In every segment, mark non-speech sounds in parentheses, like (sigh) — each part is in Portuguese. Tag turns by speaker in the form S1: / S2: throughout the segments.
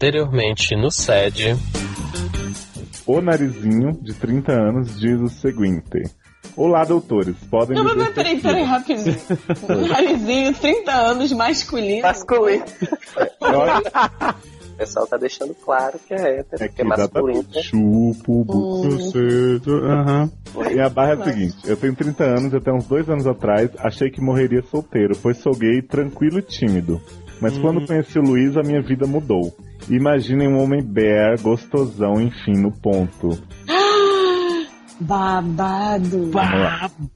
S1: Anteriormente no SED.
S2: O Narizinho, de 30 anos, diz o seguinte. Olá, doutores. Podem
S3: Não,
S2: me
S3: mas
S2: dizer
S3: peraí,
S2: se-
S3: peraí, rapidinho.
S2: (laughs)
S3: Narizinho, 30 anos, masculino.
S4: Masculino.
S2: Olha,
S4: O pessoal tá deixando claro que é hétero,
S2: é
S4: que
S2: que
S4: é masculino.
S2: exatamente. Chupo,
S3: Hum.
S2: buceto. Aham. E a barra é a
S3: Claro.
S2: seguinte: eu tenho 30 anos, até uns dois anos atrás, achei que morreria solteiro, pois sou gay, tranquilo e tímido. Mas
S3: Hum.
S2: quando conheci o Luiz, a minha vida mudou. Imaginem um homem bear, gostosão, enfim, no ponto.
S3: Babado.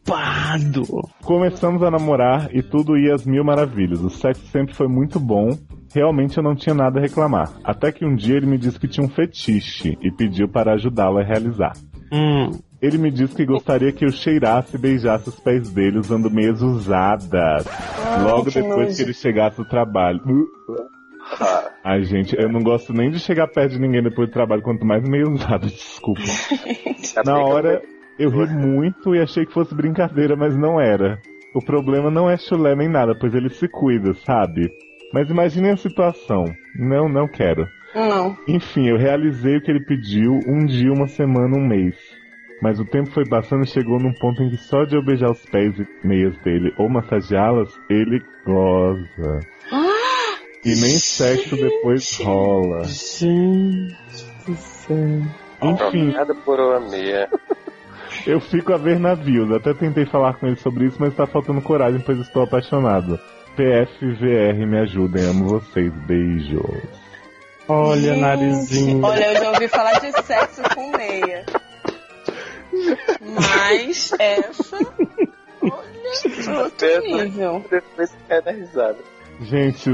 S5: Babado!
S2: Começamos a namorar e tudo ia às mil maravilhas. O sexo sempre foi muito bom. Realmente eu não tinha nada a reclamar. Até que um dia ele me disse que tinha um fetiche e pediu para ajudá-lo a realizar.
S5: Hum,
S2: Ele me disse que gostaria que eu cheirasse e beijasse os pés dele usando meias usadas.
S3: Ah,
S2: Logo
S3: que
S2: depois
S3: nojo.
S2: que ele chegasse do trabalho. Uh, Ai, gente, eu não gosto nem de chegar perto de ninguém depois do trabalho, quanto mais meia usada, (laughs) desculpa. Na hora, eu ri muito e achei que fosse brincadeira, mas não era. O problema não é chulé nem nada, pois ele se cuida, sabe? Mas imagine a situação. Não, não quero.
S3: Não.
S2: Enfim, eu realizei o que ele pediu um dia, uma semana, um mês. Mas o tempo foi passando e chegou num ponto em que só de eu beijar os pés e meias dele ou massageá-las, ele goza. E nem sexo depois rola.
S5: gente do céu.
S2: Enfim,
S4: Nada por uma meia.
S2: Eu fico a ver navios. Até tentei falar com ele sobre isso, mas tá faltando coragem, pois estou apaixonado. PFVR, me ajudem, amo vocês, beijos.
S5: Olha,
S3: Gente,
S5: narizinho.
S3: Olha, eu já ouvi falar de sexo com meia. Mas essa. Olha, outro
S2: né?
S3: nível.
S4: Depois cai na risada.
S2: Gente,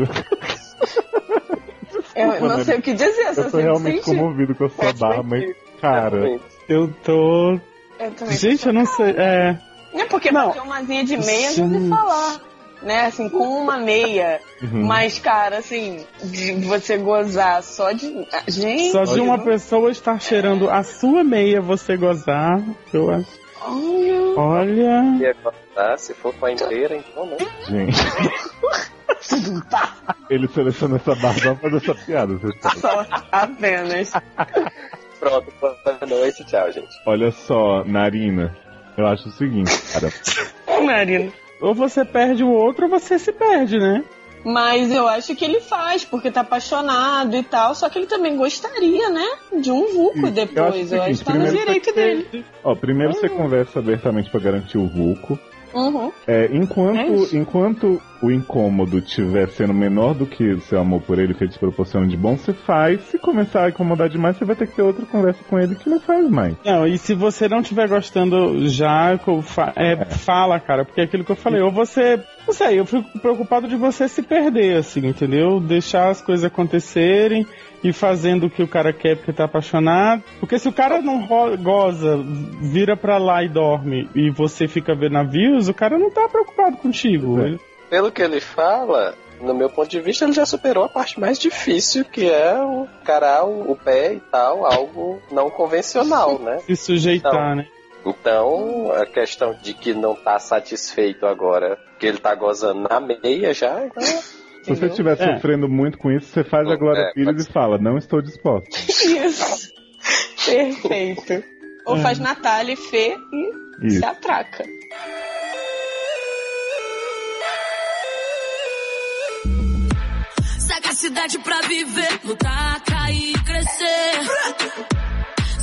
S3: Eu não sei o que dizer, eu só
S2: eu tô
S3: sei que
S2: realmente
S3: senti.
S2: comovido com a sua barra, mas,
S4: Tá
S2: cara,
S5: Eu tô.
S3: Eu também
S5: Gente, eu não sei. É.
S3: Não, porque
S5: Não.
S3: não. bater uma de meia, eu já ouvi
S5: Gente.
S3: falar. Né, assim, com uma meia.
S2: uhum,
S3: Mas, cara, assim, de você gozar só de. ah, Gente!
S5: Só de
S3: eu
S5: uma
S3: não-
S5: pessoa estar cheirando a sua meia você gozar. Eu acho.
S3: Olha!
S5: Olha.
S4: E agora, se for com a inteira, então não. (laughs)
S2: gente, ele seleciona essa barra só pra fazer essa piada. vocês sabem.
S3: Só apenas.
S4: Pronto, boa noite, tchau, gente.
S2: Olha só, Narina, eu acho o seguinte, cara.
S3: Marina.
S5: Ou você perde o outro ou você se perde, né?
S3: Mas eu acho que ele faz, porque tá apaixonado e tal. Só que ele também gostaria, né? De um vulco
S2: Sim, eu acho o
S3: depois. Eu
S2: seguinte,
S3: acho que tá no
S2: primeiro
S3: direito dele.
S2: Ó, primeiro você conversa abertamente pra garantir o vulco.
S3: Uhum.
S2: É,
S3: É
S2: enquanto,
S3: isso.
S2: enquanto o incômodo estiver sendo menor do que o seu amor por ele que ele te proporciona de bom, você faz. Se começar a incomodar demais, você vai ter que ter outra conversa com ele que não faz mais.
S5: Não, e se você não estiver gostando já, co- fa- é, fala, cara, porque é aquilo que eu falei, ou você. Não sei, eu fico preocupado de você se perder, assim, entendeu? Deixar as coisas acontecerem e fazendo o que o cara quer porque tá apaixonado. Porque se o cara não ro- goza, vira pra lá e dorme e você fica vendo navios, o cara não tá preocupado contigo.
S2: É.
S5: Ele-
S4: Pelo que ele fala, no meu ponto de vista, ele já superou a parte mais difícil, que é o encarar o o pé e tal, algo não convencional, né?
S5: Se sujeitar, né?
S4: Então, a questão de que não tá satisfeito agora, que ele tá gozando na meia já, então,
S2: Se você estiver
S5: É.
S2: sofrendo muito com isso, você faz a
S4: É,
S2: Glória Pires
S4: pode
S2: e fala, não estou disposta.
S3: Isso. Perfeito. Ou
S5: É.
S3: faz Natália e Fê e
S2: Isso.
S3: se atraca.
S6: Sagacidade pra viver, lutar, cair, crescer.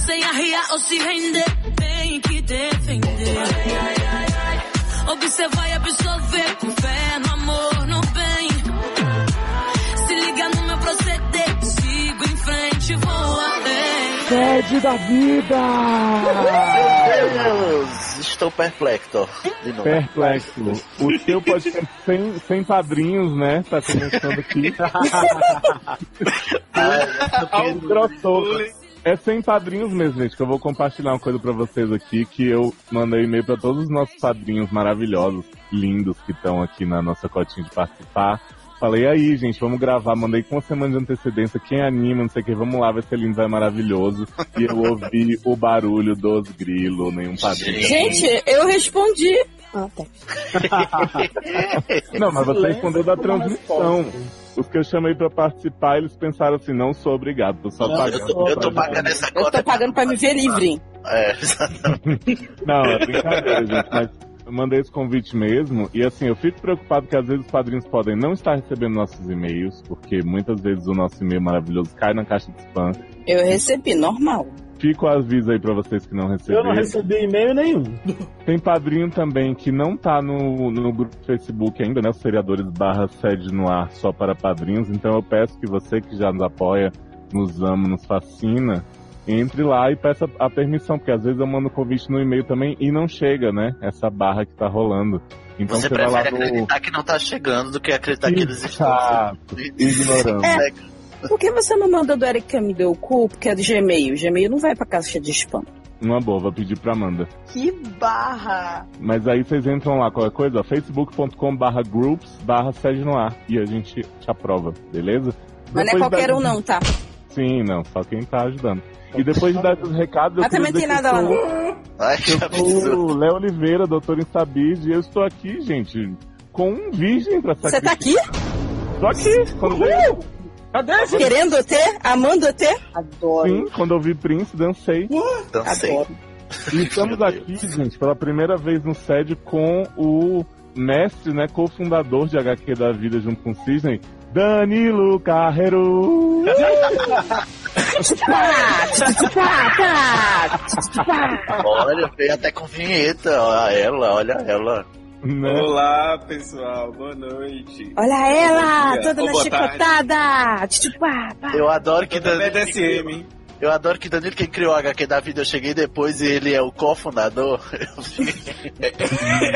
S6: Sem arriar ou se render, tem que defender. Observar e absorver, com fé no amor, no bem. Se liga no meu proceder, sigo em frente, vou além.
S5: Sede da vida!
S7: Meu Deus, estou perplexo. De novo.
S2: Perplexo. O teu podcast sem, sem padrinhos, né? Tá começando aqui. Ao grossouro. É sem padrinhos mesmo, gente, que eu vou compartilhar uma coisa pra vocês aqui, que eu mandei e-mail pra todos os nossos padrinhos maravilhosos, lindos, que estão aqui na nossa cotinha de participar. Falei, aí, gente, vamos gravar, mandei com uma semana de antecedência, quem anima, não sei o que, vamos lá, vai ser lindo, vai maravilhoso. E eu ouvi o barulho dos grilos, nenhum padrinho.
S8: Gente, eu respondi.
S6: Ah, tá.
S2: Não, mas você respondeu da transmissão. Os que eu chamei pra participar, eles pensaram assim, não sou obrigado, tô só
S7: Não, eu,
S2: pagando.
S7: tô, eu tô
S2: pra ajudar.
S7: pagando essa
S6: Eu
S7: cota.
S6: tô pagando pra me ver livre.
S7: É, exato.
S2: Não, é brincadeira, gente, mas eu mandei esse convite mesmo, e assim, eu fico preocupado que às vezes os padrinhos podem não estar recebendo nossos e-mails, porque muitas vezes o nosso e-mail maravilhoso cai na caixa de spam.
S6: Eu recebi, normal.
S2: Fica o aviso aí pra vocês que não
S5: Eu não
S2: receberam.
S5: recebi e-mail nenhum.
S2: Tem padrinho também que não tá no, no grupo do Facebook ainda, né? Os seriadores barra sede no ar só para padrinhos. Então eu peço que você que já nos apoia, nos ama, nos fascina, entre lá e peça a permissão, porque às vezes eu mando convite no e-mail também e não chega, né? Essa barra que tá rolando. Então você,
S7: Você
S2: vai lá
S7: prefere
S2: no.
S7: acreditar que não tá chegando do que acreditar que eles estão.
S2: Exato. Ignorando.
S6: Por que você não manda do Eric que me deu o cu? Porque é do Gmail. Gmail não vai pra caixa de spam.
S2: Uma boa, vou pedir pra Amanda.
S9: Que barra!
S2: Mas aí vocês entram lá, qualquer coisa, facebook.com barra groups barra sede no ar. E a gente te aprova, beleza?
S6: Mas não é
S2: Depois
S6: qualquer
S2: da-
S6: um não, tá?
S2: Sim, não, só quem tá ajudando. E depois de dar esses recados,
S6: Mas
S2: eu
S6: também
S2: queria
S6: tem
S2: dizer
S6: nada lá
S2: que eu
S6: não.
S7: Ai, que
S2: sou-
S7: (laughs) absurdo.
S2: sou o Léo Oliveira, doutor em Sabid, e eu estou aqui, gente, com um virgem pra
S6: Você tá
S2: sacrificar.
S6: aqui?
S2: Só que, quando eu,
S6: Querendo ter? Amando ter?
S9: Adoro.
S2: sim, quando eu vi Prince, dancei.
S7: Dancei.
S6: Adoro.
S2: E estamos
S7: Meu
S2: aqui, gente, pela primeira vez no SED com o mestre, né, cofundador de HQ da Vida junto com o Cisne, Danilo Carreiro. Né?
S7: Olha, veio até com vinheta. Olha ela, olha ela.
S2: Né?
S10: Olá, pessoal. Boa noite.
S6: Olha ela, toda na
S10: Boa
S6: chicotada. Tchutupá, pá.
S7: Eu adoro que
S10: Eu da
S7: Danilo. quem
S10: BDSM,
S7: criou-
S10: hein?
S7: Eu adoro que Danilo, quem criou a HQ da vida, eu cheguei depois e ele é o cofundador. Eu fiquei-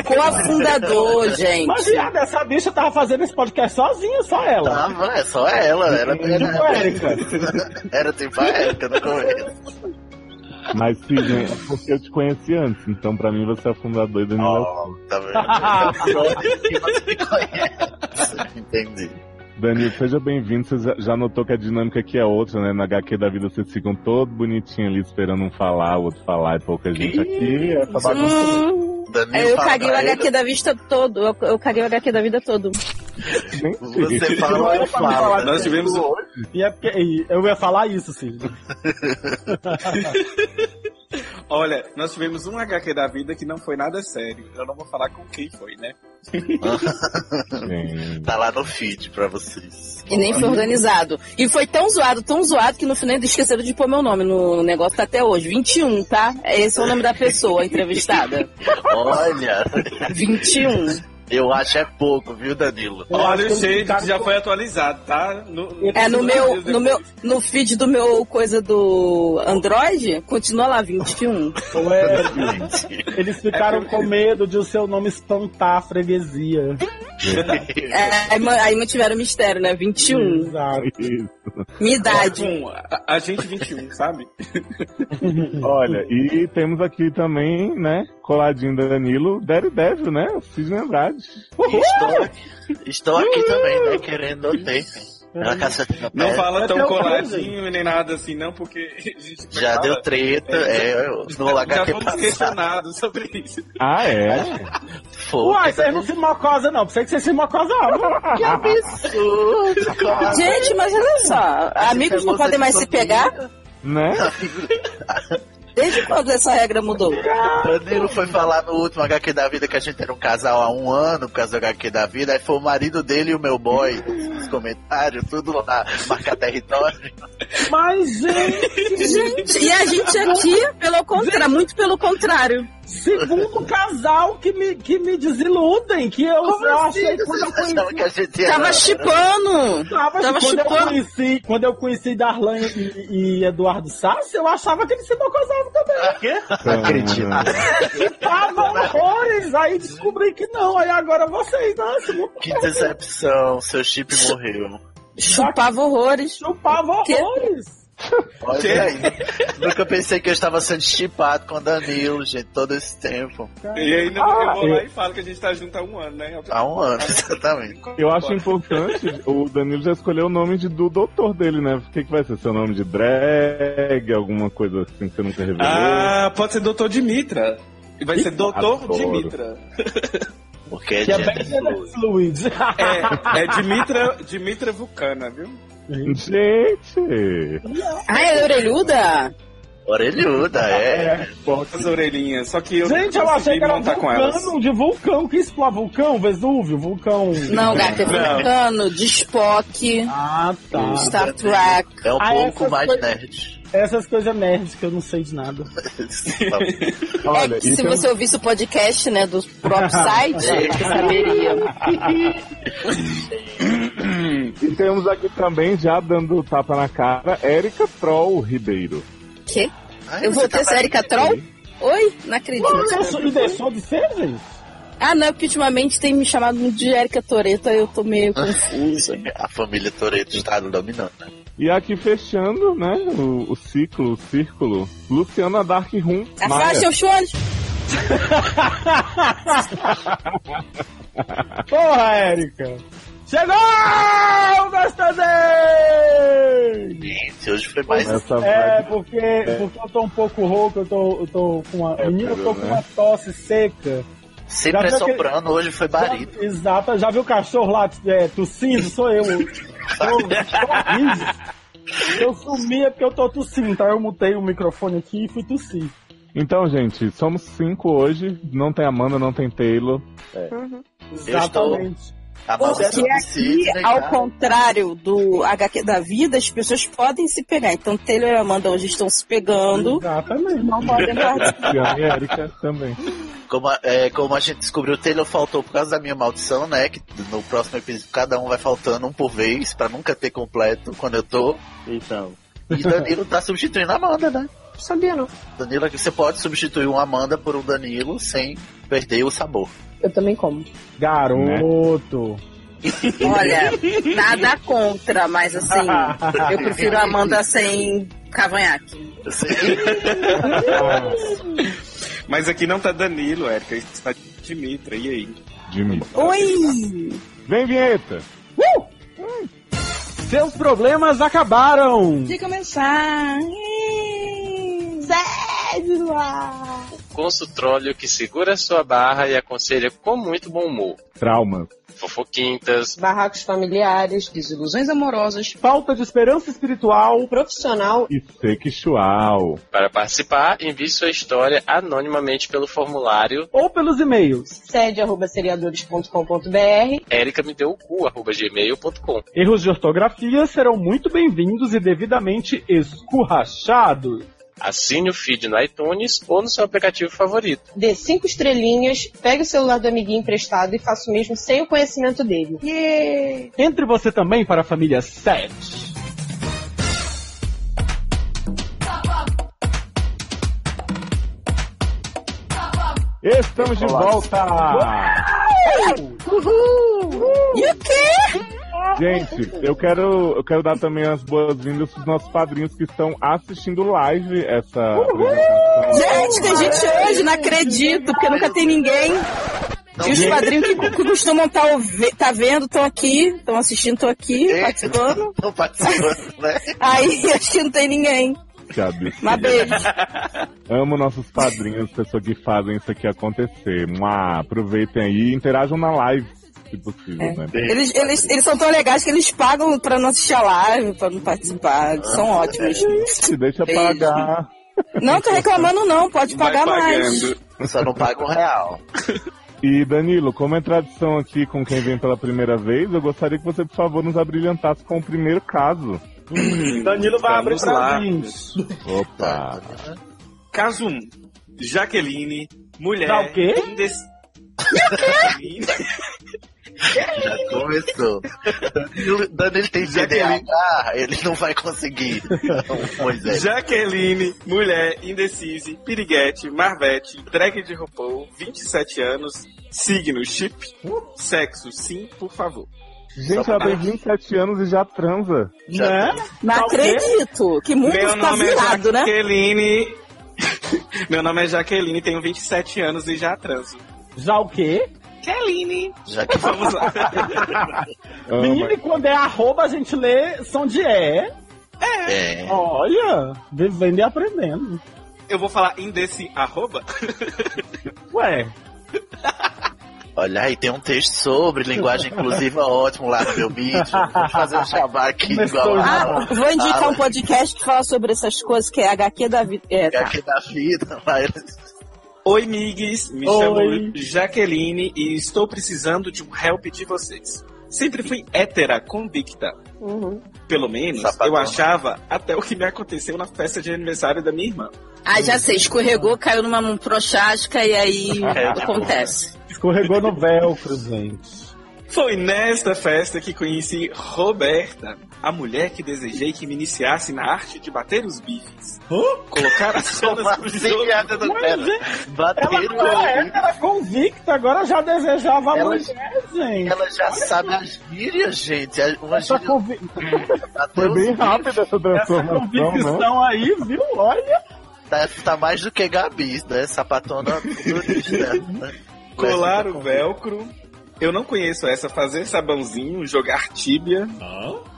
S6: Co-fundador,
S5: Mas
S6: gente.
S5: viado, essa bicha tava fazendo esse podcast sozinha, só
S2: Tá.
S5: ela.
S7: Tava, é só ela. Era,
S10: Tá.
S5: Tipo
S6: é.
S7: era,
S5: Érica.
S7: era tipo a Érica no começo.
S2: Mas Cisne, é porque eu te conheci antes, então pra mim você é o fundador e Danilo é o
S7: Ó, tá vendo? Entendi.
S2: Danilo, seja bem-vindo. Você já- já notou que a dinâmica aqui é outra, né? Na HQ da vida vocês ficam todo bonitinho ali esperando um falar, o outro falar e pouca gente aqui. Essa bagunça.
S6: Hum,
S7: Danilo
S6: eu
S7: fala
S6: caguei o
S7: pra ele,
S6: HQ da vista todo. Eu, eu caguei o HQ da vida todo.
S7: Você fala,
S2: é
S7: eu falo.
S10: Nós tivemos um-
S5: E é porque e eu ia falar isso, sim.
S10: Olha, nós tivemos um HQ da vida que não foi nada sério. Eu não vou falar com quem foi, né?
S2: gente.
S7: Tá lá no feed pra vocês.
S6: E nem foi organizado. E foi tão zoado, tão zoado, que no final ainda esqueceram de pôr meu nome no negócio tá até hoje. 21, tá? Esse é o nome da pessoa entrevistada.
S7: Olha,
S6: 21.
S7: eu acho é pouco, viu, Danilo?
S5: Eu acho
S10: Olha,
S5: que
S10: o shade
S5: cara-
S10: já foi atualizado, tá? No-
S6: É, no
S10: dois
S6: meu,
S10: dias
S6: (laughs) no meu,
S10: depois.
S6: no feed do meu coisa do Android, continua lá 21.
S5: Ou é-
S7: Gente.
S5: eles
S6: É
S5: ficaram com medo de o seu nome espantar a freguesia.
S6: É, aí, ma- aí mantiveram o mistério, né? 21.
S5: Exato.
S6: Minha idade.
S10: Um, a, a gente 21,
S6: É,
S10: sabe?
S2: Olha, e temos aqui também, né? Coladinho Danilo, Daredevil, né? O Cisne Andrade.
S7: Estou aqui, estou aqui também, né? Querendo ou tem. Ela caceta na
S10: É. Não
S7: pedra.
S6: é
S10: fala tão
S5: até o
S10: coladinho nem nada assim, não, porque (laughs) a gente vai
S7: Já
S10: falar.
S7: deu treta, é, no (laughs)
S10: Já
S7: HQ
S10: fomos
S7: passado.
S10: questionados sobre isso.
S2: Ah, é?
S7: Foi.
S5: Uai, vocês não se mocosa, não. Por isso que vocês se mocosavam.
S7: Que absurdo! cara.
S6: Gente, mas olha só, amigos não podem mais se pegar?
S2: Né?
S6: Desde quando essa regra mudou?
S7: Danilo foi falar no último HQ da vida que a gente era um casal há um ano por causa do HQ da vida, aí foi o marido dele e o meu boy nos comentários, tudo lá, marcar território.
S10: (laughs)
S5: Mas, gente,
S6: Gente, e a gente aqui, pelo contrário, muito pelo contrário.
S5: segundo casal que me, que me desiludem, que eu, eu
S6: assim?
S5: achei que quando eu
S7: Vocês achavam
S5: conheci.
S7: que a gente era-
S6: Tava
S7: (laughs)
S6: chipando.
S5: Tava,
S6: Tava
S5: quando, eu
S6: chupando.
S5: conheci, quando eu conheci Darlan e, e Eduardo Sassi, eu achava que eles se mocosavam também.
S2: Acredito.
S6: (laughs)
S5: Tava horrores, aí descobri que não. Aí agora vocês, né? Se não
S7: Que decepção, seu chip morreu.
S6: Chupava horrores.
S5: chupavam
S6: Que?
S5: horrores.
S10: Que?
S7: Olha aí. Nunca pensei que eu estava sendo chipado com o Danilo, gente, todo esse tempo.
S10: E aí não,
S2: Ah,
S10: eu vou lá
S2: eu-
S10: e falo que a gente tá junto há um ano, né?
S7: Há um ano, exatamente.
S2: Eu acho importante, o Danilo já escolheu o nome de- do doutor dele, né? O que, que vai ser? Seu nome de drag, alguma coisa assim que você nunca revelou?
S10: Ah, pode ser Doutor Dimitra. Vai ser Doutor
S7: Adoro.
S10: Dimitra.
S7: Porque é
S5: Que é
S7: gender fluid.
S5: Luiz.
S10: É, é Dimitra, Dimitra Vulcana, viu?
S2: Gente!
S6: Ah, ela é orelhuda?
S7: Orelhuda, é.
S10: As orelhinhas. Só que eu
S5: Gente,
S10: não
S5: eu achei que era
S10: montar com elas.
S5: vulcano de vulcão. Que explode vulcão? Vesúvio, vulcão.
S6: Não, gata, é
S10: Não.
S6: vulcano, de Spock,
S5: Ah, tá.
S6: Star Trek.
S7: É um
S5: Ah,
S7: pouco
S5: essas
S7: mais
S5: coisas-
S7: nerd.
S5: Essas coisas nerds que eu não sei de nada.
S2: Olha,
S6: é que se
S2: então-
S6: você ouvisse o podcast, né, do
S2: (laughs)
S6: próprio site, você saberia.
S2: E temos aqui também, já dando tapa na cara, Érica Troll Ribeiro.
S6: Quê?
S7: Ai,
S6: Eu
S7: você
S6: vou ter
S7: tá mais-
S6: Sérica Troll? Oi? Não acredito.
S5: E deixou de ser, gente?
S6: Ah, não, é porque ultimamente tem me chamado muito de Érica Toreta, eu tô meio
S2: Ah.
S6: confusa.
S7: É, A família Toreto está dominando. né?
S2: E aqui fechando, né, o, o ciclo, o círculo, Luciana Dark Room.
S6: Afasta os chones!
S5: Porra, Érica! Chegou! Gostei!
S7: Gente, hoje foi mais.
S2: Essa
S5: É,
S2: vibe-
S5: porque, porque eu tô um pouco rouco, eu tô, eu tô com uma.
S2: É,
S5: menina, eu tô
S2: pegou,
S5: com
S2: né?
S5: uma tosse seca.
S7: Sempre
S5: Já
S7: é
S5: viu aquele-
S7: soprano, hoje foi barido.
S5: Já, exato, já viu o cachorro lá é, tossindo? Sou eu. Eu, eu, eu sumia porque eu tô tossindo, então eu mutei o microfone aqui e fui tossir.
S2: Então, gente, somos cinco hoje. Não tem Amanda, não tem Taylor.
S7: Eu estou-
S5: Exatamente.
S7: A
S6: Porque
S7: maldição do
S6: aqui,
S7: cisne,
S6: ao
S7: cara.
S6: contrário do HQ da vida, as pessoas podem se pegar. Então, Taylor e Amanda hoje estão se pegando.
S5: Exatamente.
S6: Não podem participar.
S2: Luciana e Érica também.
S7: Como a, é, como a gente descobriu, o Taylor faltou por causa da minha maldição, né? Que no próximo episódio cada um vai faltando um por vez pra nunca ter completo quando eu tô. Então. E Danilo tá substituindo a Amanda, né?
S3: Sabia não.
S7: Danilo, você pode substituir um Amanda por um Danilo sem perder o sabor.
S3: (laughs) Eu também como.
S5: Garoto.
S6: Olha, nada contra, mas assim, eu prefiro a Amanda sem cavanhaque.
S10: Mas aqui não tá Danilo, Érica. Está Dimitra. E aí?
S2: Jimmy.
S6: Oi!
S2: Vem, vinheta!
S5: Seus problemas acabaram!
S9: De começar. Zé,
S4: Consultróleo que segura sua barra e aconselha com muito bom humor.
S2: Trauma.
S4: Fofoquintas,
S3: Barracos familiares,
S9: Desilusões amorosas.
S5: Falta de esperança espiritual.
S3: profissional.
S2: E sexual.
S4: Para participar, envie sua história anonimamente pelo formulário
S5: Ou pelos e-mails.
S3: Sede arroba seriadores.com.br
S4: ericamedeucu.gmail.com
S5: Erros de ortografia serão muito bem-vindos e devidamente escurrachados.
S4: Assine o feed no iTunes ou no seu aplicativo favorito.
S3: Dê cinco estrelinhas, pegue o celular do amiguinho emprestado e faça o mesmo sem o conhecimento dele.
S5: Entre você também para a família 7.
S2: Estamos de volta!
S6: E o quê?
S2: Gente, eu quero, eu quero dar também as boas-vindas pros nossos padrinhos que estão assistindo live essa apresentação.
S6: Gente, tem gente hoje, não acredito, porque nunca tem ninguém. E os padrinhos que cu- costumam estar tá vendo estão aqui, estão assistindo, estão aqui, participando.
S7: (laughs) Tô participando, É. né?
S6: Aí (laughs) acho que não tem ninguém.
S2: Sabe?
S6: Mas beijo.
S2: Amo nossos padrinhos, pessoas que fazem isso aqui acontecer. Mua, aproveitem aí e interajam na live, se possível,
S6: É.
S2: né?
S6: Eles, eles, eles são tão legais que eles pagam pra não assistir a live, pra não participar. Eles são ótimos.
S2: Se deixa
S6: Beijo.
S2: pagar.
S6: Não tô reclamando, não. Pode pagar mais.
S7: Só não paga um real.
S2: E Danilo, como é tradição aqui com quem vem pela primeira vez, eu gostaria que você, por favor, nos abrilhantasse com o primeiro caso.
S5: Danilo vai abrir
S10: Vamos
S5: pra
S10: lá.
S5: gente.
S2: Opa!
S10: Caso 1. Jaqueline, mulher...
S5: Dá o quê?
S10: indes-
S5: (laughs)
S7: Já começou. Danilo, Danilo tem
S10: Já que
S7: TDAH, Ah, ele não vai conseguir. Pois é.
S10: Jaqueline, mulher, indecise, piriguete, marvete, drag de roupão, 27 anos, signo, chip, sexo, sim, por favor.
S2: Gente, ela tem 27 anos e já transa.
S5: Né?
S6: Não acredito. Que mundo
S10: Meu
S6: tá
S10: nome
S6: virado,
S10: é
S6: né?
S10: Jaqueline... (laughs) Meu nome é Jaqueline, tenho 27 anos e já transo.
S5: Já o quê?
S10: Jaqueline!
S7: Já que
S10: Vamos lá.
S2: Ama.
S5: Menino, e quando é arroba, a gente lê som de é.
S7: é.
S5: Olha, vivendo e aprendendo.
S10: Eu vou falar indeci arroba?
S11: Ué.
S7: Olha aí, tem um texto sobre linguagem inclusiva ótimo lá no meu vídeo. Vamos fazer um jabá aqui igual
S6: Ah,
S7: a-
S6: vou indicar
S7: a-
S6: um podcast que fala sobre essas coisas, que é HQ da vida. É, tá.
S7: aqui da vida, mas...
S10: Oi, migues. Me
S6: Oi.
S10: chamo Jaqueline e estou precisando de um help de vocês. Sempre fui hétera convicta.
S6: Uhum.
S10: Pelo menos eu achava até o que me aconteceu na festa de aniversário da minha irmã.
S6: Ah, já sei, escorregou, caiu numa mão prochasca e aí acontece.
S11: Escorregou no velcro, gente.
S10: Foi nesta festa que conheci Roberta, a mulher que desejei que me iniciasse na arte de bater os bifes. Colocar as solas pro jogo. "É."
S7: Bateram
S5: é Ela é. era convicta, agora já desejava a
S7: Ela-
S5: mulher, gente.
S7: Ela já sabe as gírias, gente. É
S10: tá
S7: Uma
S5: Essa
S7: gíria... Foi
S2: bem rápida essa
S5: é
S2: transformação, né?
S5: aí, viu? Olha.
S7: Tá, tá mais do que Gabi, né? Sapatona futurista. né?
S10: Colar o velcro. Eu não conheço essa. Fazer sabãozinho, jogar tíbia.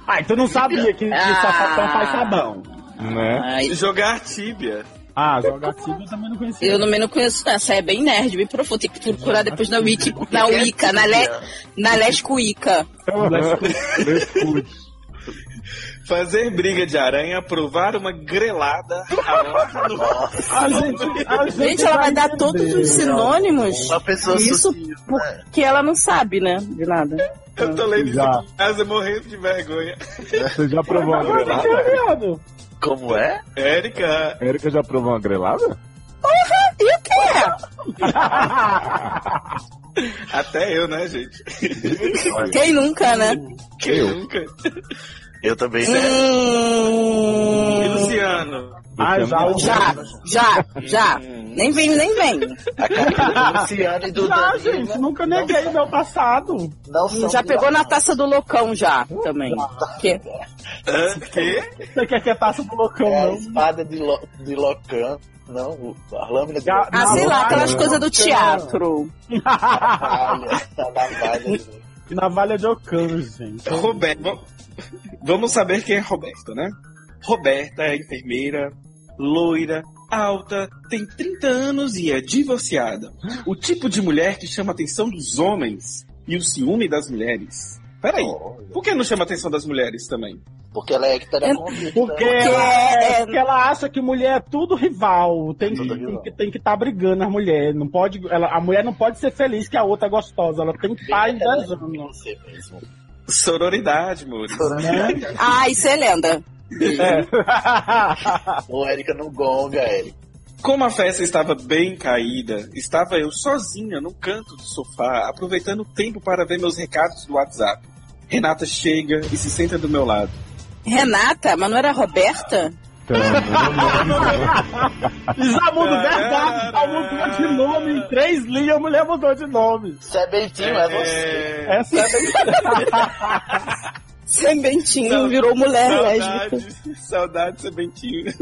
S5: Ah, então não sabia que, que
S6: Ah.
S5: sapatão faz sabão.
S2: Né?
S6: Ai,
S10: Jogar tíbia.
S5: Ah, joga tíbia eu também não conhecia.
S6: eu também não conheço essa, é bem nerd, bem profundo. Tem que procurar depois na Wiki, na Wika, na, le, na Lesco Wika.
S2: (laughs)
S10: Fazer briga de aranha, provar uma grelada. ralar no-
S5: A gente, a (laughs) gente,
S6: Gente, ela vai dar
S5: entender.
S6: todos os sinônimos
S7: Uma pessoa
S6: Isso
S7: sutil, né?
S6: porque ela não sabe, né? De nada.
S10: (laughs) Eu tô lendo isso
S2: Já.
S10: aqui em casa morrendo de vergonha.
S2: Você já provou uma grelada?
S5: Entendendo?
S7: Como é?
S10: Érica,
S2: Erika já provou uma grelada?
S6: E o que é?
S10: até eu, né, gente? (laughs)
S6: Quem nunca, né?
S10: Quem nunca?
S7: Eu também, né?
S10: E
S6: Hum,
S10: Luciano?
S5: Ah, já,
S6: já, já, já. Nem vem, nem vem.
S7: A cara do Luciano e do
S5: já,
S7: Danilo
S5: gente, nunca neguei meu passado.
S7: não são
S6: Já pegou na taça do loucão já, também. Que-
S10: Hã? Quê?
S5: Você quer que eu passe pro loucão,
S7: É a
S5: não? (laughs)
S7: espada de, lo, de Locan. Não, o- a lâmina de
S5: Já-
S6: Ah, sei lá, aquelas
S5: Não,
S6: coisas do
S5: não.
S6: teatro.
S7: navalha. A navalha.
S5: Navalha é de Ocano, gente.
S10: Roberto. Vam- Vamos saber quem é Roberto, né? Roberta é enfermeira, loira, alta, tem 30 anos e é divorciada. O tipo de mulher que chama a atenção dos homens e o ciúme das mulheres. Peraí, por que não chama a atenção das mulheres também?
S7: Porque ela é hectare convicta.
S5: Porque ela,
S6: é-
S5: porque ela acha que mulher é tudo rival. Tem que
S7: Tudo
S5: tem
S7: rival.
S5: que- tem que estar brigando as mulheres. Não pode, ela, a mulher não pode ser feliz que a outra é gostosa. Ela tem que estar invejando.
S7: é Você mesmo.
S10: Sororidade, Mures.
S6: Ah, isso é lenda.
S7: Ô, Érica, não gonga, Érica.
S10: Como a festa estava bem caída, estava eu sozinha no canto do sofá, aproveitando o tempo para ver meus recados do WhatsApp. Renata chega e se senta do meu lado.
S6: Renata, mas não era Roberta?
S5: Já mudou verdade. Já mudou de nome. Em três linhas, a mulher mudou de nome.
S7: Sebentinho, é você.
S5: Essa é bem...
S6: Sementinho virou mulher lésbica.
S10: Saudade, saudade, Sebentinho.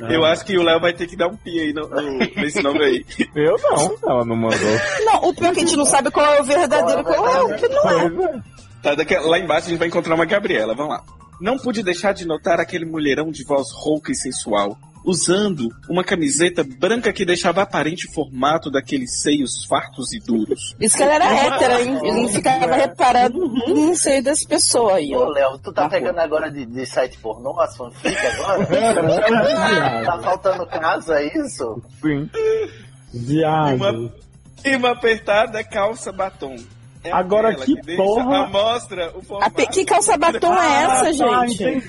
S10: Eu acho que o Léo vai ter que dar um pi aí no, no- nesse nome aí.
S2: Eu não, ela não mandou.
S6: Não, o pior é que a gente não sabe qual é o verdadeiro, qual é o que não é.
S2: Pois é.
S10: Tá, daqui, lá embaixo a gente vai encontrar uma Gabriela, vamos lá. Não pude deixar de notar aquele mulherão de voz rouca e sensual, usando uma camiseta branca que deixava aparente o formato daqueles seios fartos e duros.
S6: Isso que ela era hétera, hein? Eu não ficava reparando não sei dessa pessoa aí,
S7: Ô,
S6: ó.
S7: Léo, tu tá pegando agora de, de site pornô, as fanfic agora? tá faltando casa, é isso?
S2: Sim.
S5: Viado.
S10: E uma apertada calça batom. É
S5: Agora,
S10: aquela
S5: que
S10: deixa
S5: porra-
S10: a Mostra o
S6: A
S10: formato. Ah,
S6: pe- Que calça batom é essa, gente?
S5: Ah,
S6: Ah.
S5: entendi.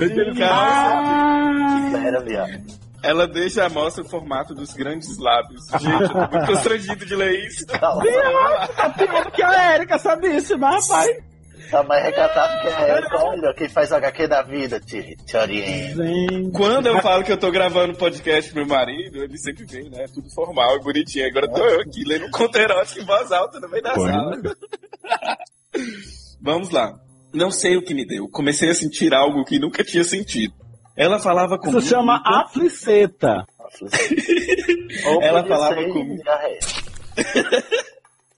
S7: Pera, viado.
S10: Ela deixa a mostra o formato dos grandes lábios. Gente, eu tô muito constrangido de ler isso.
S7: Calma,
S5: Tá pior que a Erika sabia isso, mas rapaz.
S7: tá mais recatado que a Érica. Olha, quem faz HQ da vida te, te orienta.
S5: Gente.
S10: Quando eu falo que eu tô gravando um podcast pro meu marido, ele sempre vem, né? Tudo formal e bonitinho. Agora tô eu aqui lendo um conto erótico em voz alta no meio da
S2: Pois é.
S10: sala. Vamos lá. Não sei o que me deu. Comecei a sentir algo que nunca tinha sentido. Ela falava comigo.
S5: Isso chama afliceta.
S7: Ou
S10: Ela
S7: podia
S10: falava
S7: ser
S10: comigo.
S7: diarreia.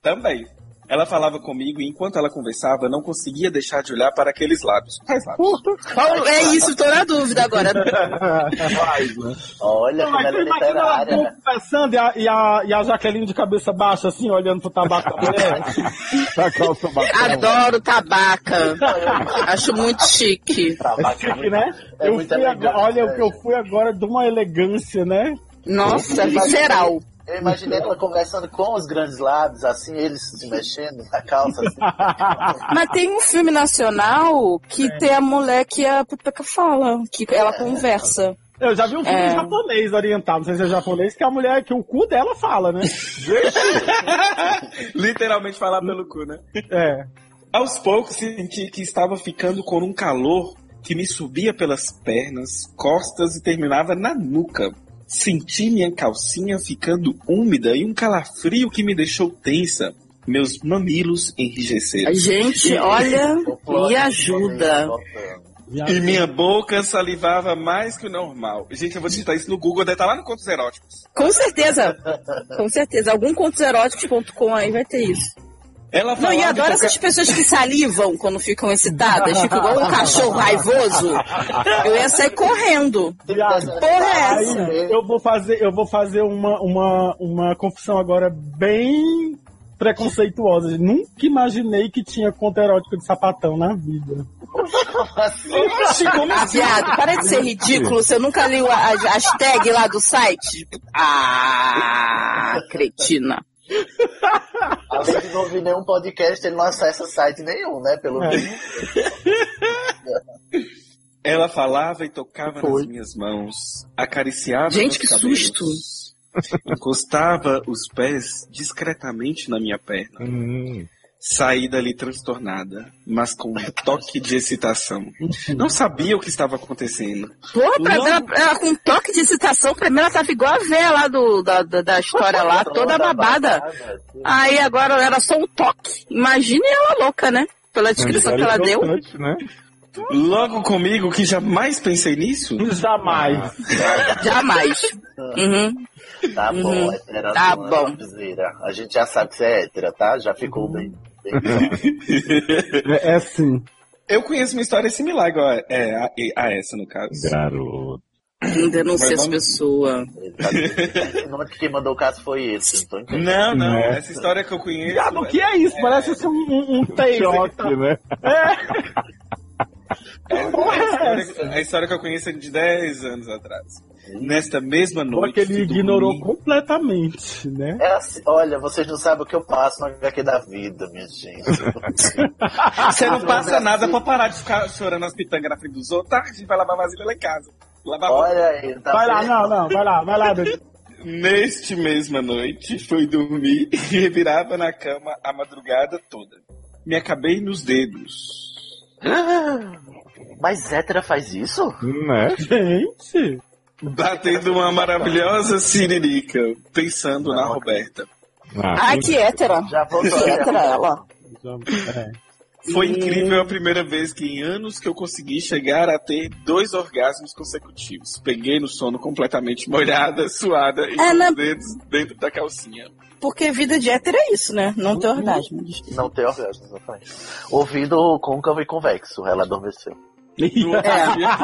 S10: Também. Ela falava comigo e enquanto ela conversava, eu não conseguia deixar de olhar para aqueles lábios. Quais lábios?
S6: Qual- é isso, tô na dúvida agora.
S7: Olha, é
S5: Não, mas tu imagina ela
S7: né?
S5: conversando e a, e, a, e a Jaqueline de cabeça baixa, assim, olhando pro tabaco da mulher.
S2: Pra calça
S6: Adoro tabaca. Acho muito chique.
S7: Tá
S5: Chique, né?
S6: É
S5: eu
S6: muita
S5: fui
S6: elegância,
S5: agora, olha, o
S7: né?
S5: que
S6: velho.
S5: eu fui agora de uma elegância, né?
S6: Nossa, visceral.
S7: Eu imaginei ela conversando com os grandes lábios, assim, eles se mexendo na calça, assim.
S6: Mas tem um filme nacional que tem a mulher que a Pepeca fala, que ela conversa.
S5: Eu já vi um filme
S6: É.
S5: japonês oriental, não sei se é japonês, que a mulher, que o cu dela fala, né?
S10: Literalmente falar pelo cu, né?
S5: É.
S10: Aos poucos senti que estava ficando com um calor que me subia pelas pernas, costas e terminava na nuca. Senti minha calcinha ficando úmida e um calafrio que me deixou tensa. Meus mamilos enrijeceram.
S6: Gente, olha, me ajuda.
S10: E minha boca salivava mais que o normal. Gente, eu vou digitar isso no Google, deve estar lá no Contos Eróticos.
S6: Com certeza. Com certeza. Algum contoseróticos.com aí vai ter isso.
S10: Ela
S6: Não, e
S10: falava
S6: eu adoro
S10: qualquer-
S6: essas pessoas que salivam quando ficam excitadas, tipo igual um cachorro raivoso. Eu ia sair correndo.
S5: Viado.
S6: Porra é essa?
S5: Aí, eu vou fazer, eu vou fazer uma, uma, uma confissão agora bem preconceituosa. Nunca imaginei que tinha conto erótico de sapatão na vida.
S6: Ah, viado, para de ser ridículo. Você nunca leu a- as, as tags lá do site? Ah, cretina.
S7: Além de não ouvir nenhum podcast, ele não acessa site nenhum, né? Pelo
S5: É.
S7: menos.
S10: Ela falava e tocava nas minhas mãos, acariciava
S6: Gente,
S10: meus
S6: que
S10: cabelos,
S6: susto.
S10: encostava os pés discretamente na minha perna.
S2: Hum,
S10: Saí dali transtornada, mas com um toque de excitação. Não sabia o que estava acontecendo.
S6: Porra, pra
S10: Não.
S6: ela, ela com um toque de excitação, pra mim ela tava igual a véia lá do, da, da, da
S7: tá
S6: história lá, toda babada. Aí agora era só um toque. Imagine ela louca, né? Pela descrição que ela deu.
S2: né?
S10: Logo comigo, que jamais pensei nisso.
S5: Jamais.
S6: (laughs) Jamais. Uhum.
S7: Tá bom,
S6: Uhum.
S7: hétera.
S6: Tá
S7: não é
S6: bom.
S7: zera. A gente já sabe que você é hétera, tá? Já ficou bem.
S5: Uhum.
S7: bem
S5: É, é sim.
S10: Eu conheço uma história similar igual a, é, a- a essa, no caso.
S2: Garoto.
S6: Não denuncia
S10: Mas
S6: as
S10: vamos-
S6: pessoas.
S5: (laughs)
S7: tá O nome que quem mandou o caso foi esse. Então, entendi.
S10: Não, não,
S2: Né?
S10: essa história que eu conheço.
S5: Viado, o que é isso? Parece ser um, um, um taser.
S2: Choque, né?
S10: a, história, a história que eu conheço é de 10 anos atrás. Nesta mesma noite.
S5: Porque é ele ignorou
S10: dormi-
S5: completamente, né?
S7: É assim, olha, vocês não sabem o que eu passo no HQ da vida,
S5: (laughs)
S7: minha gente.
S10: Ah, Você não passa nada pra parar de ficar chorando as pitangas na frente dos outros, tá? A gente vai lavar vasilha lá em casa. Lavar
S7: Olha aí, tá
S5: Vai lá,
S7: vendo?
S5: não, não, vai lá, vai lá, Dudu.
S10: Neste mesma noite, fui dormir (laughs) e revirava na cama a madrugada toda. Me acabei nos dedos.
S7: Mas hétera faz isso?
S2: Né?
S5: Gente,
S10: Batendo uma maravilhosa siririca, pensando na Roberta.
S2: Ah,
S6: Ai, que hétera.
S7: Já voltou. né?
S6: Que Tá. hétera é. ela.
S10: Foi incrível é a primeira vez que em anos que eu consegui chegar a ter dois orgasmos consecutivos. Peguei no sono completamente molhada, (laughs) suada e com
S6: Ana-
S10: os dedos dentro da calcinha.
S6: Porque vida de hétero é isso, né? Não
S10: Uhum.
S6: ter orgasmo.
S7: Não tem orgasmo, exatamente. Ouvido côncavo e convexo, ela adormeceu.
S10: No
S5: É.
S10: outro dia,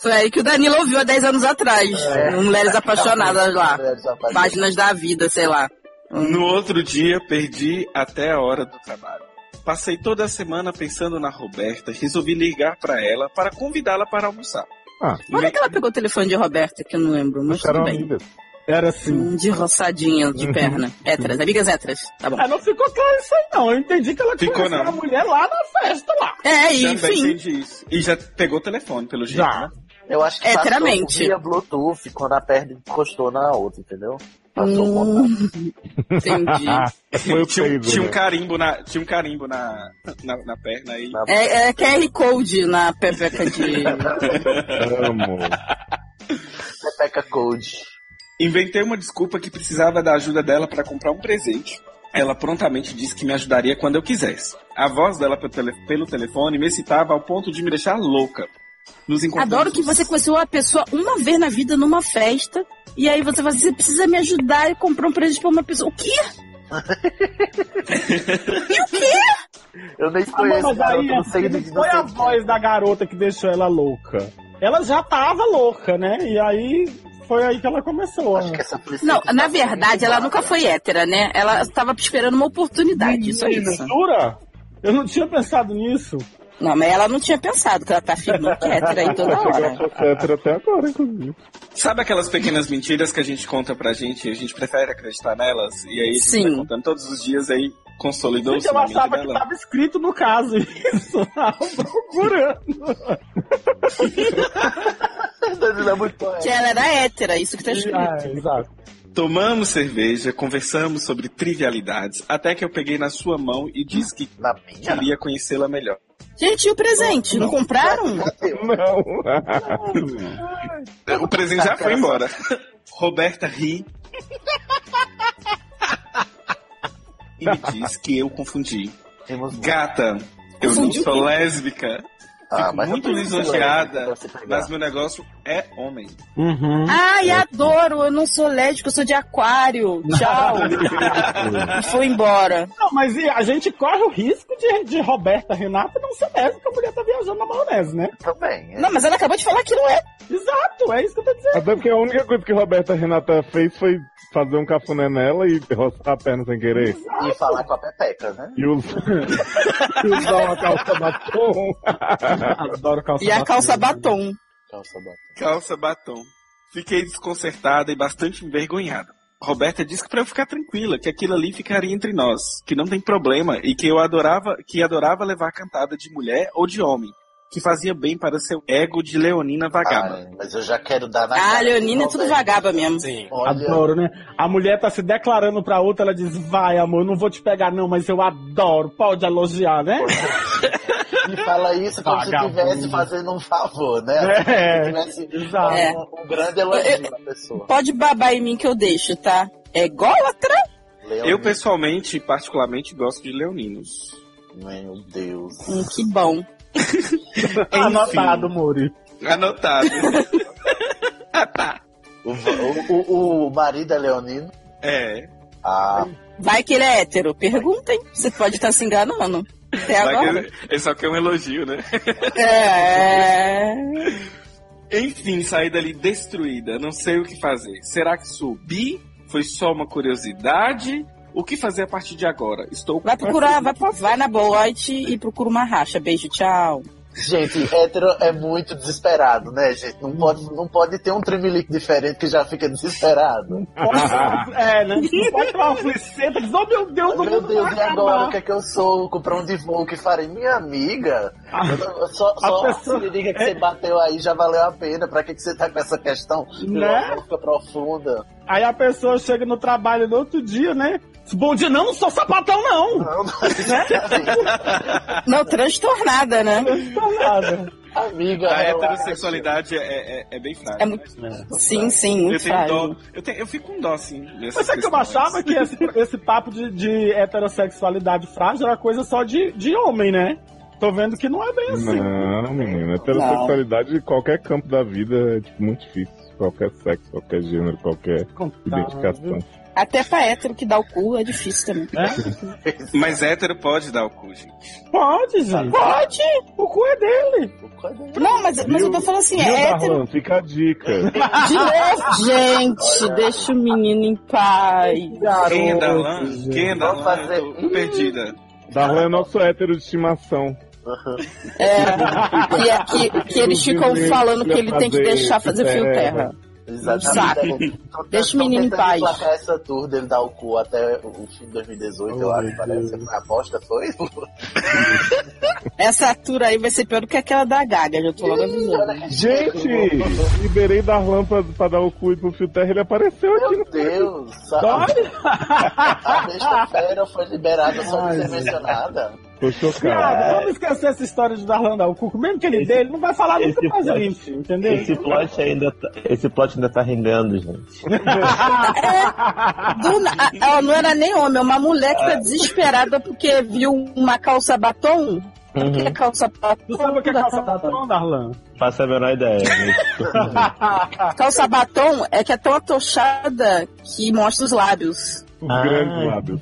S6: Foi aí que o Danilo ouviu há 10 anos atrás.
S10: É.
S6: Um Mulheres apaixonadas lá.
S7: Mas...
S6: Páginas da vida, sei lá.
S10: No outro dia, perdi até a hora do trabalho. Passei toda a semana pensando na Roberta, resolvi ligar pra ela para convidá-la para almoçar.
S2: Ah.
S10: Uhum.
S6: Quando é que ela pegou o telefone de Roberta, que eu não lembro, mas tudo
S2: Ficaram
S6: bem.
S2: amigas.
S5: era assim.
S10: um
S6: Hum, De roçadinha de
S10: Uhum.
S6: perna. Héteras, amigas héteras, tá bom.
S5: Ah, não ficou claro isso aí, não. Eu entendi que ela
S10: Ficou,
S5: conheceu
S10: não.
S5: a mulher lá na festa, lá.
S6: É, e,
S10: Também
S6: enfim.
S10: entendi isso. E já pegou o telefone, pelo jeito. né?
S7: Eu acho que
S6: Heteramente.
S7: passou via Bluetooth quando a perna encostou na outra, entendeu? Passou um
S6: Hum.
S7: contato.
S6: Entendi.
S10: (laughs)
S2: Foi o
S10: Tinha, um-
S2: peido,
S10: tinha um
S2: né?
S10: carimbo na, tinha um carimbo na, na, na perna aí.
S7: Na-
S6: É, é QR Code na pepeca
S2: (laughs)
S6: de.
S10: (laughs)
S2: Amo.
S7: Pepeca Code.
S10: Inventei uma desculpa que precisava da ajuda dela para comprar um presente. Ela prontamente disse que me ajudaria quando eu quisesse. A voz dela pelo tele- pelo telefone me excitava ao ponto de me deixar louca. Nos encontramos
S6: Adoro que você conheceu a pessoa uma vez na vida numa festa E aí você fala, assim, você precisa me ajudar e comprar um presente pra uma pessoa. O quê? (laughs) e o quê?
S7: Eu nem
S5: Ah, mas aí, assim, não foi a voz da garota que deixou ela louca. Ela já tava louca, né? E aí foi aí que ela começou. Acho que
S6: é
S7: essa
S6: Não, na verdade, ela nunca
S7: (laughs)
S6: foi hétera, né? Ela estava esperando uma oportunidade, só isso.
S5: Jura? Eu não tinha pensado nisso.
S6: Não, mas ela não tinha pensado que ela tá afirmando que é hétera aí toda (laughs) hora.
S2: até agora, inclusive.
S10: Sabe aquelas pequenas mentiras que a gente conta pra gente e a gente prefere acreditar nelas? E aí a gente
S6: Sim.
S10: vai contando todos os dias aí consolidou-se
S5: eu
S10: na mente
S5: achava Então, que tá-
S10: dela.
S5: tava escrito no caso (laughs) isso. Tava procurando.
S7: é
S6: Que ela era hétera, isso que tá escrito.
S5: Ah, é, exato.
S10: Tomamos cerveja, conversamos sobre trivialidades, até que eu peguei na sua mão e disse que
S7: é
S10: queria conhecê-la melhor.
S6: Gente, e o presente? Não compraram? (laughs)
S2: Não.
S10: É, O presente já foi embora. (laughs) Roberta ri. e me diz que eu confundi. Gata, eu
S7: Confundiu
S10: não sou
S7: quem?
S10: lésbica.
S7: Ah,
S10: Fico
S7: mas
S10: muito
S7: eu tô sendo
S10: lisonjeada,
S7: lésbica pra você tá pegar.
S10: mas meu negócio é homem.
S5: Uhum.
S6: Ai, adoro, eu não sou lésbica, eu sou de aquário. Tchau. E foi embora.
S5: Não, mas e a gente corre o risco de, de Roberta Renata não ser lésbica, a mulher tá viajando na maionese, né?
S7: Também. é.
S6: Não, mas ela acabou de falar que não é.
S5: Exato, é isso que eu tô dizendo.
S2: Até porque a única coisa que Roberta Renata fez foi fazer um cafuné nela e roçar a perna sem querer.
S7: E falar com a Pepeca, né?
S2: E usar, (laughs) e usar uma calça batom.
S5: Adoro calça
S6: E a calça batom.
S7: Calça bota.
S10: Calça batom. Fiquei desconcertada e bastante envergonhada. Roberta disse que pra eu ficar tranquila, que aquilo ali ficaria entre nós, que não tem problema e que eu adorava, que adorava levar cantada de mulher ou de homem, que fazia bem para seu ego de leonina vagaba.
S7: Ah, mas eu já quero dar na
S6: Ah,
S7: cara
S6: a
S7: de
S6: Leonina é tudo
S7: Roberta.
S6: vagaba mesmo.
S7: Sim.
S5: Adoro, né? A mulher tá se declarando pra outra, ela diz, vai amor, eu não vou te pegar não, mas eu adoro, pode elogiar, né?
S7: E fala isso como
S5: Vagabundo.
S7: se estivesse fazendo um favor, né?
S5: (laughs) É,
S7: Como se tivesse
S5: exato.
S6: É.
S7: um, um grande elogio pra pessoa.
S6: Pode babar em mim que eu deixo, tá? É golatra? É um
S7: Leonino.
S10: Eu pessoalmente, particularmente, gosto de leoninos.
S7: Meu Deus.
S6: Hum, que bom.
S5: (laughs) Tá Anotado, Muri.
S10: Anotado. (laughs) Ah, tá.
S7: O, o, o, o marido é leonino?
S10: é.
S7: Ah,
S6: Vai que ele é hétero? Perguntem. Você pode estar se enganando. Até
S10: Vai que
S6: É agora.
S10: ele- ele só quer um elogio, né?
S6: É.
S10: Enfim, saí dali destruída, não sei o que fazer. Será que subi? Foi só uma curiosidade? O que fazer a partir de agora? Estou
S6: Vai procurar, vai, pro- vai na boate e procura uma racha. Beijo, tchau.
S7: gente, hétero é muito desesperado, né, gente? Não pode, não pode ter um tremelique diferente que já fica desesperado.
S5: Pode- é, né? Não pode tomar uma fliceta, diz, oh meu Deus, o
S7: Meu
S5: mundo
S7: Deus,
S5: vai
S7: e agora?
S5: acabar.
S7: O que é que eu sou? Pra onde vou? O que farei? Minha amiga, eu- só,
S5: Ah, a
S7: só
S5: pessoa- é-
S7: se liga que você bateu aí, já valeu a pena. Pra que, que você tá com essa questão
S5: Né?
S7: filosófica profunda?
S5: Aí a pessoa chega no trabalho no outro dia, né? Diz, Bom dia, não, não sou sapatão não.
S7: Não, não.
S6: Não, transtornada, né?
S5: Não tô nada.
S7: amiga,
S10: A
S7: relaxa.
S10: heterossexualidade é, é- é bem frágil.
S6: É muito- Sim, sim,
S10: Eu
S6: muito
S10: tenho
S6: fácil.
S10: dó. Eu, tenho- eu fico com dó, assim, sim.
S5: Mas sabe que eu achava que esse, esse papo de, de heterossexualidade frágil era coisa só de, de homem, né? Tô vendo que não é bem assim.
S2: Não, menina. Heterossexualidade em qualquer campo da vida é tipo, muito difícil. Qualquer sexo, qualquer gênero, qualquer identificação.
S6: Até pra hétero que dá o cu é difícil também.
S5: né?
S10: Mas hétero pode dar o cu, gente.
S5: Pode, gente.
S6: Pode!
S5: O cu é dele.
S6: Não, mas, mas eu tô falando assim,
S2: Viu,
S6: é hétero.
S2: Darlan? Fica a dica.
S6: De
S10: (laughs)
S6: novo. Gente, deixa o menino em paz.
S10: Quem é da lã? Quem é da
S7: Vamos
S10: lã?
S7: um fazer-
S10: Eu tô perdida.
S2: Darlan é nosso hétero de estimação.
S6: É, E aqui, que eles ficam falando que ele tem que deixar fazer fio
S2: é,
S6: terra.
S7: Exatamente. Então,
S6: Deixa o
S7: tão
S6: menino em
S7: tentando
S6: paz.
S7: emplacar essa tour dele dar o cu até o fim de 2018, eu acho, parece. A aposta foi?
S6: Essa tour aí vai ser pior do que aquela da Gaga, já tô logo avisando.
S2: Gente, liberei Darlan pra, pra dar o cu e pro fio terra, ele apareceu aqui.
S7: Meu Deus! A, a besta fera foi liberada só de ser mencionada.
S2: Tô
S5: Cara,
S2: chocado.
S5: vamos esquecer essa história de Darlan dar o cu. Mesmo que ele dê, ele não vai falar nunca
S12: esse
S5: mais
S12: plot-
S5: gente, entendeu?
S12: Esse plot ainda tá, esse plot ainda tá rendendo, gente.
S6: Do na- a- Ela não era nem homem, é uma mulher que tá desesperada porque viu uma calça batom O que é calça batom?
S5: Tu sabe o que é calça batom, Darlan?
S12: Faço a menor ideia. Mas...
S6: calça batom é que é tão atochada que mostra os lábios.
S2: Os grandes lábios.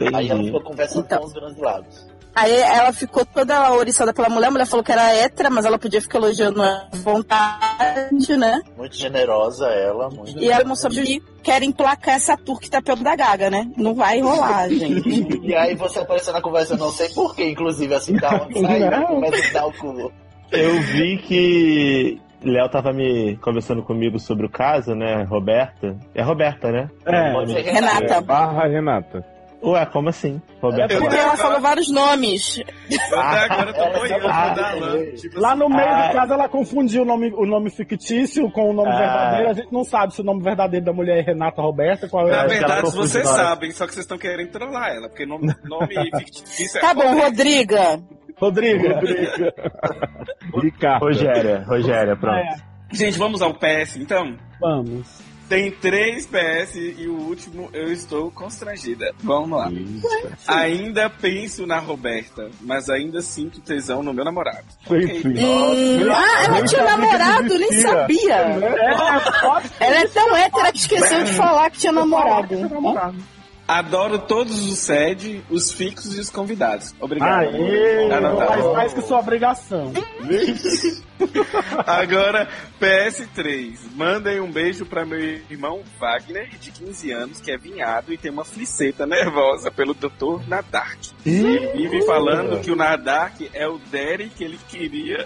S7: Aí é ela ficou conversando
S6: Então.
S7: com os grandes lábios.
S6: Aí ela ficou toda oriçada pela mulher, a mulher falou que era hétera, mas ela podia ficar elogiando à vontade, né?
S7: Muito generosa ela, muito.
S6: E ela mostrou que quer emplacar essa tour que tá pelo da Gaga, né? Não vai (laughs) rolar, gente.
S7: E aí você apareceu na conversa, não sei porquê, inclusive, assim, dá uma saída, começa a dar o cu.
S12: Eu vi que Léo tava me conversando comigo sobre o caso, né? Roberta. É Roberta, né?
S2: É,
S6: Pode ser Renata. Renata.
S2: Barra Renata.
S12: Ué, como assim? Roberta
S6: É porque
S12: Barra.
S6: ela falou vários nomes.
S10: Eu até agora eu tô boiando
S5: Ah,
S10: o
S7: é,
S10: Darlan. Tipo
S5: Lá no meio
S12: Ah.
S5: do caso, ela confundiu o nome, o nome fictício com o nome
S12: Ah.
S5: verdadeiro. A gente não sabe se o nome verdadeiro da mulher é Renata Roberta. Qual é
S10: Na
S12: acho que ela
S10: verdade,
S12: confunde
S10: vocês
S12: várias.
S10: sabem, só que vocês estão querendo trollar ela, porque nome, nome fictício é
S6: Tá bom,
S10: Roberto.
S6: Rodriga.
S5: Rodrigo.
S2: Ricardo.
S12: Rogéria, Rogéria, pronto.
S5: É,
S10: Gente, vamos ao PS então?
S5: vamos.
S10: Tem três PS e o último eu estou constrangida. Vamos lá. Ainda penso na Roberta, mas ainda sinto tesão no meu namorado.
S2: Sei sim.
S6: Hum, ah, ela tinha um namorado, nem sabia.
S5: É, pode
S6: Ela é tão hétera que esqueceu de falar que tinha namorado.
S5: ser namorado.
S10: Adoro todos os sede, os fixos e os convidados. Obrigado.
S5: Aê!
S10: Tá anotado.
S5: Faz mais que sua obrigação.
S10: Agora, PS3. Mandem um beijo pra meu irmão Wagner, de 15 anos, que é vinhado e tem uma fliceta nervosa pelo Dr. Nadark. Ele vive falando que o Nadark é o Derry que ele queria.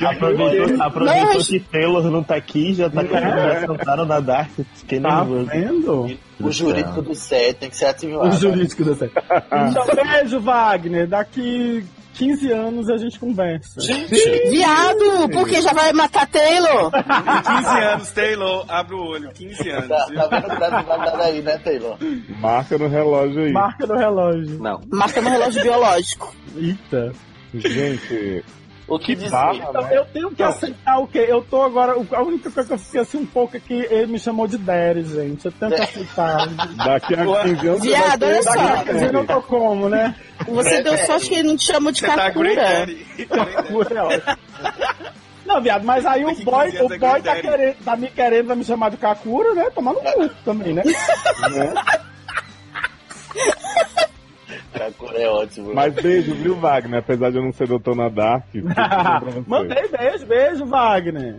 S12: Aproveitou, aproveitou
S6: Mas-
S12: que Taylor não tá aqui, já tá querendo já sentaram na Dark. Fiquei
S5: É. Tá
S12: nervoso.
S5: vendo?
S7: O jurídico do set tem que ser
S5: O
S7: ativado.
S5: jurídico da
S12: (laughs)
S5: série. Então, beijo, Wagner. Daqui 15 anos a gente conversa.
S6: Viado, porque já vai matar Taylor?
S10: 15 anos, Taylor, abre o olho, 15
S7: Tá,
S10: anos.
S7: tá vendo que tá nada aí, né, Taylor?
S2: Marca no relógio aí.
S5: (laughs) Marca do relógio.
S4: Não.
S6: Marca no relógio biológico.
S5: Eita.
S2: Gente,
S7: O que dizer?
S2: barra,
S5: Então, eu tenho que aceitar o quê? Eu tô agora. A única coisa que eu fiquei assim um pouco é que ele me chamou de Derry, gente. Eu tenho que aceitar. Tá
S2: daqui a 15 anos. você vai
S6: (laughs) Viado,
S2: ter
S6: olha
S2: um
S6: é só.
S2: Dark
S5: Quer dizer, não
S2: Derry.
S5: tô como, né?
S6: Você deu sorte que ele não te chamou de
S10: Você tá
S6: captura.
S10: Grey Daddy.
S5: Por ótimo. Não, viado, mas aí o
S10: Daqui
S5: boy,
S10: 15 anos
S5: o
S10: é
S5: boy tá,
S10: Grey Daddy.
S5: querendo, tá me querendo, vai me chamar de Kakura, né? Tomar no cu também, né?
S7: Kakura é ótimo.
S2: Mas beijo, viu, Wagner? Apesar de eu não ser doutor na Dark. tudo bem
S5: (laughs)
S2: pra você.
S5: Mandei beijo, beijo, Wagner.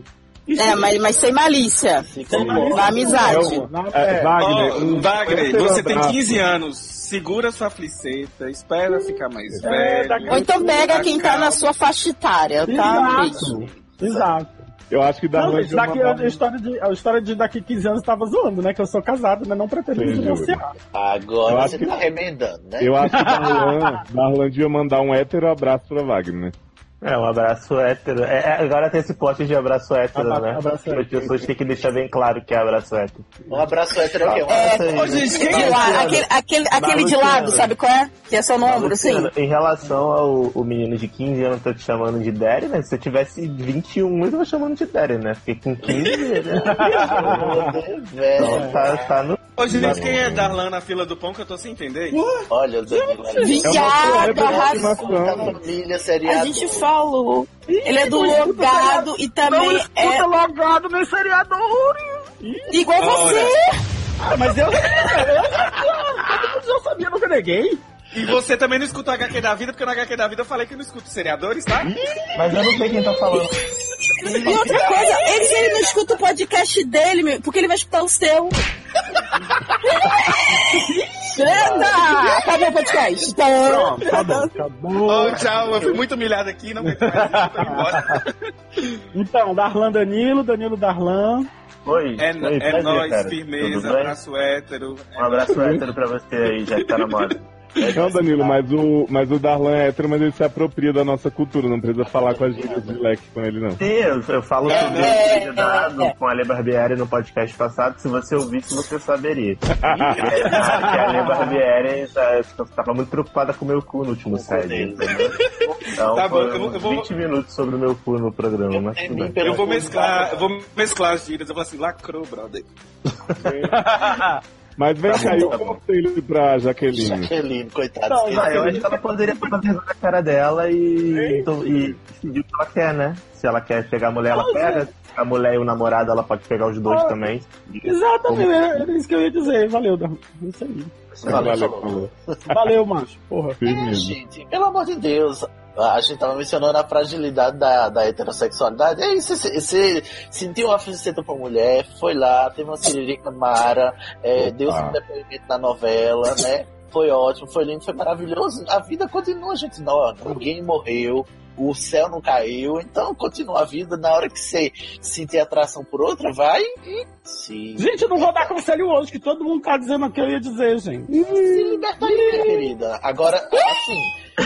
S6: É, mas, mas sem malícia.
S7: Ficou bom.
S6: Na amizade.
S2: Eu- É, Wagner,
S10: Ó,
S2: um
S10: Wagner,
S2: grande
S10: você tem
S2: abraço.
S10: 15 anos, segura sua fliceta, espera ficar mais
S5: É, daqui-
S10: velho.
S6: Ou então pega quem tá na sua faixa etária, tá?
S5: Exato. Exato.
S2: Eu acho que dá
S5: Não,
S2: mais
S5: gente,
S2: de uma
S5: daqui, a,
S2: barra.
S5: história de, a história de daqui 15 anos tava zoando, né? Que eu sou casado, mas não pretendo me
S2: Entendi.
S5: divorciar.
S2: Eu
S7: Agora
S2: acho
S7: você
S2: que-
S7: tá remendando, né?
S2: Eu acho que Darlan, Darlan devia mandar um hétero abraço pra Wagner.
S12: É, um abraço hétero. É, é, agora tem esse plot de abraço hétero,
S5: Abra-
S12: né?
S5: abraço
S12: As
S5: hétero.
S12: pessoas têm que deixar bem claro que é abraço hétero.
S7: Um abraço hétero aqui, um
S6: É,
S7: abraço
S10: Ô, gente, quem
S6: De
S10: é
S6: lá, aquele, aquele, aquele de lado, sabe qual é? Que é seu nome, assim.
S12: Luciano, em relação ao o menino de 15 anos tá te chamando de Derry, né? Se eu tivesse 21, eu tava chamando de Derry, né? Porque com 15,
S10: (laughs)
S12: né?
S2: Ah!
S7: aí, velho.
S12: Então, tá, tá no...
S10: Ô, gente, quem é Darlan na fila do pão que eu tô sem entender?
S7: Olha, eu tô aqui,
S6: Viado, arrasou.
S7: da
S2: Nossa,
S7: família,
S6: A
S7: seriado.
S6: gente falou. Ele é do logado e também é
S5: logado meu seriado
S12: É
S6: igual você.
S5: Ah, mas eu. eu, todo mundo já sabia, nunca neguei.
S10: E você também não escuta o HQ da vida, porque no HQ da vida eu falei que eu não escuto seriadores, tá?
S12: Mas eu não sei quem tá falando.
S6: E outra coisa, ele, ele não escuta o podcast dele, meu, porque ele vai escutar o seu. Greta! Acabou o podcast. Então,
S5: Tá bom, tá bom.
S10: Ô, tchau, eu fui muito humilhado aqui, não aguento mais, eu tô indo
S12: (laughs)
S10: embora.
S5: Então, Darlan Danilo, Danilo Darlan.
S12: Oi,
S10: É,
S12: oi,
S10: é
S12: prazer,
S10: nóis,
S12: cara. Tudo
S10: firmeza,
S12: bem?
S10: abraço hétero.
S12: Um abraço hétero pra você aí, já que tá na moda.
S2: Não,
S12: é
S2: Danilo, mas o, mas o Darlan é hétero, mas ele se apropria da nossa cultura. Não precisa falar com as gírias de leque com ele, não.
S12: Sim, eu, eu falo
S10: É,
S12: sobre
S6: é,
S12: o cuidado com a Ale Barbieri no podcast passado. Se você ouvisse,
S10: (laughs)
S12: você saberia. É, que a Ale Barbieri estava muito preocupada com o meu cu no último set. Então,
S10: Tá bom,
S12: foram
S10: eu vou- eu vou-
S12: 20 minutos sobre o meu cu no programa,
S5: É,
S12: mas tudo bem.
S10: Eu vou mesclar, eu vou mesclar as gírias, eu vou assim, lacrou, brother.
S2: Mas vem
S12: Tá bom,
S2: cá, e o
S12: tá bom.
S2: conselho pra Jaqueline?
S7: Jaqueline, coitado.
S12: Não, vai, eu acho que ela poderia fazer uma vergonha na cara dela e, então, e decidir o que ela quer, né? Se ela quer pegar a mulher, ela
S5: Pois é.
S12: pega. Se a mulher e o namorado, ela pode pegar os dois
S5: Ah,
S12: também.
S5: Exatamente, era isso que eu ia dizer. Valeu, Darmo. Isso aí.
S7: Valeu,
S12: falou.
S5: Valeu, macho. Porra.
S7: É, gente, pelo amor de Deus. Ah, A gente tava mencionando a fragilidade da, da heterossexualidade. É isso, você- você sentiu a aflição pra mulher, foi lá, teve uma ciririca mara, é, deu seu depoimento na novela, né? Foi ótimo, foi lindo, foi maravilhoso. A vida continua, gente. Não, ninguém morreu, o céu não caiu, então continua a vida. Na hora que você sentir atração por outra, vai e se
S5: Gente, eu não vou dar conselho hoje, que todo mundo tá dizendo o que eu ia dizer, gente.
S7: Se liberta aí, minha querida. Agora, assim,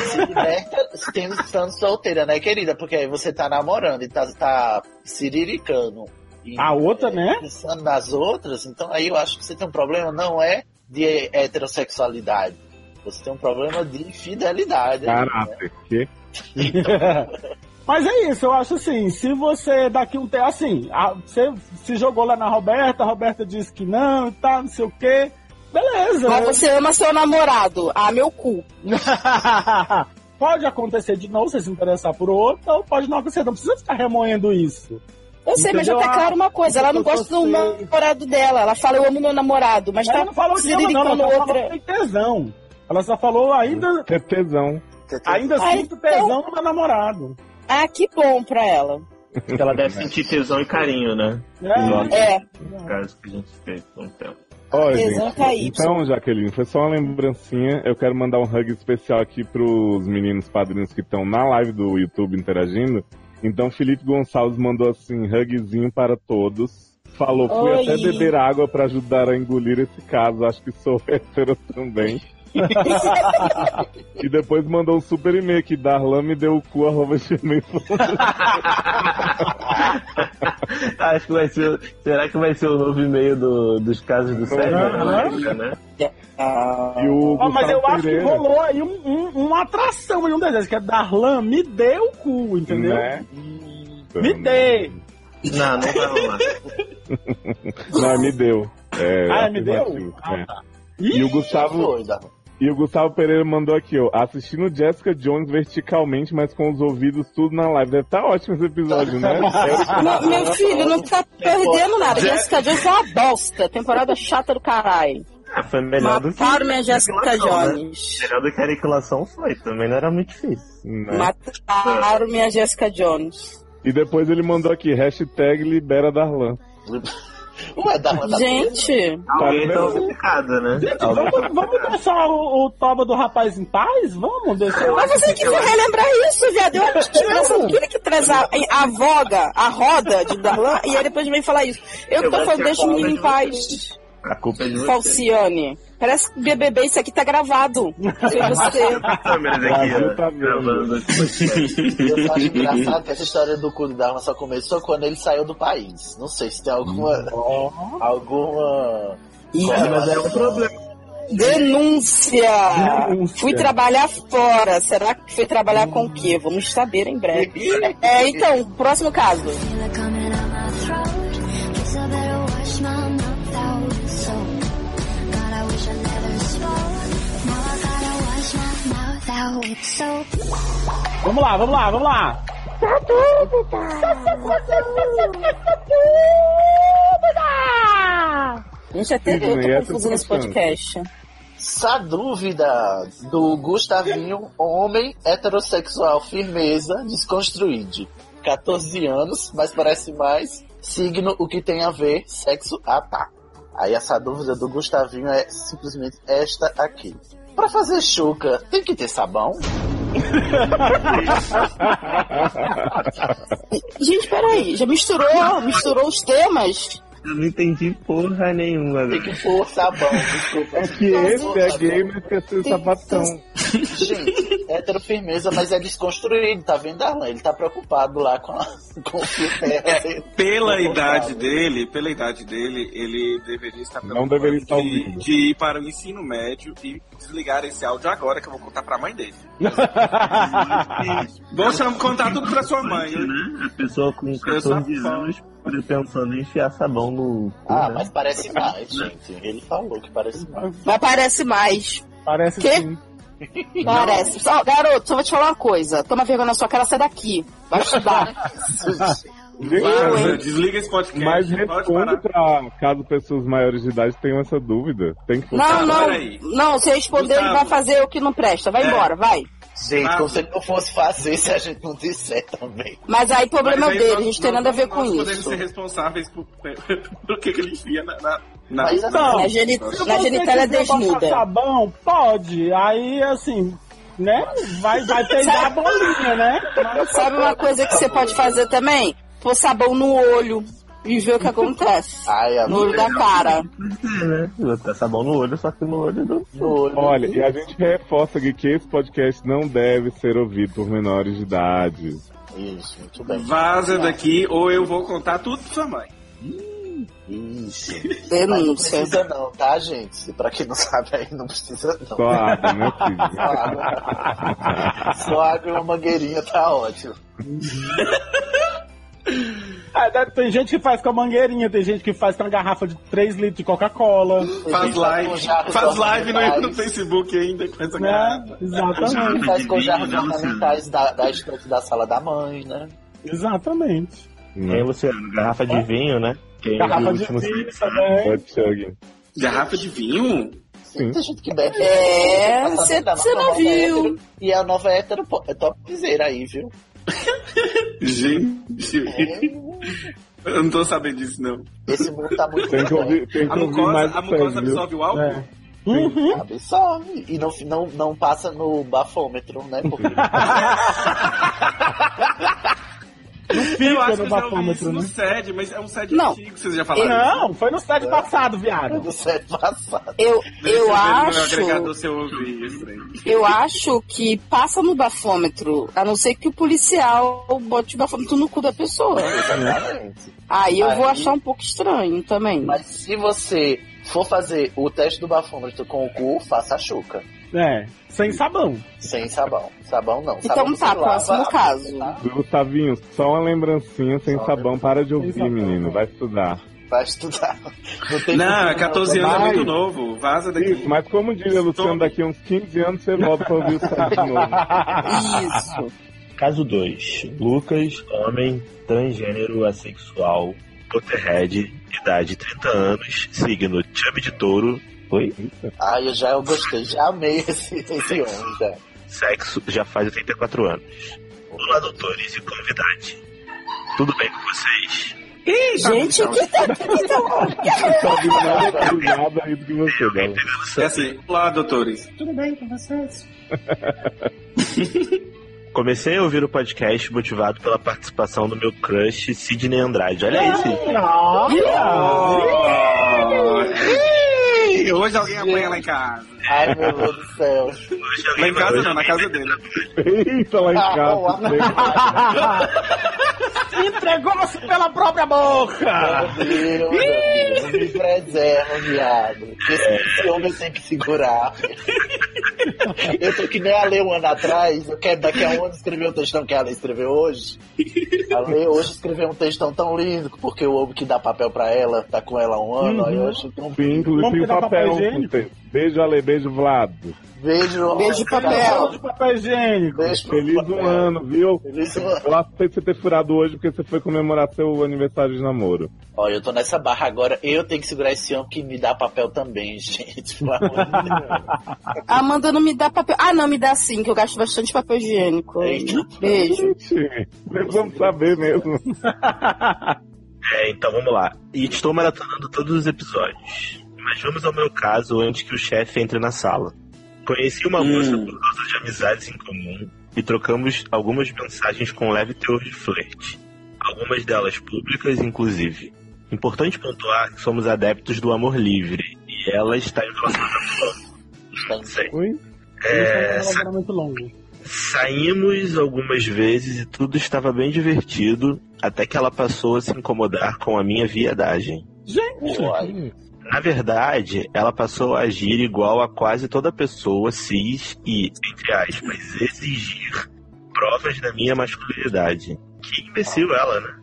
S7: se liberta tendo- estando solteira, né, querida? Porque aí você tá namorando e tá, tá siriricando. E,
S5: A outra, né? (laughs)
S7: Pensando nas outras, então aí eu acho que você tem um problema, não é de heterossexualidade. Você tem um problema de infidelidade.
S2: Caráter, que?
S5: Mas é isso, eu acho assim, se você daqui um tempo, assim, a- você se jogou lá na Roberta, a Roberta disse que não e tal, não sei o quê, beleza.
S6: Mas você ama seu namorado, ah, meu cu.
S5: (laughs) pode acontecer de novo, você se interessar por outro, ou pode não acontecer, não precisa ficar remoendo isso.
S6: Eu sei, mas já tá
S5: Entendeu?
S6: claro uma coisa, ela não
S5: eu tô
S6: gosta do
S5: sem-
S6: namorado dela, ela fala eu amo meu namorado, mas
S5: Ela
S6: tá
S5: não falou que ama, não, ela
S6: siriricando
S5: só falou que
S6: outra.
S5: tem tesão. Ela só falou ainda...
S2: Tem tesão.
S5: Ainda
S6: Ah,
S5: sinto tesão no meu namorado.
S6: Ah, que bom pra ela.
S12: Acho que ela deve sentir tesão e carinho, né? Logo,
S6: É,
S12: no caso que a gente fez há um tempo.
S2: Ó,
S6: Tesão
S2: gente,
S6: KY.
S2: então, Jaqueline, foi só uma lembrancinha. Eu quero mandar um hug especial aqui pros meninos padrinhos que estão na live do YouTube interagindo. Então, Felipe Gonçalves mandou assim, hugzinho para todos. Falou, fui
S6: Oi.
S2: até beber água para ajudar a engolir esse caso. Acho que sou (laughs) hétero também. e depois mandou um super e-mail que Darlan me deu o cu, arroba gmail.com.
S12: Acho que vai ser. Será que vai ser o novo e-mail do- dos casos do Sérgio?
S5: Aham.
S12: né?
S2: E o
S5: Ó, Ah, mas
S2: Gustavo
S5: eu acho que
S2: Pereira,
S5: rolou aí um, um- uma atração e um desejo, que é Darlan, me dê o cu, entendeu?
S2: né?
S5: Me
S2: Hum.
S5: dê!
S12: Não, não vai rolar.
S2: Não, me deu. É,
S5: Ah, me deu?
S2: afirmativo, é.
S10: tá.
S2: E o
S7: Tá
S2: Gustavo. E o Gustavo Pereira mandou aqui, ó. Assistindo Jessica Jones verticalmente, mas com os ouvidos tudo na live. Deve tá ótimo esse episódio,
S10: (laughs)
S2: né?
S6: Meu, meu filho, não tá perdendo nada. Jessica Jones é uma bosta. Temporada chata do caralho.
S12: Ah, foi
S6: É,
S12: melhor do que.
S6: Mataram minha Jessica
S12: aniquilação,
S6: Jones.
S12: Né? Melhor do que a aniquilação foi, também não era muito difícil.
S6: É.
S2: Né?
S6: Mataram minha Jessica Jones.
S2: E depois ele mandou aqui, hashtag libera Darlan.
S7: Ué, tá dá
S6: Tá
S7: uma
S6: Gente,
S12: Alguém tá
S2: vendo?
S12: obcecado, né? (laughs)
S5: Gente, vamos, vamos deixar o, o toba do rapaz em paz? Vamos deixar
S6: mas você que vai relembrar isso, viado. Eu acho que essa altura que traz a, a voga, a roda de Darlan, e aí depois vem falar isso. Eu
S12: Eu
S6: tô
S12: acho que
S6: falando,
S12: a
S6: deixa o
S12: roda
S6: menino
S12: de
S6: em paz,
S12: A culpa é de você.
S6: Falciane. Parece que BBB, isso aqui tá gravado. Foi você.
S12: As câmeras
S2: Brasil
S12: aqui, ó,
S2: tá vendo.
S12: gravando aqui.
S7: E eu só acho engraçado que essa história do cu do Dharma só começou quando ele saiu do país. Não sei se tem alguma. alguma.
S12: Ah, Mas é um problema.
S6: Denúncia!
S5: Denúncia.
S6: Fui trabalhar fora. Será que foi trabalhar com o quê? Vamos saber em breve. É, então, próximo caso.
S5: Vamos lá, vamos lá, vamos lá.
S6: Gente, até eu
S2: Sim, e
S6: tô
S2: essa
S6: confusa
S2: é
S6: nesse
S2: bacana.
S6: podcast.
S7: Essa dúvida do Gustavinho, homem heterossexual, firmeza, desconstruído. 14 anos, mas parece mais signo o que tem a ver, sexo, ah tá. Aí essa dúvida do Gustavinho é simplesmente esta aqui. Pra fazer chuca, tem que ter sabão?
S6: Gente, peraí, já misturou, misturou os temas?
S12: Eu não entendi porra nenhuma,
S7: Tem
S12: velho.
S7: que pôr
S2: (laughs)
S7: sabão, desculpa.
S2: É que esse é gay, mas quer ser sapatão.
S7: Gente, hétero firmeza, mas é desconstruído, tá vendo, Arlan? Ele tá preocupado lá com, a, (laughs) com o fio
S2: (laughs)
S7: terra.
S10: Pela
S7: Tô
S10: idade
S7: confortável.
S10: dele, pela idade dele, ele deveria estar
S2: Não
S10: preocupado
S2: deveria estar
S10: de,
S2: ouvindo.
S10: de ir para o ensino médio e desligar esse áudio agora que eu vou contar pra
S2: (laughs)
S10: mãe dele. vou cham- contar tudo pra sua mãe.
S12: Né? A pessoa com
S10: Eu sou
S12: 14 anos pensando em enfiar sabão no cu,
S7: Ah,
S12: né?
S7: mas parece mais, gente. Ele falou que parece mais.
S6: Mas parece mais.
S5: Parece
S6: Quê?
S2: assim.
S5: sim.
S6: Parece. Só, garoto, só vou te falar uma coisa. Toma vergonha na sua cara, sai daqui. Vai estudar.
S10: Desliga, desliga esse podcast.
S2: Mas
S10: pode parar.
S2: responde pra caso pessoas maiores de idade tenham essa dúvida. Tem que
S6: Não, não. Não, se responder, ele
S7: Gustavo.
S6: vai fazer o que não presta. Vai
S7: É.
S6: embora, vai.
S7: Gente, como se ele não fosse fazer se a gente não disser também.
S6: Mas aí o problema
S10: Mas
S6: é
S10: aí
S6: dele,
S10: nós-
S6: a gente tem
S10: nós-
S6: nada a ver
S10: nós
S6: com
S10: podemos
S6: isso.
S10: ser responsáveis por, (laughs) pelo que, que ele enfia na. na, na
S6: Mas assim,
S5: Então,
S6: na geni-
S5: se
S6: na
S5: você
S6: genitália
S5: quiser botar
S6: desnuda.
S5: sabão, pode. Aí, assim, né? Vai, vai peidar a bolinha, né?
S6: Sabe uma coisa que você pode fazer também? Pôr sabão no olho e ver o que acontece. no olho da cara.
S12: né? Botar sabão no olho, só que no olho do... No olho.
S2: Olha, e a gente reforça aqui que esse podcast não deve ser ouvido por menores de idade.
S7: Isso, muito bem.
S10: Vaza daqui ou eu vou contar tudo pra sua mãe.
S7: Isso.
S6: Denúncia.
S7: Mas não precisa não, tá, gente? Pra quem não sabe aí, não
S6: (laughs)
S7: precisa não.
S2: Só água, né, filho?
S7: Só
S10: (laughs)
S7: água. Só água e uma mangueirinha tá ótimo.
S5: Ah, dá- Tem gente que faz com a mangueirinha, tem gente que faz com a garrafa de 3 litros de Coca-Cola.
S10: Faz live, faz live no, Né? no Facebook ainda com essa garrafa.
S5: né? Exatamente.
S7: Faz com os jarros ornamentais da, da estante da sala da mãe, né?
S5: Exatamente.
S12: Quem você Garrafa de vinho, né? Quem
S7: Garrafa
S12: o
S7: de
S12: último-
S7: vinho
S5: né?
S10: Garrafa de vinho?
S7: Sim. Tem gente que bebe.
S6: É,
S7: Essa
S6: cê-
S7: nova-
S6: cê não
S7: nova
S6: viu.
S7: hétero. e a nova hétero pô, é topzera aí, viu?
S10: Gente, eu não tô sabendo disso, não.
S7: É. Esse mundo tá muito
S2: Tem que ouvir, tem que
S10: A
S2: ouvir
S10: mucosa,
S2: mais isso
S10: a
S2: aí,
S10: mucosa
S2: viu?
S10: absorve o álcool?
S5: É. Uhum.
S7: Absorve. E não, não, não passa no bafômetro,
S2: (laughs)
S7: né? Porque
S5: no
S10: eu acho que é eu já ouvi
S5: bafômetro,
S10: isso no
S5: né?
S10: SED, mas é um SED
S6: Não.
S10: antigo que vocês já falaram.
S5: Não, foi no site passado, viado.
S7: no set é passado.
S6: Eu,
S10: Deve ser
S6: eu
S10: no
S6: acho.
S10: agregador se eu ouvi isso aí.
S6: Eu acho que passa no bafômetro, a não ser que o policial bote o bafômetro no cu da pessoa.
S7: Exatamente.
S6: Aí eu vou
S7: Aí-
S6: achar um pouco estranho também.
S7: Mas se você for fazer o teste do bafômetro com o cu, faça a chuca.
S5: É, sem sabão.
S7: Sem sabão. Sabão não. Sabão
S6: Então
S7: você
S6: tá,
S7: lava, Ah, tá.
S6: próximo
S7: aplica,
S6: caso.
S2: Gustavinho, só uma lembrancinha sem sabão. Para de ouvir, menino. Vai estudar.
S7: Vai estudar. Não, tem
S10: Não, é
S7: futuro,
S10: 14 anos é
S2: Vai.
S10: muito novo. Vaza daqui.
S2: Isso, mas como diria Luciano, daqui a uns 15 anos você volta pra ouvir o site de novo.
S6: Isso.
S12: Caso 2. Lucas, homem transgênero assexual, Potterhead, idade 30 anos, signo chame de touro. Oi?
S7: Ai, eu já eu gostei. Já amei esse, esse homem, já.
S12: Sexo já faz 84 anos. Olá, doutores e convidados. Tudo bem com vocês?
S3: Ih,
S6: Gente, o que tá
S2: Não sabe nada, sabe nada aí do que você não.
S10: É assim, olá, doutores.
S3: Tudo bem com vocês?
S12: Comecei a ouvir o podcast motivado pela participação do meu crush Sidney Andrade.
S10: É,
S5: É,
S12: Olha
S5: Ah!
S12: aí, Sidney.
S10: Ih, Hoje alguém apanha lá em casa.
S7: Ai, meu Deus do céu.
S10: Lá em casa não, na casa dele.
S2: Eita, lá em casa.
S5: Entregou-se pela própria boca!
S7: Meu Deus, meu Deus, me preserva, viado. Porque Esse homem tem que segurar. Eu tô que nem a Lê um ano atrás. Eu quero daqui a um ano escrever o textão que a Lê escreveu hoje. A Lê hoje escreveu um textão tão lindo, porque o homem que dá papel pra ela tá com ela há um ano. Aí eu acho tão
S2: Uhum. Sim,
S7: lindo.
S2: inclusive
S5: Vamos
S2: tem o
S5: pegar papel
S2: papel.
S5: higiênico?
S2: Beijo, Ale. Beijo, Vlado.
S7: Beijo,
S6: Beijo, papel.
S5: De papel higiênico.
S7: Beijo,
S2: Feliz um
S7: papel.
S2: ano, viu?
S7: Feliz um ano.
S2: Eu aceito você ter furado hoje porque você foi comemorar seu aniversário de namoro.
S7: Olha, eu tô nessa barra agora. Eu tenho que segurar esse homem que me dá papel também, (laughs) gente. Pelo amor de Deus.
S6: A Amanda não me dá papel. Ah, não, me dá sim, que eu gasto bastante papel higiênico.
S7: Eita.
S6: Beijo.
S2: Gente, precisamos saber mesmo.
S12: É, então vamos lá. E estou maratonando todos os episódios. Mas vamos ao meu caso antes que o chefe entre na sala. Conheci uma moça por causa de amizades em comum e trocamos algumas mensagens com leve teor de flerte. Algumas delas públicas, inclusive. Importante pontuar que somos adeptos do amor livre e ela está em relação
S2: Oi?
S12: É,
S5: Isso é um muito longo.
S12: Saímos algumas vezes e tudo estava bem divertido, até que ela passou a se incomodar com a minha viadagem.
S7: Olha.
S12: Na verdade, ela passou a agir igual a quase toda pessoa cis e, entre aspas, exigir provas da minha masculinidade. Que imbecil ela, né?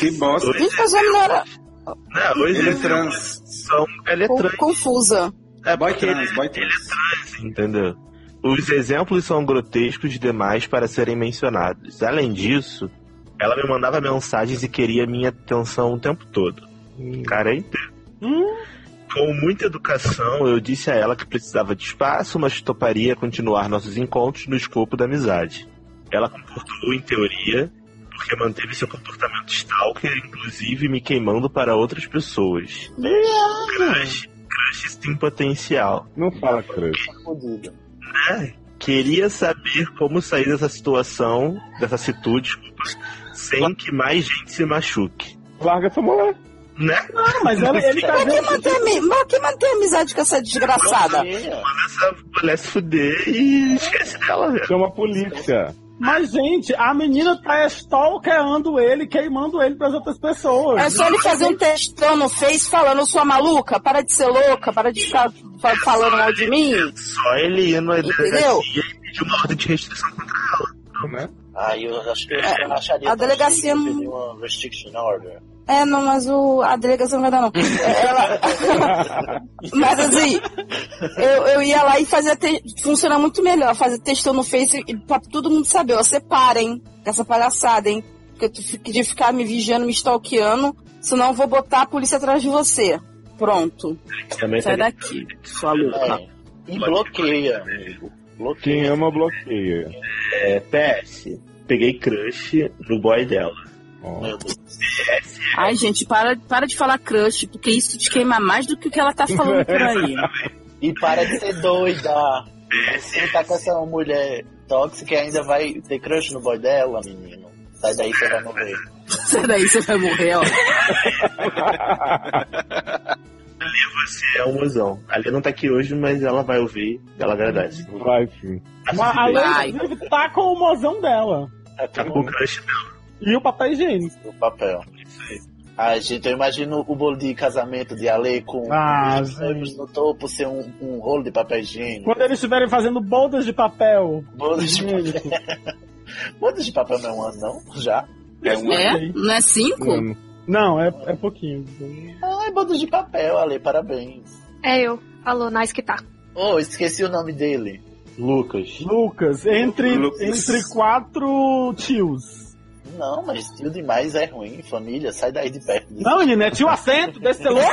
S10: que bosta.
S6: Gente, mas o homem não era um
S12: Não, hoje
S10: Ele é
S12: eles
S10: trans.
S12: São, ele é
S6: co-
S12: trans.
S6: confusa.
S12: É
S10: boy
S12: porque
S10: trans,
S12: ele,
S10: boy trans.
S12: ele é trans, entendeu? Os exemplos são grotescos demais para serem mencionados. Além disso, ela me mandava mensagens e queria minha atenção o tempo todo. Carente. Com muita educação, eu disse a ela que precisava de espaço, mas toparia continuar nossos encontros no escopo da amizade. Ela concordou em teoria, porque manteve seu comportamento stalker, inclusive me queimando para outras pessoas. Crush, crushes tem potencial.
S2: Não fala crush.
S12: Né? Queria saber como sair dessa situação, dessa situde, desculpa, sem que mais gente se machuque.
S2: Larga essa mulher.
S12: Né?
S5: Não, mas ela- ele
S10: É.
S5: tá
S6: Pra que
S5: vendo.
S6: manter, ami- pra que manter amizade com essa desgraçada?
S7: um
S12: Essa mulher se fuder e esquece dela, velho. É
S2: Chama a polícia.
S5: Mas, gente, a menina tá stalkerando ele, queimando ele pras outras pessoas.
S6: É só ele fazer um textão no Face falando, eu sou maluca, para de ser louca, para de ficar fa- falando mal de mim.
S12: Só ele ir numa
S6: Entendeu?
S12: delegacia e pedir uma ordem de restrição contra ela. Não, né?
S7: Ah, eu acho que eu acharia
S6: a delegacia
S7: não...
S6: não-
S7: pedir uma restriction order.
S6: É, não, mas o, a delegação não vai dar não. É, Ela... (laughs) mas assim, eu, eu ia lá e fazia, te... funciona muito melhor, fazer textão no Face e pra todo mundo saber, ó, separem com essa palhaçada, hein, porque tu fi- de ficar me vigiando, me stalkeando, senão eu vou botar a polícia atrás de você. Pronto.
S12: Também
S6: Sai
S12: seria-
S6: daqui, sua
S12: Ah,
S6: louca.
S7: É, E bloqueia, amigo.
S6: É.
S7: Bloqueia.
S2: Quem ama, bloqueia.
S12: É, PS, peguei crush no boy dela.
S7: Meu Deus.
S13: Ai, gente, para, para de falar crush, porque isso te queima mais do que o que ela tá falando por (laughs) aí.
S7: E para de ser doida. Você tá com essa mulher tóxica e ainda vai ter crush no boy dela, menino. Sai daí, você vai morrer.
S13: Sai daí, você vai morrer, ó.
S12: Você é um mozão. A Lia não tá aqui hoje, mas ela vai ouvir. Tá Ela agradece.
S2: Vai sim.
S12: É
S5: Mas a
S13: Ai.
S5: Lei, inclusive, tá com o mozão dela.
S12: Tá com o crush dela.
S5: E o papel é higiênico.
S7: O papel. Ai, gente, eu imagino o bolo de casamento de Ale com
S5: Ah,
S7: os olhos no topo ser um, um rolo de papel higiênico.
S5: Quando eles estiverem fazendo boldas de papel.
S7: Bolo de papel. Bolo de papel não é um ano, não? Já?
S5: É
S13: É? Não é cinco?
S5: Não, é, é pouquinho.
S7: Ah, é bolo de papel, Ale, parabéns.
S14: É eu. Alô, nice que tá.
S7: Oh, esqueci o nome dele.
S12: Lucas.
S5: Lucas, entre,
S12: Lucas.
S5: entre quatro tios.
S7: Não, mas tio demais é ruim, família, sai daí de perto.
S5: Não, menina, é tio assento, desse ser louco.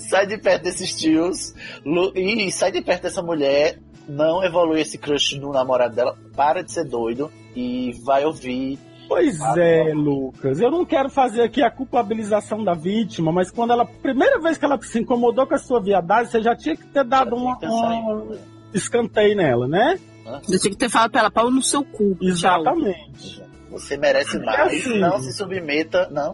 S7: sai de (laughs) perto desses tios Lu- e sai de perto dessa mulher. Não evolui esse crush no namorado dela. Para de ser doido e vai ouvir.
S5: Pois é, Lucas. Eu não quero fazer aqui a culpabilização da vítima, mas quando ela. Primeira vez que ela se incomodou com a sua viadagem, você já tinha que ter dado um, um escanteio nela, né?
S13: Eu tinha que ter falado pra ela, pau no seu cu.
S5: Exatamente.
S7: Você merece mais.
S5: assim.
S7: Não se submeta. Não.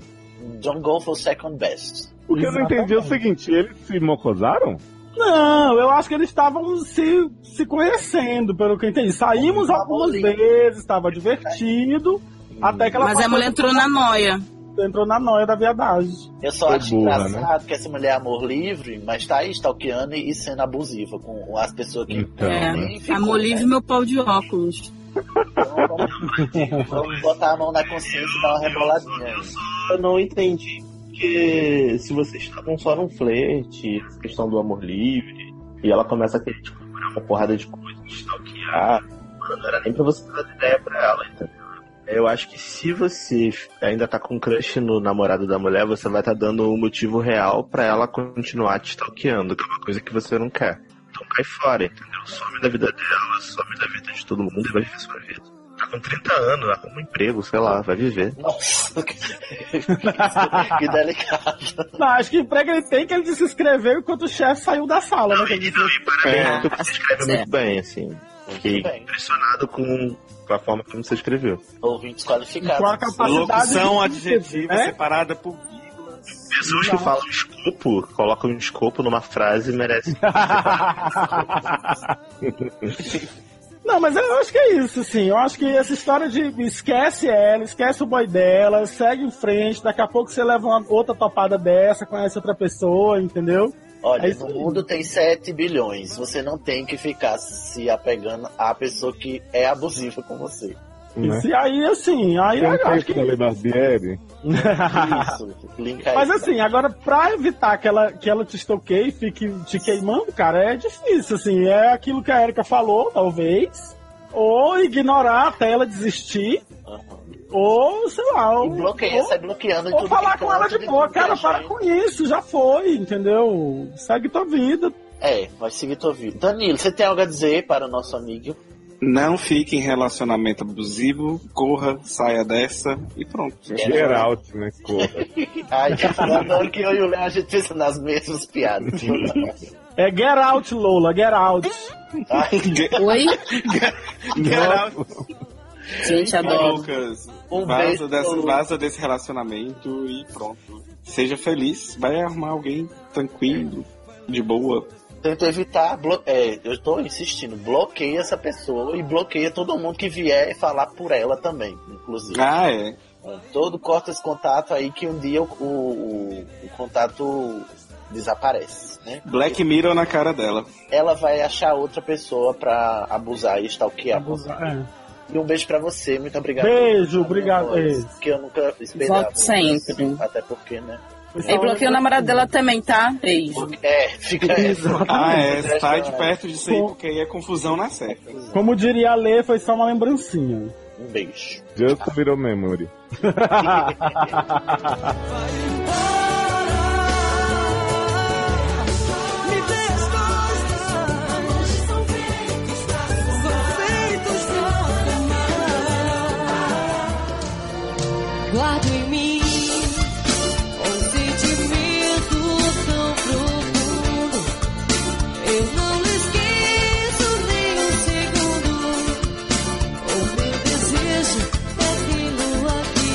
S7: Don't go for second best.
S2: O que eu não entendi é o seguinte, eles se mocosaram?
S5: Não, eu acho que eles estavam se, se conhecendo, pelo que eu entendi. Saímos algumas vezes, estava divertido.
S2: Hum.
S5: Até que ela
S13: Mas a
S5: passou-
S13: mulher entrou na noia.
S5: entrou na noia da viadagem.
S7: Eu só
S2: Foi
S7: acho
S2: É burra, né?
S7: engraçado que essa mulher é amor livre, mas tá aí stalkeando e sendo abusiva com as pessoas que.
S2: Então,
S13: É.
S2: né?
S7: Ficou, Então,
S13: a Molive e meu pau de óculos.
S7: Vamos botar a mão na consciência e dar uma reboladinha.
S15: Eu não entendi. Porque se vocês estavam só
S12: um
S15: num flerte, essa questão do amor livre, e ela começa a querer descobrir uma porrada de coisa, de stalkear, mano, não era nem pra você dar ideia pra ela, entendeu?
S12: Eu acho que se você ainda tá com crush no namorado da mulher, você vai tá dando um motivo real pra ela continuar te stalkeando, que é uma coisa que você não quer. Então cai fora, entendeu? Some da vida dela, some da vida de todo mundo e vai viver sua vida. Tá com 30 anos, arruma um emprego, sei lá, vai viver.
S7: Nossa, que, (laughs) que delicado.
S5: Não, acho que emprego ele tem que ele se inscreveu enquanto o chefe saiu da sala, né? que ele disse.
S12: Parabéns, porque você É. escreve muito bem, assim. Fiquei
S7: bem.
S12: impressionado com com a forma como você escreveu.
S7: Ouvintes
S5: Com a
S7: qualificados.
S5: capacidade
S10: Locução
S5: de-
S10: adjetiva
S5: né?
S10: separada por vírgula.
S12: Pessoas que falam escopo, colocam um escopo numa frase e (laughs) merecem.
S5: Não, mas eu acho que é isso, sim. Eu acho que essa história de esquece ela, esquece o boy dela, segue em frente, daqui a pouco você leva uma outra topada dessa, conhece outra pessoa, entendeu?
S7: Olha,
S5: É isso
S7: no
S5: aí.
S7: mundo tem
S5: (laughs)
S7: 7 bilhões. Você não tem que ficar se apegando à pessoa que é abusiva com você.
S2: Né?
S5: E aí, assim, aí
S2: Tem um
S5: eu acho
S2: texto
S5: que.
S2: da Lei Barbieri.
S5: Mas assim, agora pra evitar que ela, que ela te estoqueie e fique te queimando, cara, é difícil, assim. É aquilo que a Erika falou, talvez. Ou ignorar até ela desistir. Ou, sei lá. Ou,
S7: bloqueia,
S5: ou-
S7: sai bloqueando em
S5: Ou
S7: tudo
S5: falar
S7: que
S5: com ela
S7: canto,
S5: de né?"
S7: de
S5: boa,
S7: tudo que
S5: cara,
S7: é
S5: para
S7: jeito.
S5: com isso, já foi, entendeu? Segue tua vida.
S7: É, vai seguir tua vida. Danilo, você tem algo a dizer para o nosso amigo?
S10: Não fique em relacionamento abusivo, corra, saia dessa e pronto.
S2: Geralt, né? Corra.
S7: Ai, eu adoro que eu e o Léo a gente pensa nas mesmas piadas.
S5: É get out, Lola, get out.
S7: Oi?
S10: Gente,
S7: adoro.
S10: Lucas,
S7: Um
S10: vaza,
S7: beijo,
S10: dessa,
S7: Lucas.
S10: vaza desse relacionamento e pronto. Seja feliz, vai arrumar alguém tranquilo, de boa.
S7: Tenta evitar, blo- é, eu estou insistindo, bloqueia essa pessoa e bloqueia todo mundo que vier falar por ela também, inclusive.
S10: Ah, é.
S7: Todo corta esse contato aí que um dia o, o- o contato desaparece, né?
S10: Black Mirror na cara dela.
S7: Ela vai achar outra pessoa pra abusar e stalkear. E um beijo pra você, muito obrigado.
S5: É. Beijo, obrigado.
S7: Flores,
S5: É.
S7: Que eu nunca esperava.
S16: Volte sempre.
S7: Até porque, né?
S16: E bloqueou o namorado dela também, tá? Beijo.
S7: É, fica
S10: Ah, é, sai de perto disso aí, porque aí é confusão na certa.
S5: Como diria a Lê, foi só uma (laughs) lembrancinha.
S7: Um beijo.
S2: Just a little memory.
S6: Me dê as costas. São feitos pra amar. Guardo em mim um sentimento tão profundo. Eu não lhe esqueço nem um segundo. O meu desejo é tê-lo aqui.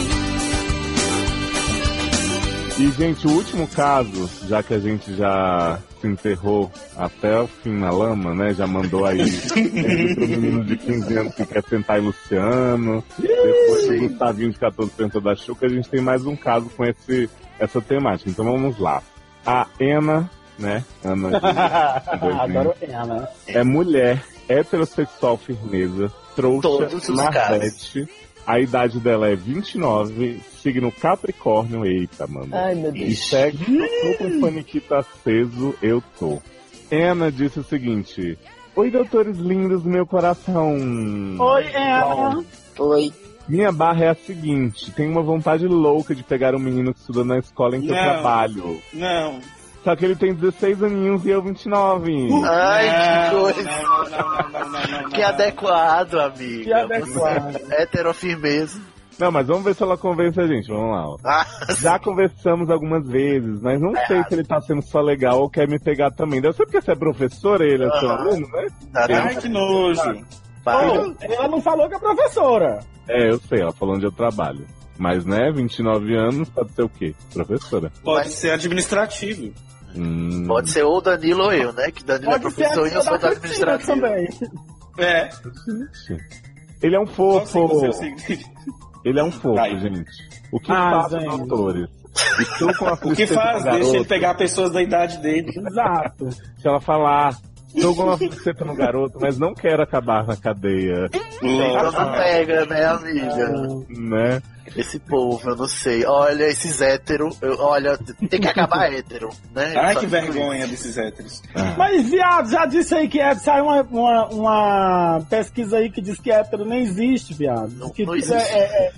S2: E, gente, o último caso, já que a gente já se enterrou até o fim na lama, né? Já mandou aí é, pro menino de 15 anos que quer sentar em Luciano. Depois o Gustavinho de 14 perguntou da Xuca. A gente tem mais um caso com esse, essa temática. Então vamos lá. A Ena, né? Ana de- de
S5: Ah, Adoro
S2: 2000.
S5: ela.
S2: É mulher, heterossexual, firmeza, trouxa,
S5: Todos os
S2: marvete. A idade dela é 29, signo Capricórnio. Eita,
S5: Ah.
S2: mano.
S7: Ai, meu Deus.
S2: E segue, tô com o paniquito aceso, eu tô. Ana disse o seguinte... Oi, doutores lindos do meu coração.
S5: Oi, Ana.
S2: Oi. Minha barra é a seguinte, tenho uma vontade louca de pegar um menino que estuda na escola em que eu
S10: Não.
S2: trabalho.
S10: Não.
S2: Só que ele tem 16 aninhos e eu 29.
S7: Ai, que
S10: Não,
S7: coisa. que adequado, amiga.
S2: Que adequado.
S7: Você é Heterofirmeza.
S2: Não, mas vamos ver se ela convence a gente, vamos lá. ó. (laughs) Já conversamos algumas vezes, mas não sei se ele tá sendo só legal ou quer me pegar também. Deve ser porque você é professor, ele é seu
S10: Aham.
S2: aluno, né?
S7: Tá,
S10: Ai, que nojo.
S5: Ô, ela não falou que é professora.
S2: É, eu sei, ela falou onde eu trabalho. Mas, né, 29 anos, pode ser o quê? Professora.
S10: Pode ser administrativo.
S2: Hum.
S7: Pode ser ou o Danilo ou eu, né? Que Danilo é professor e eu sou da administração.
S5: também.
S10: É.
S2: Ele é um fofo.
S10: Qual o seu signo?
S2: Ele é um fofo, gente. O que
S10: Ah,
S2: faz os
S10: gente.
S2: autores? Estou com a
S10: (laughs) O que
S2: tristeza
S10: faz?
S2: da
S10: Deixa ele
S2: garota.
S10: pegar pessoas da idade dele.
S5: Exato.
S2: Se ela falar, estou com uma buceta no garoto, mas não quero acabar na cadeia.
S7: Então não
S10: Ah.
S7: pega, né, amiga?
S2: Né?
S7: Esse povo, eu não sei. Olha, esses héteros. Olha, tem que acabar hétero, né?
S10: Ai,
S7: Só
S10: que
S7: digo
S10: vergonha
S7: isso.
S10: desses héteros.
S5: Mas, viado, já disse aí que é. Sai uma, uma, uma pesquisa aí que diz que hétero nem existe, viado. Não, que
S7: não
S5: diz
S7: existe.
S5: É, é,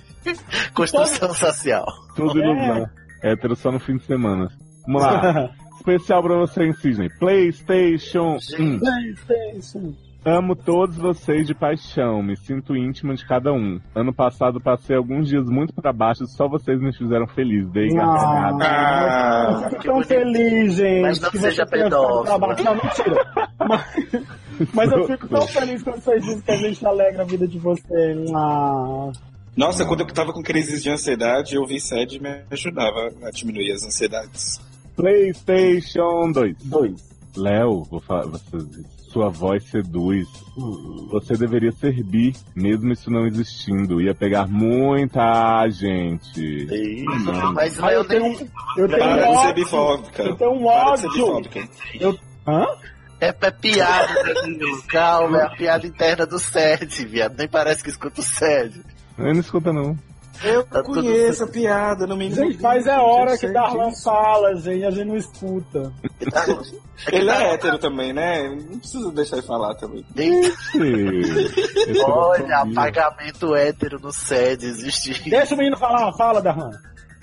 S7: Construção social.
S2: Tudo ilusão. Hétero só no fim de semana. Vamos
S5: (laughs)
S2: lá. Especial pra você, hein, Sidney. PlayStation 1.
S5: É, PlayStation.
S2: Amo todos vocês de paixão, me sinto íntima de cada um. Ano passado passei alguns dias muito pra baixo, só vocês me fizeram feliz, dei gargalhada.
S5: Ah, eu fico tão feliz, gente.
S7: Mas não
S5: que
S7: seja
S5: vocês tenham ficado pra baixo.
S7: pedófilo.
S5: Não, mentira. Mas, mas eu fico tão feliz quando vocês dizem que a gente alegra a vida de vocês. Ah.
S10: Nossa, quando eu tava com crises de ansiedade, eu vi sede e me ajudava a diminuir as ansiedades.
S2: PlayStation 2. 2. Léo, vou falar, você- sua voz seduz.
S5: Hum.
S2: Você deveria ser bi, mesmo isso não existindo. Ia pegar muita gente. Não.
S7: Mas
S5: Ai, eu
S7: eu
S5: tenho,
S7: nem.
S5: eu tenho
S10: Para de
S5: ódio.
S10: ser bifóbica.
S5: Eu tenho um
S10: Para de ser
S5: ódio.
S10: bifóbica.
S5: Eu, hã?
S7: É, é piada, Danilo. Calma, é a piada interna do SED, viado. Nem parece que escuta o SED.
S2: Eu não escuta, não.
S5: Eu
S7: tudo
S5: conheço
S7: certo.
S5: a piada, não me
S7: engano.
S5: Gente, mas é hora
S7: Eu
S5: que
S7: sei
S5: Darlan
S7: disso.
S5: fala, gente, a gente não escuta.
S7: tá
S10: Ele é hétero também, né? Não precisa deixar ele falar também.
S2: é
S7: Olha, apagamento hétero no SED existe.
S5: Deixa o menino falar, fala, Darlan.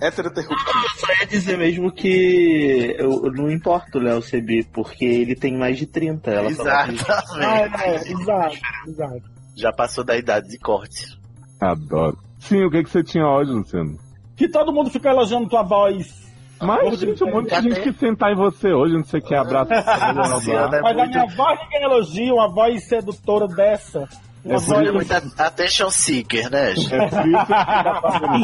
S10: Heteroterruptivo.
S12: Só ia é dizer mesmo que eu, eu não importo o Léo ser bi, porque ele tem mais de 30. Ela falou que-
S7: Exatamente.
S5: Ah, é, é, exato, exato.
S7: Já passou da idade de corte.
S2: Adoro. Sim, o que, que você tinha ódio, Luciano?
S5: Que todo mundo fica elogiando tua voz.
S2: Mas, gente, um monte de gente que sentar em você hoje, onde você quer abraçar, blá, blá,
S7: é
S2: blá.
S5: Mas a minha voz ninguém elogia, uma voz sedutora dessa. Uma
S7: Esse é
S5: voz...
S7: muito a- attention seeker, né? gente?
S2: É por isso que tá fazendo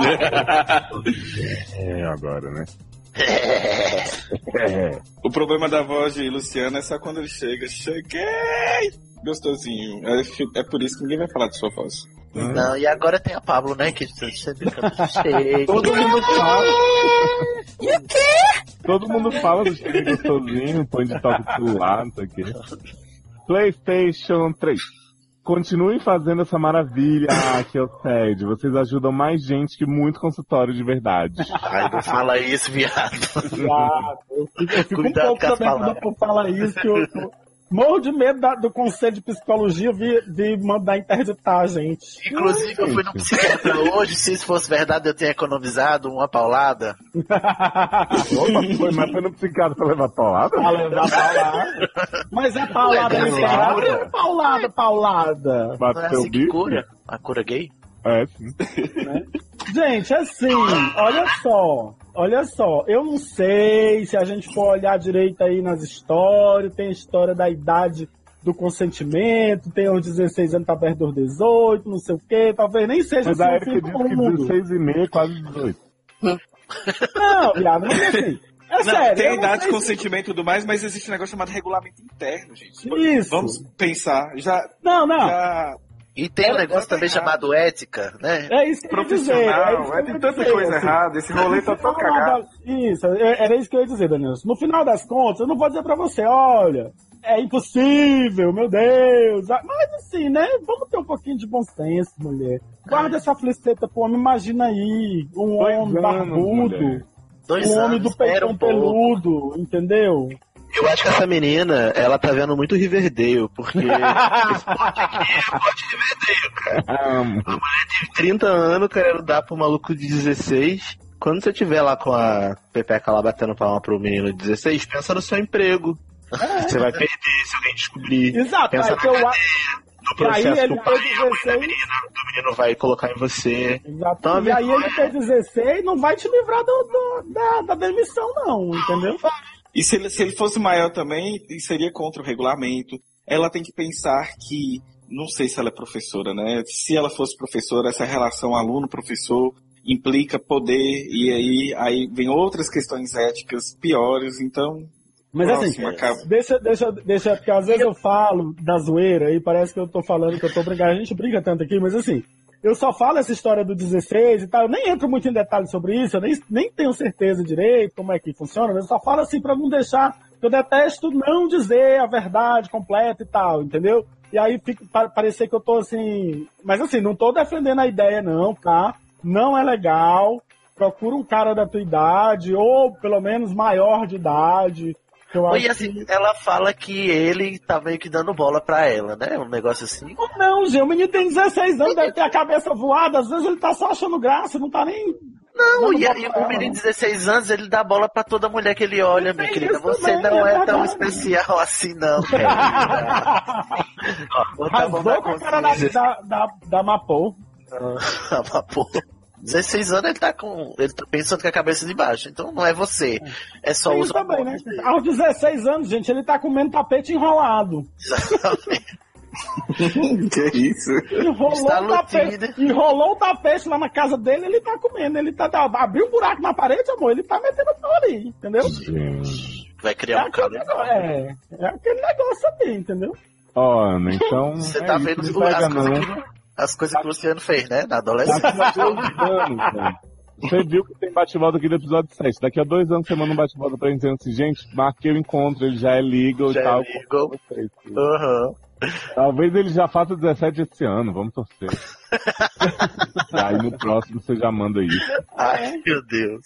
S2: isso. É, agora, né? É.
S10: O problema da voz de Luciana é só quando ele chega. Cheguei! Gostosinho. É, fi- é por isso que ninguém vai falar de sua voz.
S7: Não, e agora tem a Pablo, né? Que sempre canta cheio.
S2: Todo mundo fala.
S9: E o quê?
S2: Todo mundo fala do time gostosinho, põe de toque pro celular, não sei o quê. PlayStation 3. Continuem fazendo essa maravilha ah, que é o TED. Vocês ajudam mais gente que muito consultório de verdade.
S7: Ai, não fala isso, viado. (laughs)
S5: Eu fico um
S7: Cuidado
S5: pouco
S7: com
S5: também quando
S7: as palavras.
S5: eu falo isso, que eu, eu morro de medo da- do conselho de psicologia vir, vir mandar interditar, gente. (laughs)
S7: Inclusive, eu fui no psiquiatra hoje. Se isso fosse verdade, eu teria economizado uma paulada.
S2: Opa, foi, mas foi no psiquiatra pra levar paulada?
S5: Pra levar paulada. Mas é paulada
S7: Ué,
S5: literal
S7: paulada.
S5: ou paulada, paulada?
S7: Não é assim que cura?
S5: né?
S7: A cura gay?
S2: É, sim.
S5: Gente, assim, olha só. Olha só, eu não sei se a gente for olhar direito aí nas histórias, tem a história da idade do consentimento, tem os 16 anos tá perto dos 18, não sei o quê, talvez nem seja
S2: Mas a
S5: assim
S2: Erika disse que 16 e meia, quase 18.
S5: Não, viado, mas assim, é
S10: Não,
S5: sério.
S10: tem a
S5: eu não
S10: idade,
S5: sei se-
S10: consentimento e tudo mais, mas existe um negócio chamado regulamento interno, gente.
S5: Isso.
S10: Vamos pensar. Já.
S5: Não, não.
S10: Já...
S7: E tem um negócio também chamado ética, né?
S5: É isso que eu ia dizer, é isso
S10: Profissional.
S5: que
S10: É,
S5: eu
S10: tem
S5: ia
S10: tanta
S5: dizer,
S10: coisa
S5: assim.
S10: errada. Esse rolê tá
S5: No
S10: tão
S5: final
S10: cagado.
S5: da- Isso, é- era isso que eu ia dizer, Danilo. No final das contas, eu não vou dizer pra você, olha, é impossível, meu Deus. Ah, Mas assim, né? Vamos ter um pouquinho de bom senso, mulher. Guarda essa fliceta pro homem, imagina aí, um
S2: Dois
S5: homem
S2: anos,
S5: barbudo,
S2: mulher.
S12: Dois
S5: um homem
S12: anos,
S5: do
S12: espera
S5: peitão
S12: um pouco.
S5: peludo, entendeu?
S12: Eu acho que essa menina, ela tá vendo muito Riverdale,
S7: (laughs)
S12: porque
S2: Amo.
S12: 30 anos querendo dar pro maluco de 16. Quando você tiver lá com a Pepeca lá batendo palma pro menino de 16, pensa no seu emprego.
S5: É.
S12: Você vai perder se alguém descobrir.
S5: Exato,
S12: pensa
S5: aí que eu acho.
S12: no
S5: que Aí
S12: processo
S5: ele
S12: do pai,
S5: fez 16.
S12: o menino vai colocar em você.
S5: Exato.
S12: Então, a
S5: e aí
S12: vergonha-
S5: ele fez 16 não vai te livrar do- do- da, da demissão, não, entendeu?
S10: E se ele, se ele fosse maior também, e seria contra o regulamento. Ela tem que pensar que, não sei se ela é professora, né? Se ela fosse professora, essa relação aluno-professor implica poder, e aí, aí vem outras questões éticas piores, então.
S5: Mas
S10: próximo,
S5: assim,
S10: acaba.
S5: deixa, deixa, deixa, porque às vezes eu falo da zoeira e parece que eu tô falando que eu tô brincando. A gente briga tanto aqui, mas assim, eu só falo essa história do 16 e tal, eu nem entro muito em detalhes sobre isso, eu nem, nem tenho certeza direito como é que funciona, mas eu só falo assim pra não deixar, eu detesto não dizer a verdade completa e tal, entendeu? E aí fica, pa- parecer que eu tô assim, mas assim, não tô defendendo a ideia não, tá? Não é legal, procura um cara da tua idade, ou pelo menos maior de idade, que eu acho
S7: E assim, ela fala que ele tá meio que dando bola pra ela, né? Um negócio assim.
S5: Ou Não, gente, o menino tem 16 anos, deve ter a cabeça voada, às vezes ele tá só achando graça, não tá nem.
S7: Não,
S5: dando
S7: e
S5: bola
S7: aí
S5: pra
S7: o
S5: ela,
S7: menino
S5: né?
S7: de 16 anos, ele dá bola pra toda mulher que ele olha, minha querida.
S5: isso
S7: Você
S5: também,
S7: não
S5: é
S7: é tão
S5: verdade.
S7: especial assim,
S12: É,
S7: não. Ó, bota a mão na
S5: Arrasou com a cara da,
S7: consciência.
S5: da, da, da Mapou.
S7: Ah, mas, pô, 16 anos ele tá com. Ele tá pensando com a cabeça de baixo. Então não é você. É só
S5: Tem
S7: os
S5: isso também, né? Aos 16 anos, gente, ele tá comendo tapete enrolado.
S10: que isso?
S5: Enrolou
S7: Está
S5: o tapete.
S7: lutido.
S5: Enrolou o tapete lá na casa dele, ele tá comendo. Ele tá, tá- abriu um buraco na parede, amor, ele tá metendo pau ali, entendeu? É
S7: Vai criar um
S5: aquele,
S7: calor.
S5: negócio, é, é aquele negócio ali, entendeu?
S2: Ó, Ana, então.
S7: Você
S2: é
S7: tá
S2: isso,
S7: vendo
S2: não
S7: as
S2: pega
S7: coisas,
S2: não.
S7: que, as coisas que o Luciano fez, né? Na
S2: Tá
S7: adolescência.
S2: se aproveitando, cara. Você viu que tem bate-volta aqui do episódio 7. Daqui a dois anos você manda um bate-volta pra gente dizendo assim, gente, marquei o encontro, ele já é legal
S7: Já
S2: e tal.
S7: é legal.
S2: como vocês.
S7: Aham.
S2: Talvez ele já faça 17 esse ano, vamos
S7: (laughs)
S2: torcer. Aí no próximo você já manda isso.
S7: Ai, meu Deus.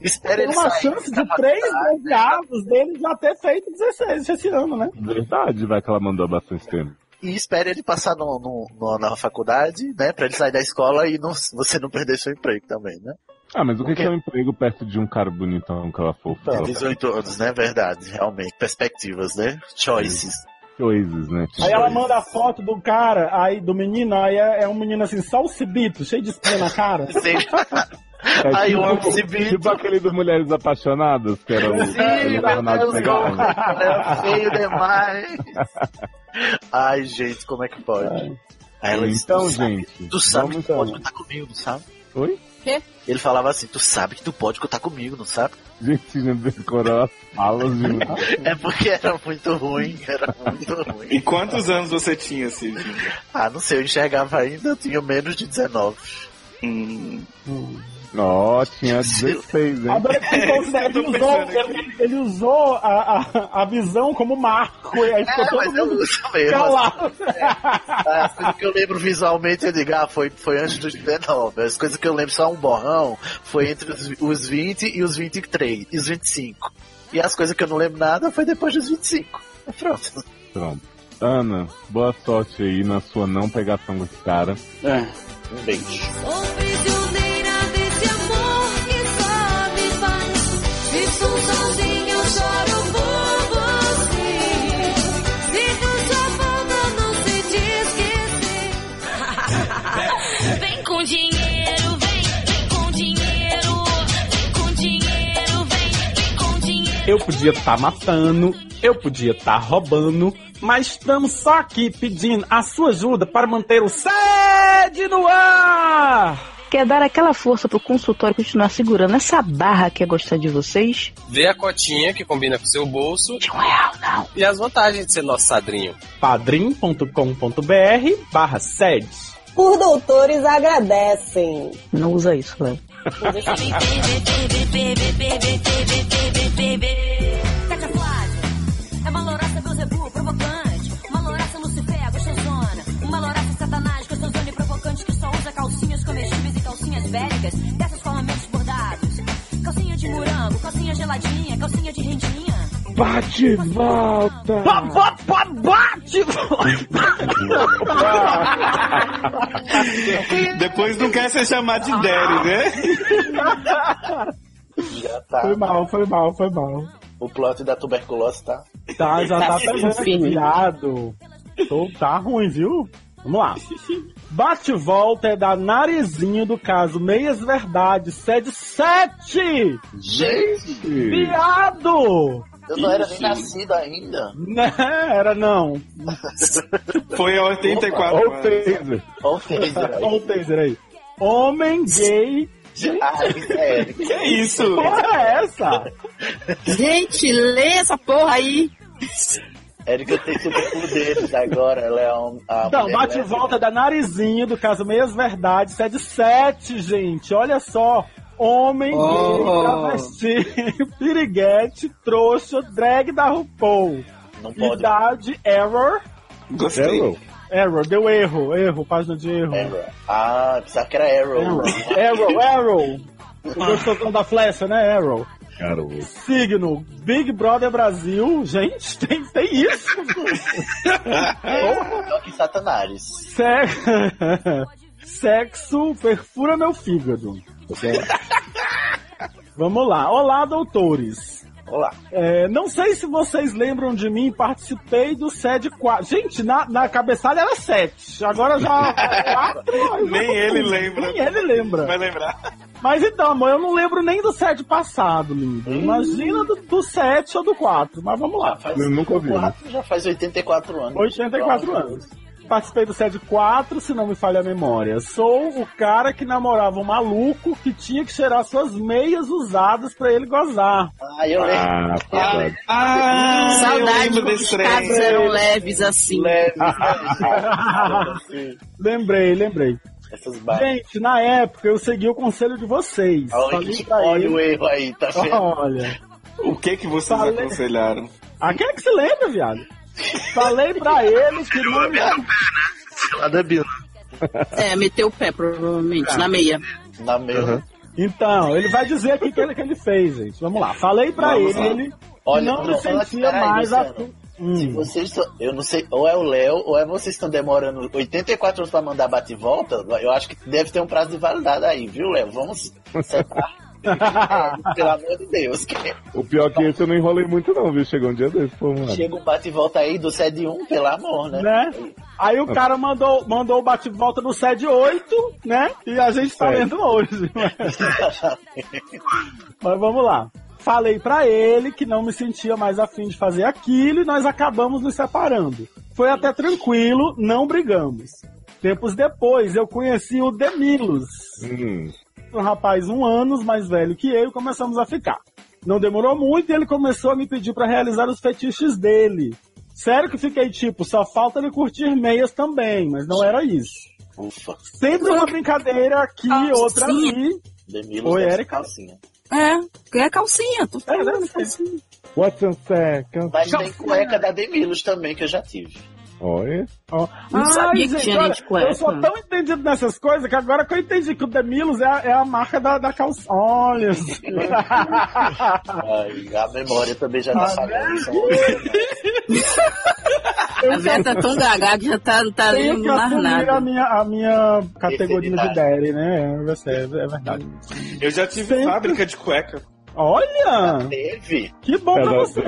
S7: Espera
S5: É. Tem
S7: ele
S5: uma
S7: sair.
S5: chance de três noviados dele já ter feito 16 esse ano, né?
S2: Verdade, vai que ela mandou há bastante tempo.
S7: E espera ele passar no, no- no- na faculdade, né? Pra ele sair da escola e não- você não perder seu emprego também, né?
S2: Ah, mas o que,
S7: Porque-
S2: que é um emprego perto de um cara bonitão que ela fofa?
S7: Então, 18 anos, né? Verdade, realmente. Perspectivas, né? Choices.
S2: Coisas, né?
S5: Aí ela manda a foto do cara, aí do menino, aí é, é um menino assim, salsibito, cheio de espinha na cara. (laughs)
S2: É
S5: Aí
S2: tipo,
S5: o homem
S7: se
S2: tipo aquele do Mulheres Apaixonadas, que era o,
S7: Sim,
S5: é
S2: era o
S7: meu
S2: Leonardo
S7: Deus,
S2: Pegal.
S7: cara, é feio demais. Ai, gente, como é que pode? Aí ela disse,
S2: Então,
S7: tu sabe-
S2: gente,
S7: tu sabe que
S2: vamos
S7: tu pode
S2: então.
S7: contar comigo, não sabe?
S2: Oi?
S9: Quê?
S7: Ele falava assim, tu sabe que tu pode contar comigo, não sabe?
S2: Gente, já decorou as falas de um.
S7: É porque era muito ruim, era muito ruim.
S10: E quantos anos você tinha, Cid?
S7: Ah, não sei, eu enxergava ainda, eu tinha menos de 19.
S5: Hum.
S2: Ó, tinha
S5: (laughs)
S2: 16, hein?
S11: (laughs)
S5: Agora que ele usou- ele usou, ele- ele usou a, a, a visão como marco, e aí ficou
S7: É,
S5: todo
S7: mas eu
S5: mundo
S7: uso mesmo.
S5: calado.
S7: As coisas que eu lembro visualmente, eu digo, ah, foi, foi antes dos 19. As coisas que eu lembro só um borrão foi entre os, os 20 e os 23, e os 25. E as coisas que eu não lembro nada foi depois dos 25. É, Pronto.
S2: Pronto. Ana, boa sorte aí na sua não pegação com esse cara.
S7: É. Um beijo.
S17: Sou prisioneira desse amor que só me faz. Vivo sozinha, eu choro por você. Sinto sua falta, não sei te esquecer. Vem com dinheiro, vem, vem com dinheiro. Vem com dinheiro, vem, vem com dinheiro.
S11: Eu podia estar matando, eu podia estar roubando, mas estamos só aqui pedindo a sua ajuda para manter o sede no ar!
S18: Quer dar aquela força pro consultório continuar segurando essa barra que é gostar de vocês? um
S19: Vê a cotinha que combina com o seu bolso. E as vantagens de ser nosso sadrinho.
S11: padrim.com.br barra sede.
S20: Por doutores agradecem.
S18: Não usa isso, Léo.
S17: Cátia Flávia é uma louraça Beuzebu, provocante. Uma louraça Lucifer, gostosona. Uma louraça Satanás, gostosona e provocante que só usa calcinhas comestíveis e calcinhas bélicas. Dessas com aumentos bordados. Calcinha de morango, calcinha geladinha, calcinha de rendinha.
S2: Bate volta!
S17: Bate!
S10: Depois não quer ser chamado de Derry, né?
S7: Já tá.
S5: Foi mal, foi mal, foi mal.
S7: O plot da tuberculose tá.
S5: Tá, já tá pegando,
S7: firme.
S5: viado. Tô, tá ruim, viu? Vamos lá. Bate e volta é da Narizinho do caso Meias Verdade, sede 7!
S7: Gente!
S5: Viado!
S7: Eu não era nem nascido ainda.
S5: Né, era não.
S10: Foi a 84
S5: Ou
S10: anos.
S5: taser.
S2: né?
S7: Ou (laughs)
S10: taser aí.
S5: Ou taser aí. Homem gay.
S7: Ai, sério.
S10: Que isso?
S5: Que porra é essa?
S9: Gente, lê essa porra aí.
S7: Érica tem superpoderes agora, ela é um. a
S5: Então,
S7: mulher
S5: bate e
S7: lésbica.
S5: volta da Narizinho, do caso Meias Verdade, sede 7, gente. Olha só. Homem,
S7: Oh.
S5: gay, travesti, (laughs) piriguete, trouxa, drag da RuPaul.
S7: Não
S10: pode.
S5: Idade, error.
S2: é
S10: Gostei.
S5: Error. Error, deu erro, erro, página de erro.
S7: Ah, pensava que era Arrow.
S5: Arrow, Arrow. O gostosão da flecha, né, Arrow?
S2: Garoto.
S5: Signo, Big Brother Brasil. Gente, (laughs) tem, tem isso.
S7: Pior é que Satanás.
S5: Sexo, (laughs) Sexo perfura meu fígado. Vamos lá. Olá, doutores.
S7: Olá.
S5: É, não sei se vocês lembram de mim, participei do SED 4. Gente, na, na cabeçada era 7. Agora já. é
S10: (laughs) Nem ele lembra.
S5: tá Nem ele lembra.
S10: Vai lembrar.
S5: Mas então, amor, eu não lembro nem do 7 passado,
S10: Hum.
S5: lindo. Imagina do, do 7 ou do 4. Mas vamos lá.
S2: Eu nunca
S5: Hum.
S2: ouvi. né?
S7: Já faz 84 anos.
S5: 84 anos. Participei do SED 4, se não me falha a memória. Sou o cara que namorava um maluco que tinha que cheirar suas meias usadas pra ele gozar.
S7: Ah, eu
S2: Ah, verdade.
S10: Ah,
S6: Saudade
S5: lembro
S6: quando
S5: desse
S6: os
S5: trem.
S6: casos eram leves assim.
S7: Leves,
S5: (laughs) lembrei, lembrei.
S7: Essas barras.
S5: Gente, na época eu segui o conselho de vocês.
S7: Tá. Ah, (laughs) Olha,
S5: Falei pra
S7: olha
S5: ele-
S7: o erro aí, tá vendo?
S5: Olha.
S10: O que que vocês
S5: Falei-
S10: aconselharam?
S5: Aquele que se lembra, viado. Falei pra eles que não.
S21: Lá da Bila.
S6: É, meteu o pé,
S5: Ah.
S6: provavelmente, na meia.
S7: Na meia.
S5: Então, ele vai dizer aqui o que ele, que ele fez, gente. Vamos lá. Falei pra
S7: Vamos
S5: ele,
S7: lá.
S5: ele hum,
S7: Olha,
S5: não me
S7: Bruno, fala-
S5: sentia
S7: peraí,
S5: mais assim. a...
S7: Luciano. Se vocês tão- eu não sei, ou é o Léo, ou é vocês estão demorando 84 anos pra mandar bate e volta, eu acho que deve ter um prazo de validade aí, viu, Léo? Vamos separar.
S5: (laughs)
S7: Pelo amor de Deus, que
S2: O pior é que esse eu não enrolei muito, não, viu? Chegou um dia desse, pô, mano.
S7: chega um bate e volta aí do sede 1, pelo amor, né?
S5: Né? Aí o cara mandou, mandou o bate-volta no SED 8, né? E a gente tá
S7: É.
S5: lendo hoje. Mas... Mas vamos lá. Falei pra ele que não me sentia mais afim de fazer aquilo e nós acabamos nos separando. Foi até tranquilo, não brigamos. Tempos depois, eu conheci o Demilos. Um rapaz um ano mais velho que eu e começamos a ficar. Não demorou muito e ele começou a me pedir pra realizar os fetiches dele. Sério que fiquei tipo, só falta ele curtir meias também, mas não era isso.
S7: (laughs) Ufa.
S5: Sempre uma brincadeira aqui, outra ali.
S7: Demilos
S5: Oi,
S7: deve
S5: Érica.
S7: calcinha.
S6: É, é calcinha, tu
S5: é, né?
S2: What's on sec?
S7: Mas tem cueca da Demilos também que eu já tive.
S2: Olha.
S7: Não sabia que tinha
S5: olha,
S7: gente com essa.
S5: Eu sou tão entendido nessas coisas que agora que eu entendi que o Demilos é a, é a marca da, da calça. Olha.
S7: Ai, a memória também
S5: Ah,
S7: já tá
S5: né?
S7: falhando. são
S6: A velha tá tão gaga que já tá, não tá
S5: Tenho
S6: nem
S5: que
S6: mais
S5: assumir
S6: nada.
S5: a minha, a minha categoria de Derry, né? É, você- é verdade.
S10: Eu já tive fábrica de cueca.
S2: Ah.
S5: Olha!
S7: Teve?
S5: Que bom pra
S2: é
S5: você.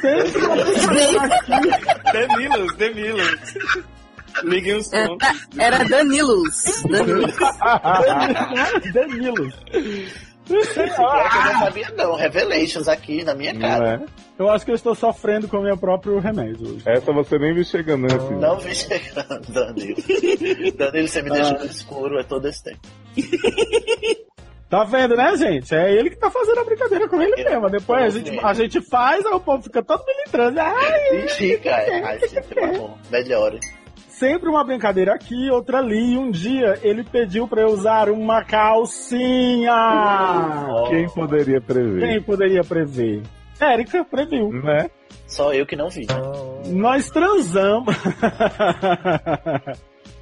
S5: Sempre uma pessoa
S7: (laughs)
S5: aqui.
S10: Demilos, Demilos. Liguem os pontos.
S6: Era Danilos. Danilos.
S5: Danilo.
S7: Esse cueca
S5: Ah.
S7: eu não sabia não, Revelations aqui na minha
S2: Não é?
S7: cara.
S5: Eu acho que eu estou sofrendo com o meu próprio remédio hoje.
S2: Essa você nem viu chegando, né, filho?
S7: Não vi chegando, (laughs) Danilo. Danilo, você me
S5: Ah.
S7: deixa no escuro, é todo esse tempo.
S5: Tá vendo, né, gente? É ele que tá fazendo a brincadeira com ele mesmo. Depois a gente, a gente faz, aí o povo fica todo militrando. É, Ai,
S7: E fica, é. Ai, sim, pelo amor. Melhore.
S5: Sempre uma brincadeira aqui, outra ali. E um dia ele pediu pra eu usar uma calcinha.
S2: Quem poderia prever?
S5: Quem poderia prever? Érica previu.
S2: Né?
S7: Só eu que não vi.
S5: Nós transamos. (laughs)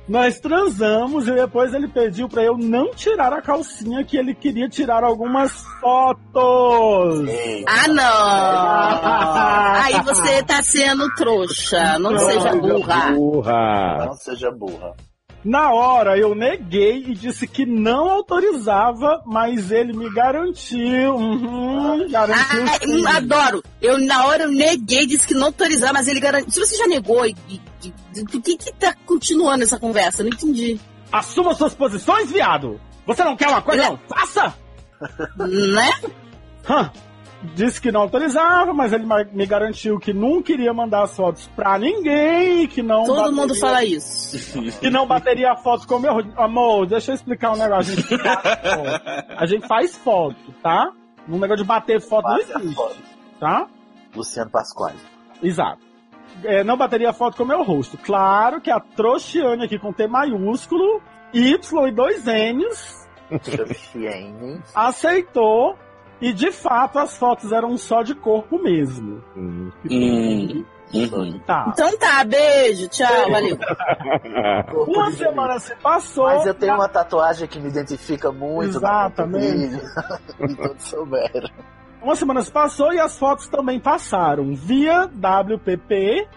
S5: Nós transamos e depois ele pediu pra eu não tirar a calcinha que ele queria tirar algumas fotos.
S6: Ah, não! Aí você tá sendo trouxa. Não seja burra.
S2: Burra.
S7: Não seja burra.
S5: Na hora eu neguei e disse que não autorizava, mas ele me garantiu. Uhum, garantiu.
S6: Ah,
S5: sim.
S6: eu adoro. Eu, na hora, eu neguei, disse que não autorizava, mas ele garantiu. Se você já negou, e- e- e- por que que tá continuando essa conversa? Eu Não entendi.
S5: Assuma suas posições, viado! Você não quer uma coisa? Não, faça!
S6: Né?
S5: Hã. Disse que não autorizava, mas ele ma- me garantiu que nunca iria mandar as fotos pra ninguém, que não.
S6: Todo mundo fala isso.
S5: Que não bateria a foto com o meu. Amor, deixa eu explicar um negócio. A gente faz foto, a gente faz foto, tá? Um negócio de bater foto não existe. Tá?
S7: Luciano Pasquale.
S5: Exato. É, não bateria foto com o meu rosto. Claro que a Trouxiane aqui com T maiúsculo, Y e dois N's,
S7: Luciane.
S5: aceitou. E de fato as fotos eram só de corpo mesmo.
S2: Uhum.
S5: Tá.
S6: Então tá, beijo, tchau, valeu.
S7: Tá
S5: Uma semana se passou.
S7: Então, é. Mas eu tenho uma tatuagem que me identifica muito.
S5: Exatamente.
S7: (laughs) E todos souberam.
S5: Uma semana se passou e as fotos também passaram via WPP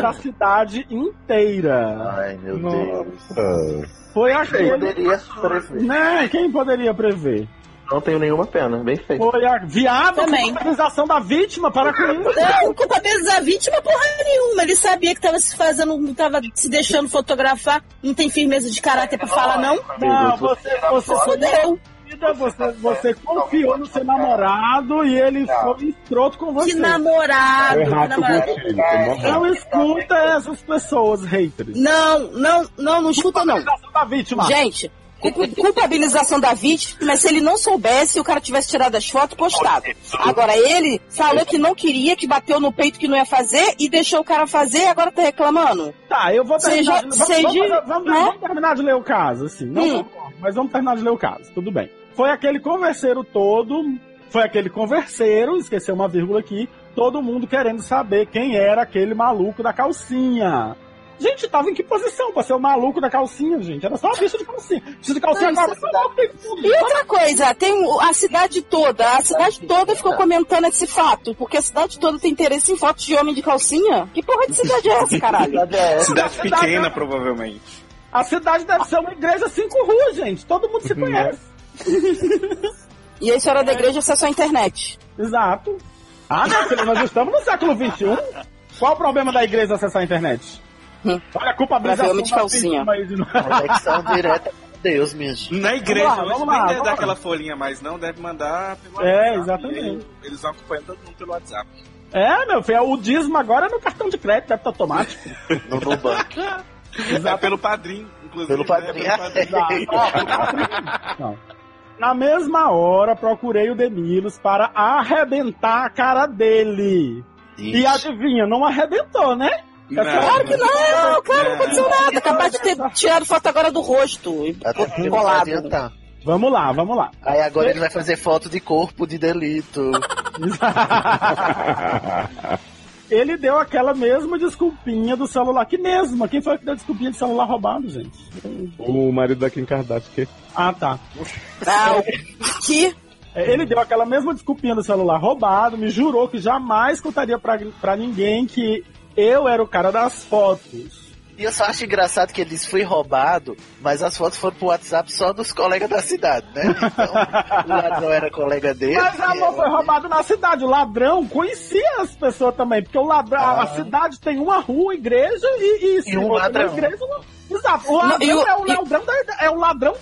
S5: da cidade inteira.
S7: Ai, meu
S2: Deus.
S5: Foi aquele.
S10: Quem poderia
S5: prever? Né? Quem poderia prever?
S10: Não tenho nenhuma pena, bem feito.
S5: Foi a viado
S6: Também.
S5: culpabilização da vítima para com isso.
S6: Não, culpabilizar a vítima porra nenhuma. Ele sabia que tava se fazendo, tava se deixando fotografar. Não tem firmeza de caráter pra falar, não?
S5: Não, você, você
S6: fodeu.
S5: Vida, você, você confiou no seu namorado e ele foi escroto com você.
S6: Que namorado,
S2: Foi errado que
S5: é
S2: namorado. contigo, foi namorado.
S5: Não escuta essas pessoas, haters.
S6: Não, não, não, não escuta não.
S5: Da vítima.
S6: Gente, Culpa- Culpabilização da vítima, mas se ele não soubesse, o cara tivesse tirado as fotos e postado. Agora ele falou que não queria, que bateu no peito que não ia fazer e deixou o cara fazer e agora tá reclamando.
S5: Tá, eu vou terminar.
S6: Seja,
S5: de- vamos,
S6: seja,
S5: vamos- vamos-
S6: né?
S5: vamos terminar de ler o caso, assim. Não
S6: Hum.
S5: concordo, mas vamos terminar de ler o caso, tudo bem. Foi aquele converseiro todo, foi aquele converseiro, esqueceu uma vírgula aqui, todo mundo querendo saber quem era aquele maluco da calcinha. Gente, tava em que posição pra ser o maluco da calcinha, gente? Era só uma bicha de calcinha. Bicha de calcinha
S6: Não,
S5: agora,
S6: isso é E outra coisa, tem o- a cidade toda, a cidade toda ficou comentando esse fato, porque a cidade toda tem interesse em fotos de homem de calcinha. Que porra de cidade é essa, caralho?
S10: Cidade pequena, provavelmente.
S5: A cidade deve ser uma igreja cinco ruas, gente. Todo mundo se conhece.
S6: e a história da igreja acessou a internet.
S5: Exato. Ah, meu filho, nós estamos no século XXI. Qual o problema da igreja acessar a internet? Olha a culpabilização
S7: Problema de
S5: da
S7: calcinha.
S5: vítima aí de novo.
S7: Conexão direta com Deus, minha gente.
S10: Na igreja,
S7: Vamos lá,
S10: hoje
S7: vamos
S10: nem
S7: lá,
S10: deve
S7: vamos
S10: dar
S7: lá.
S10: aquela folhinha mais, não, deve mandar pelo
S5: É,
S10: WhatsApp.
S5: exatamente.
S10: E aí, Eles vão acompanhando todo mundo pelo WhatsApp.
S5: É, meu filho, o dízimo agora é no cartão de crédito, débito automático.
S10: No Nubank. É pelo padrinho, inclusive.
S5: Pelo
S10: né?
S5: padrinho.
S10: padrinho.
S5: Na mesma hora, procurei o Demilos para arrebentar a cara dele. E adivinha, não arrebentou, né?
S6: Não. Claro que
S5: Ah,
S6: não, claro, não aconteceu nada. Capaz de ter tirado foto agora do rosto e
S5: É,
S7: porque não vai
S6: colado.
S7: adiantar.
S5: Vamos lá, vamos lá.
S7: Aí agora ele vai fazer foto de corpo de delito.
S5: Ele deu aquela mesma desculpinha do celular. Que mesma? Quem foi que deu desculpinha de celular roubado, gente?
S2: O marido da Kim Kardashian. que-
S5: Ah, tá.
S6: Ah, que?
S5: É, Ele deu aquela mesma desculpinha do celular roubado, me jurou que jamais contaria pra, pra ninguém que eu era o cara das fotos.
S7: E eu só acho engraçado que ele disse fui roubado, mas as fotos foram pro WhatsApp só dos colegas da cidade, né? Então, o ladrão era colega dele. é
S5: Mas
S7: e
S5: amor,
S7: eu-
S5: foi roubado na cidade. O ladrão conhecia as pessoas também, porque o ladrão, a cidade tem uma rua, igreja e, e, se
S7: Ah. um
S5: for uma
S7: ladrão.
S5: igreja, não- Exato, o
S7: Não,
S5: ladrão
S7: e o-
S5: é o ladrão, da, é o ladrão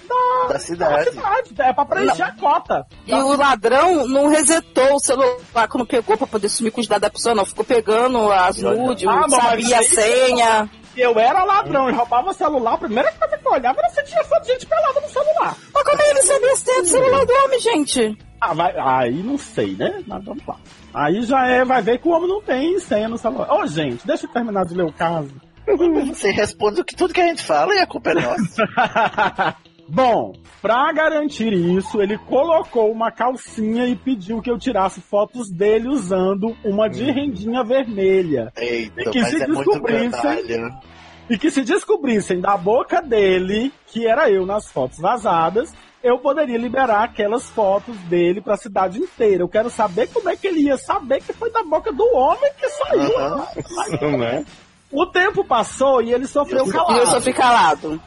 S5: da,
S7: Da cidade.
S5: da cidade, É pra preencher a cota.
S6: E o ladrão não resetou o celular quando pegou pra poder sumir com os dados da pessoa, não. Ficou pegando as nudes,
S5: Ah, mas
S6: sabia a
S5: isso-
S6: senha.
S5: Eu era ladrão e roubava celular. A primeira coisa que eu olhava era se tinha foto de gente pelada no celular.
S6: Mas como ele sabia se tinha celular do homem, gente?
S5: Ah, vai, aí não sei, né? Mas vamos lá. Aí já é, vai ver que o homem não tem senha no celular. Ô, gente, deixa eu terminar de ler o caso. (laughs)
S7: Uhum. Você responde o que tudo que a gente fala e a culpa é nossa.
S5: Bom, pra garantir isso, ele colocou uma calcinha e pediu que eu tirasse fotos dele usando uma de rendinha vermelha.
S7: Eita,
S5: e que
S7: mas
S5: se
S7: é muito
S5: descobrissem.
S7: canalha.
S5: E que se descobrissem da boca dele que era eu nas fotos vazadas, eu poderia liberar aquelas fotos dele pra cidade inteira. Eu quero saber como é que ele ia saber que foi da boca do homem que saiu.
S2: Não é?
S5: O tempo passou e ele sofreu
S2: E eu-
S5: calado.
S2: e eu sofri
S6: calado.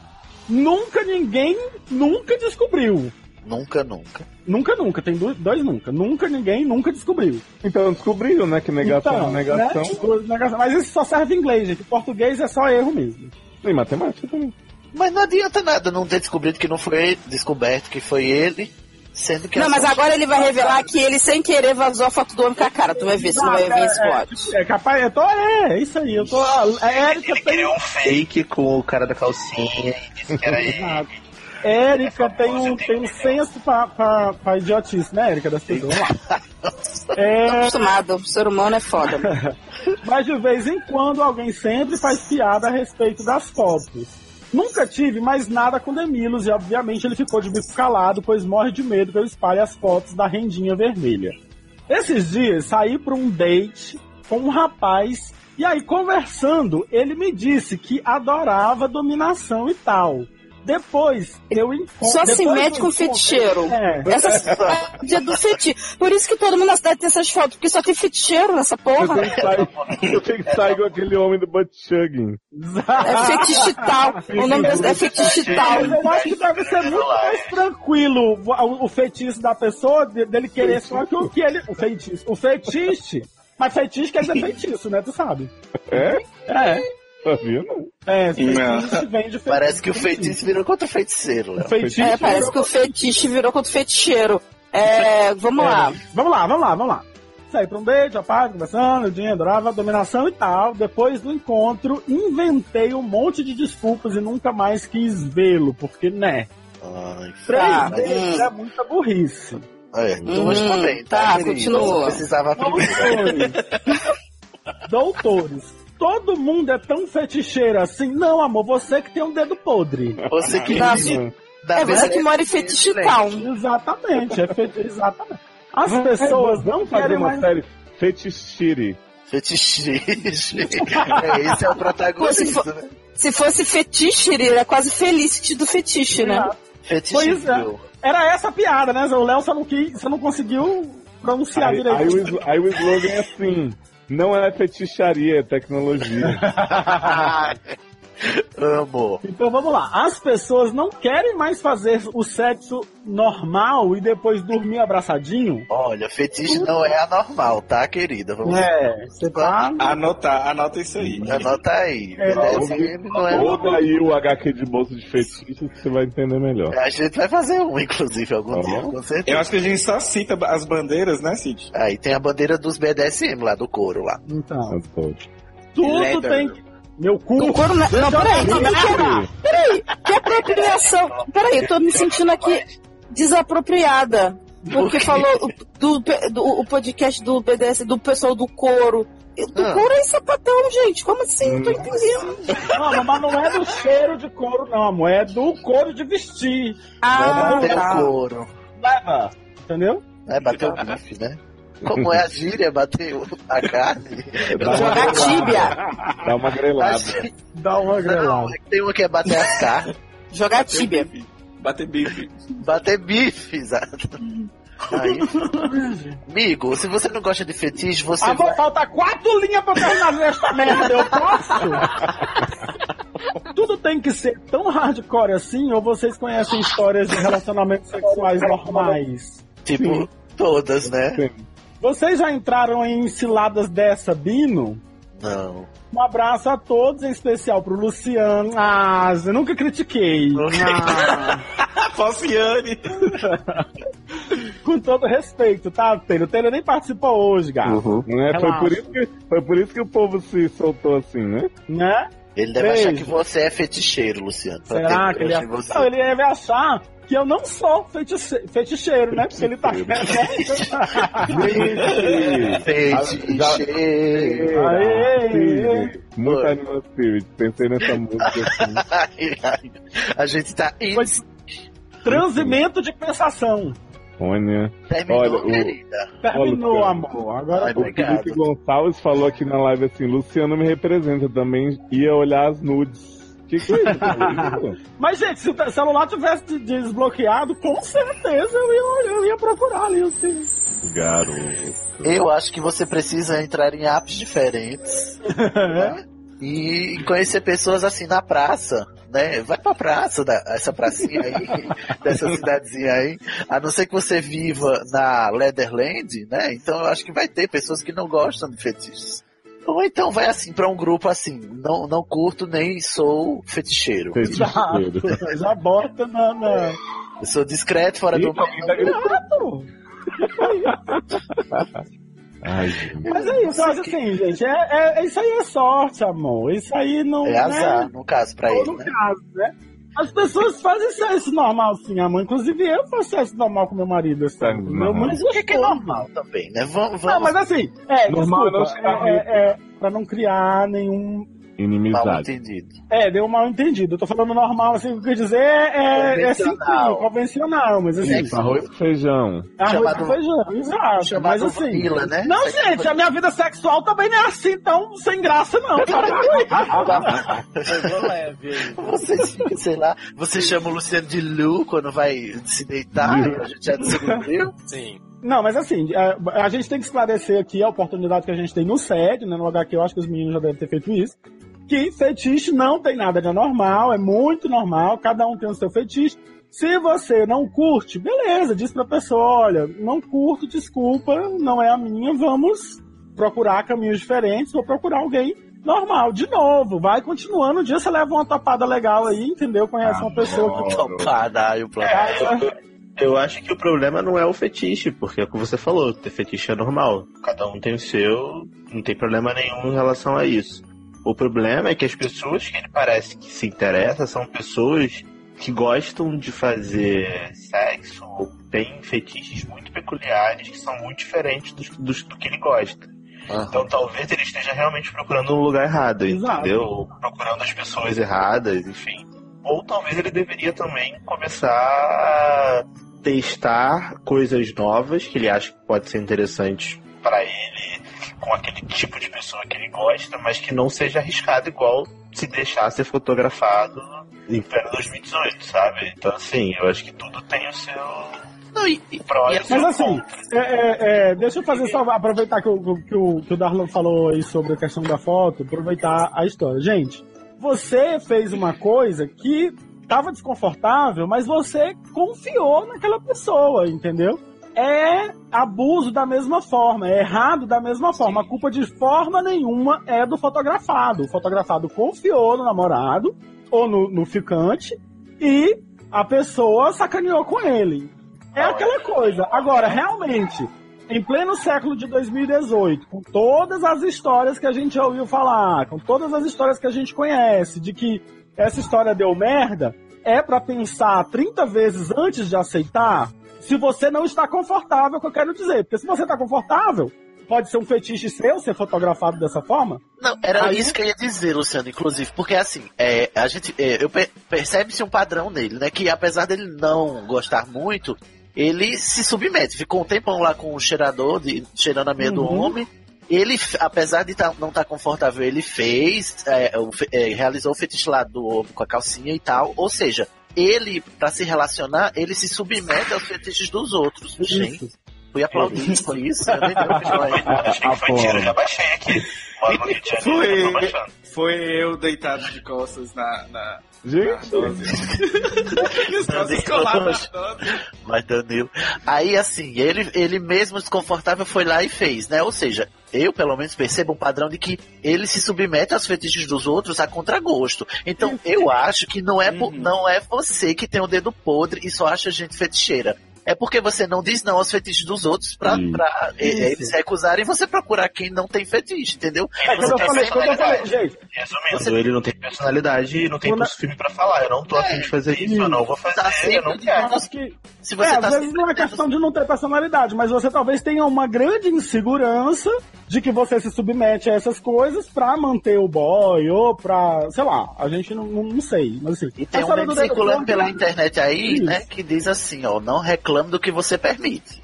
S5: Nunca ninguém nunca descobriu.
S7: Nunca, nunca.
S5: Nunca, nunca. Tem dois, dois nunca. Nunca ninguém nunca descobriu.
S2: Então descobriram, né? Que negação é negação.
S5: né? Tipo, negação. Mas isso só serve em inglês, gente. Português é só erro mesmo.
S2: E matemática também.
S7: Mas não adianta nada não ter descobrido que não foi descoberto que foi ele, sendo que é
S6: Não,
S7: as
S6: mas
S7: fotos-
S6: agora ele vai revelar que ele, sem querer, vazou a foto do homem com a cara. Tu vai ver, se não vai ver esse
S5: é,
S6: foto.
S5: é, capaz, eu tô, é, é isso aí, eu tô. A Érica tem. um
S2: (laughs)
S22: Fake com o cara da calcinha. e disse que era ele.
S5: Exato. Érica tem um, tem um senso pra, pra, pra idiotice, né, Érica? Das pessoas. Vamos lá. É...
S6: Tô acostumado, o ser humano é foda.
S5: (laughs) Mas de vez em quando alguém sempre faz piada a respeito das fotos. Nunca tive mais nada com Demilos e obviamente ele ficou de bico calado, pois morre de medo que eu espalhe as fotos da rendinha vermelha. Esses dias saí para um date com um rapaz e aí conversando ele me disse que adorava dominação e tal. Depois eu encontro.
S6: Só se mete com feticheiro. Essas é do fetiche. Por isso que todo mundo na cidade tem essas fotos, porque só tem feticheiro nessa
S2: Eu
S6: porra.
S2: tenho que sair, eu tenho que sair com aquele homem do butt chugging.
S6: É fetichital. O nome desse é fetichital.
S5: Eu acho que deve ser muito mais tranquilo o, o feitiço da pessoa, de- dele querer só que o que ele. O feitiço. O feitiço. Mas feitiço quer dizer feitiço, né? Tu sabe?
S2: É?
S5: É.
S2: Sabia não?
S5: É,
S7: Não.
S5: feitiço vem de feitiço.
S7: Parece que o feitiço virou contra o feiticeiro, Léo.
S5: Feitiço.
S6: É, parece que o fetiche virou contra o feticheiro. É, vamos lá.
S5: Vamos lá, vamos lá, vamos lá. Saí pra um beijo, rapaz, conversando, o dinheiro adorava a dominação e tal. Depois do encontro, inventei um monte de desculpas e nunca mais quis vê-lo, porque, né?
S7: Ai,
S5: Pra
S7: tá,
S5: mim,
S7: mas-
S5: é muita burrice.
S7: É,
S6: Hum,
S7: então respondendo,
S5: tá,
S7: tá, querido?
S5: continua.
S7: Só precisava primeiro.
S5: Doutores, todo mundo é tão feticheiro assim. Não, amor, você que tem um dedo podre.
S7: Você que
S5: Tá.
S7: vive
S9: da É você vida que mora em fetiche excelente. town.
S5: Exatamente, é feti- exatamente. As pessoas não
S2: é fazer
S5: querem
S2: uma
S5: mais...
S2: série fetichire.
S7: Fetichire. É, esse é o protagonista, né?
S9: Pô, se, fo- se fosse fetiche, ele era quase feliz do fetiche, né?
S5: Pois é. Era essa a piada, né? Zé? O Léo só não, quis, só não conseguiu pronunciar
S2: Aí, aí, o,
S5: direito.
S2: slo- aí o slogan é assim: não é feticharia, é tecnologia.
S7: Amo.
S5: Então vamos lá. As pessoas não querem mais fazer o sexo normal e depois dormir abraçadinho.
S7: Olha, fetiche não é anormal, tá, querida? Vamos
S5: É, você tá.
S10: Anota, anota isso aí.
S7: Anota aí.
S10: É,
S7: BDSM não é
S2: Ou
S7: anormal.
S2: daí o HQ de bolso de fetiche que você vai entender melhor.
S7: A gente vai fazer um, inclusive, algum
S2: Tá
S7: dia,
S2: bom.
S7: com certeza.
S10: Eu acho que a gente só cita as bandeiras, né, Cid?
S7: Aí tem a bandeira dos BDSM lá, do couro lá.
S5: Então.
S9: Tudo
S5: tem que- Meu cu.
S9: Do couro na... Não, peraí,
S7: Não,
S9: peraí, peraí, que apropriação. Peraí, eu tô me sentindo aqui desapropriada. Porque falou o- do, do- o podcast do BDS, do pessoal do couro. Do couro é sapatão, gente. Como assim? Não tô entendendo.
S5: Não, mas não é do cheiro de couro, não, amor. É do couro de vestir.
S9: Ah,
S7: Bater
S5: tá.
S7: o couro.
S5: Leva. Entendeu?
S7: É, bater o bife, né? Como é a gíria, bater o- a carne.
S9: Jogar tíbia.
S2: Dá uma grelada.
S5: Dá uma
S7: grelada. tem uma que é bater as carnes.
S9: Jogar
S7: Bater tíbia.
S10: Bater (laughs) bife.
S7: Bater bife, exato. Aí. Amigo, se você não gosta de fetiche, você
S5: Ah, vou
S7: vai...
S5: faltar quatro linhas pra terminar esta merda, eu posso? Tudo tem que ser tão hardcore assim, ou vocês conhecem histórias de relacionamentos sexuais normais?
S7: Tipo, todas, né?
S5: Vocês já entraram em ciladas dessa, Bino?
S7: Não.
S5: Um abraço a todos, em especial pro Luciano. Ah, eu nunca critiquei. Ah. Com todo respeito, tá, Taylor? O Taylor nem participou hoje, gato.
S2: Não é? Foi,
S5: Relaxa.
S2: por isso que, foi por isso que o povo se soltou assim, né?
S5: Né?
S7: Ele deve achar
S5: Beijo.
S7: que você é feticheiro, Luciano. pra
S5: Será
S7: ter
S5: que ele é
S7: crush em
S5: acha?
S7: você.
S5: Não, ele deve achar que eu não sou fetiche- feticheiro, né? Porque ele tá (laughs)
S7: é
S2: Feticheiro.
S5: Aê!
S2: Sim, Muito Animal Spirit. Pensei nessa música assim.
S7: (laughs) A gente tá em
S5: Transimento de pensação.
S2: Sônia.
S7: Terminou,
S2: Olha, o-
S7: querida.
S5: Terminou,
S2: Luciano.
S5: amor. Agora
S7: Ai,
S2: O Felipe
S7: Obrigado.
S2: Gonçalves falou aqui na live assim: Luciano me representa também. Ia olhar as nudes. Que que é isso?
S5: Mas, gente, se o celular tivesse desbloqueado, com certeza eu ia, eu ia procurar ali. Assim.
S2: Garoto.
S7: Eu acho que você precisa entrar em apps diferentes né? e conhecer pessoas assim na praça, né? Vai pra praça, da- essa pracinha aí, (laughs) dessa cidadezinha aí. A não ser que você viva na Leatherland, né? Então eu acho que vai ter pessoas que não gostam de fetiches. Ou então vai assim pra um grupo assim, não, não curto nem sou feticheiro.
S5: Exato. Já bota na. na...
S7: Eu sou discreto, fora do
S5: Exato.
S2: Ai, gente.
S5: Mas é isso, eu acho assim, gente. É, é- isso aí é sorte, amor. Isso aí não.
S7: É azar,
S5: né?
S7: no caso, pra
S5: Ou
S7: ele,
S5: no
S7: né?
S5: caso, né? As pessoas fazem sexo normal, sim, amor. Inclusive eu faço sexo normal com meu marido, assim. Meu
S7: normal.
S5: marido
S7: Mas o que que é
S5: normal
S7: também, né? Vamos,
S5: Não,
S7: vamos-
S5: mas assim, é,
S2: Normal
S5: desculpa,
S2: não ficar
S5: é,
S2: rico.
S5: é, é, pra não criar nenhum.
S7: mal
S2: Inimizade.
S7: entendido.
S5: É, deu um mal entendido. Eu tô falando normal, assim, o que eu quis dizer é, é, é
S7: Convencional.
S5: simples, convencional, mas assim.
S2: Isso, Arroz com feijão.
S5: Arroz
S7: Chamado-
S5: com feijão, exato.
S7: chamado
S5: Mas assim.
S7: vanilla, né?
S5: Não,
S7: Sexo
S5: gente, a minha vida sexual também não é assim tão sem graça, não.
S7: (laughs)
S5: Para com
S7: Você, sei lá, você chama o Luciano de Lu quando vai se deitar, a gente já descobriu. Sim.
S5: Não, mas assim, a, a gente tem que esclarecer aqui a oportunidade que a gente tem no SED, né, no HQ, eu acho que os meninos já devem ter feito isso, que fetiche não tem nada de anormal, é muito normal, cada um tem o seu fetiche. Se você não curte, beleza, diz pra pessoa, olha, não curto, desculpa, não é a minha, vamos procurar caminhos diferentes, vou procurar alguém normal, de novo, vai continuando, um dia você leva uma topada legal aí, entendeu? Conhece uma pessoa que...
S7: Topada, Então, aí o plano.
S5: É,
S12: Eu acho que o problema não é o fetiche, porque é o que você falou, ter fetiche é normal. Cada um tem o seu, não tem problema nenhum em relação a isso. O problema é que as pessoas que ele parece que se interessam são pessoas que gostam de fazer sexo ou têm fetiches muito peculiares que são muito diferentes dos, dos- do que ele gosta. Então talvez ele esteja realmente procurando um lugar errado,
S11: Exato.
S12: entendeu? Procurando as pessoas erradas, enfim. Ou talvez ele deveria também começar a testar coisas novas que ele acha que pode ser interessante para ele, com aquele tipo de pessoa que ele gosta, mas que não seja arriscado igual se deixar ser fotografado em pleno 2018, sabe? Então assim, eu acho que tudo tem o seu prós e o
S5: Mas
S12: seu
S5: assim, é,
S12: contra.
S5: é, é, deixa eu fazer só aproveitar que, o- que o, que o Darlan falou aí sobre a questão da foto, aproveitar a história. Gente, você fez uma coisa que tava desconfortável, mas você confiou naquela pessoa, entendeu? É abuso da mesma forma, é errado da mesma forma. A culpa de forma nenhuma é do fotografado. O fotografado confiou no namorado ou no, no ficante e a pessoa sacaneou com ele. É aquela coisa. Agora, realmente, em pleno século de 2018, com todas as histórias que a gente já ouviu falar, com todas as histórias que a gente conhece, de que essa história deu merda, é pra pensar 30 vezes antes de aceitar, se você não está confortável, que eu quero dizer. Porque se você está confortável, pode ser um fetiche seu ser fotografado dessa forma?
S7: Não, era
S5: Aí-
S7: isso que eu ia dizer, Luciano, inclusive, porque assim, é, a gente, é, eu per- percebe-se um padrão nele, né, que apesar dele não gostar muito, ele se submete, ficou um tempão lá com o cheirador, de, cheirando a meia do
S23: Uhum.
S7: homem, ele, f- apesar de tá- não estar confortável, ele fez, é, o fe- é, realizou o fetiche lá do homem com a calcinha e tal, ou seja, ele, pra se relacionar, ele se submete aos fetiches dos outros, gente. Fui aplaudido por isso, eu nem dei um joinha.
S2: (laughs)
S12: Achei
S2: Tá
S12: que foi tiro, já baixei aqui. Mano, no Rio de
S10: É, tá
S12: Janeiro, já
S10: Foi,
S12: tô baixando.
S10: foi eu deitado de costas na. na...
S2: Gente,
S10: (laughs) Minhas costas coladas na dose.
S7: Mas Danilo. Aí assim, ele, ele mesmo desconfortável foi lá e fez, né? Ou seja, eu pelo menos percebo um padrão de que ele se submete aos fetiches dos outros a contragosto.
S5: Uhum.
S7: Então eu acho que não é, po- não é você que tem o dedo podre e só acha gente feticheira. É porque você não diz não aos fetiches dos outros pra, pra, eh,
S5: Isso.
S7: eles recusarem e você procurar quem não tem fetiche, entendeu?
S5: É, quando eu
S7: Você
S5: falei,
S7: tem
S5: quando eu falei,
S7: personalidade.
S5: gente,
S12: Resumindo, ele não tem personalidade e não tem pulso firme pra falar. Eu não tô afim de fazer isso, eu não vou fazer, eu não quero.
S5: acho que.
S7: Se
S12: você
S5: Tá né? é,
S12: tá
S5: às vezes não é questão de não ter personalidade, mas você talvez tenha uma grande insegurança de que você se submete a essas coisas pra manter o boy ou pra. sei lá, a gente não, não- não sei. Mas assim,
S7: Tem
S5: a
S7: um
S5: história
S7: meme
S5: do dedo
S7: circulando
S5: podre-
S7: pela internet aí, né, que diz assim, ó, não reclame do que você permite.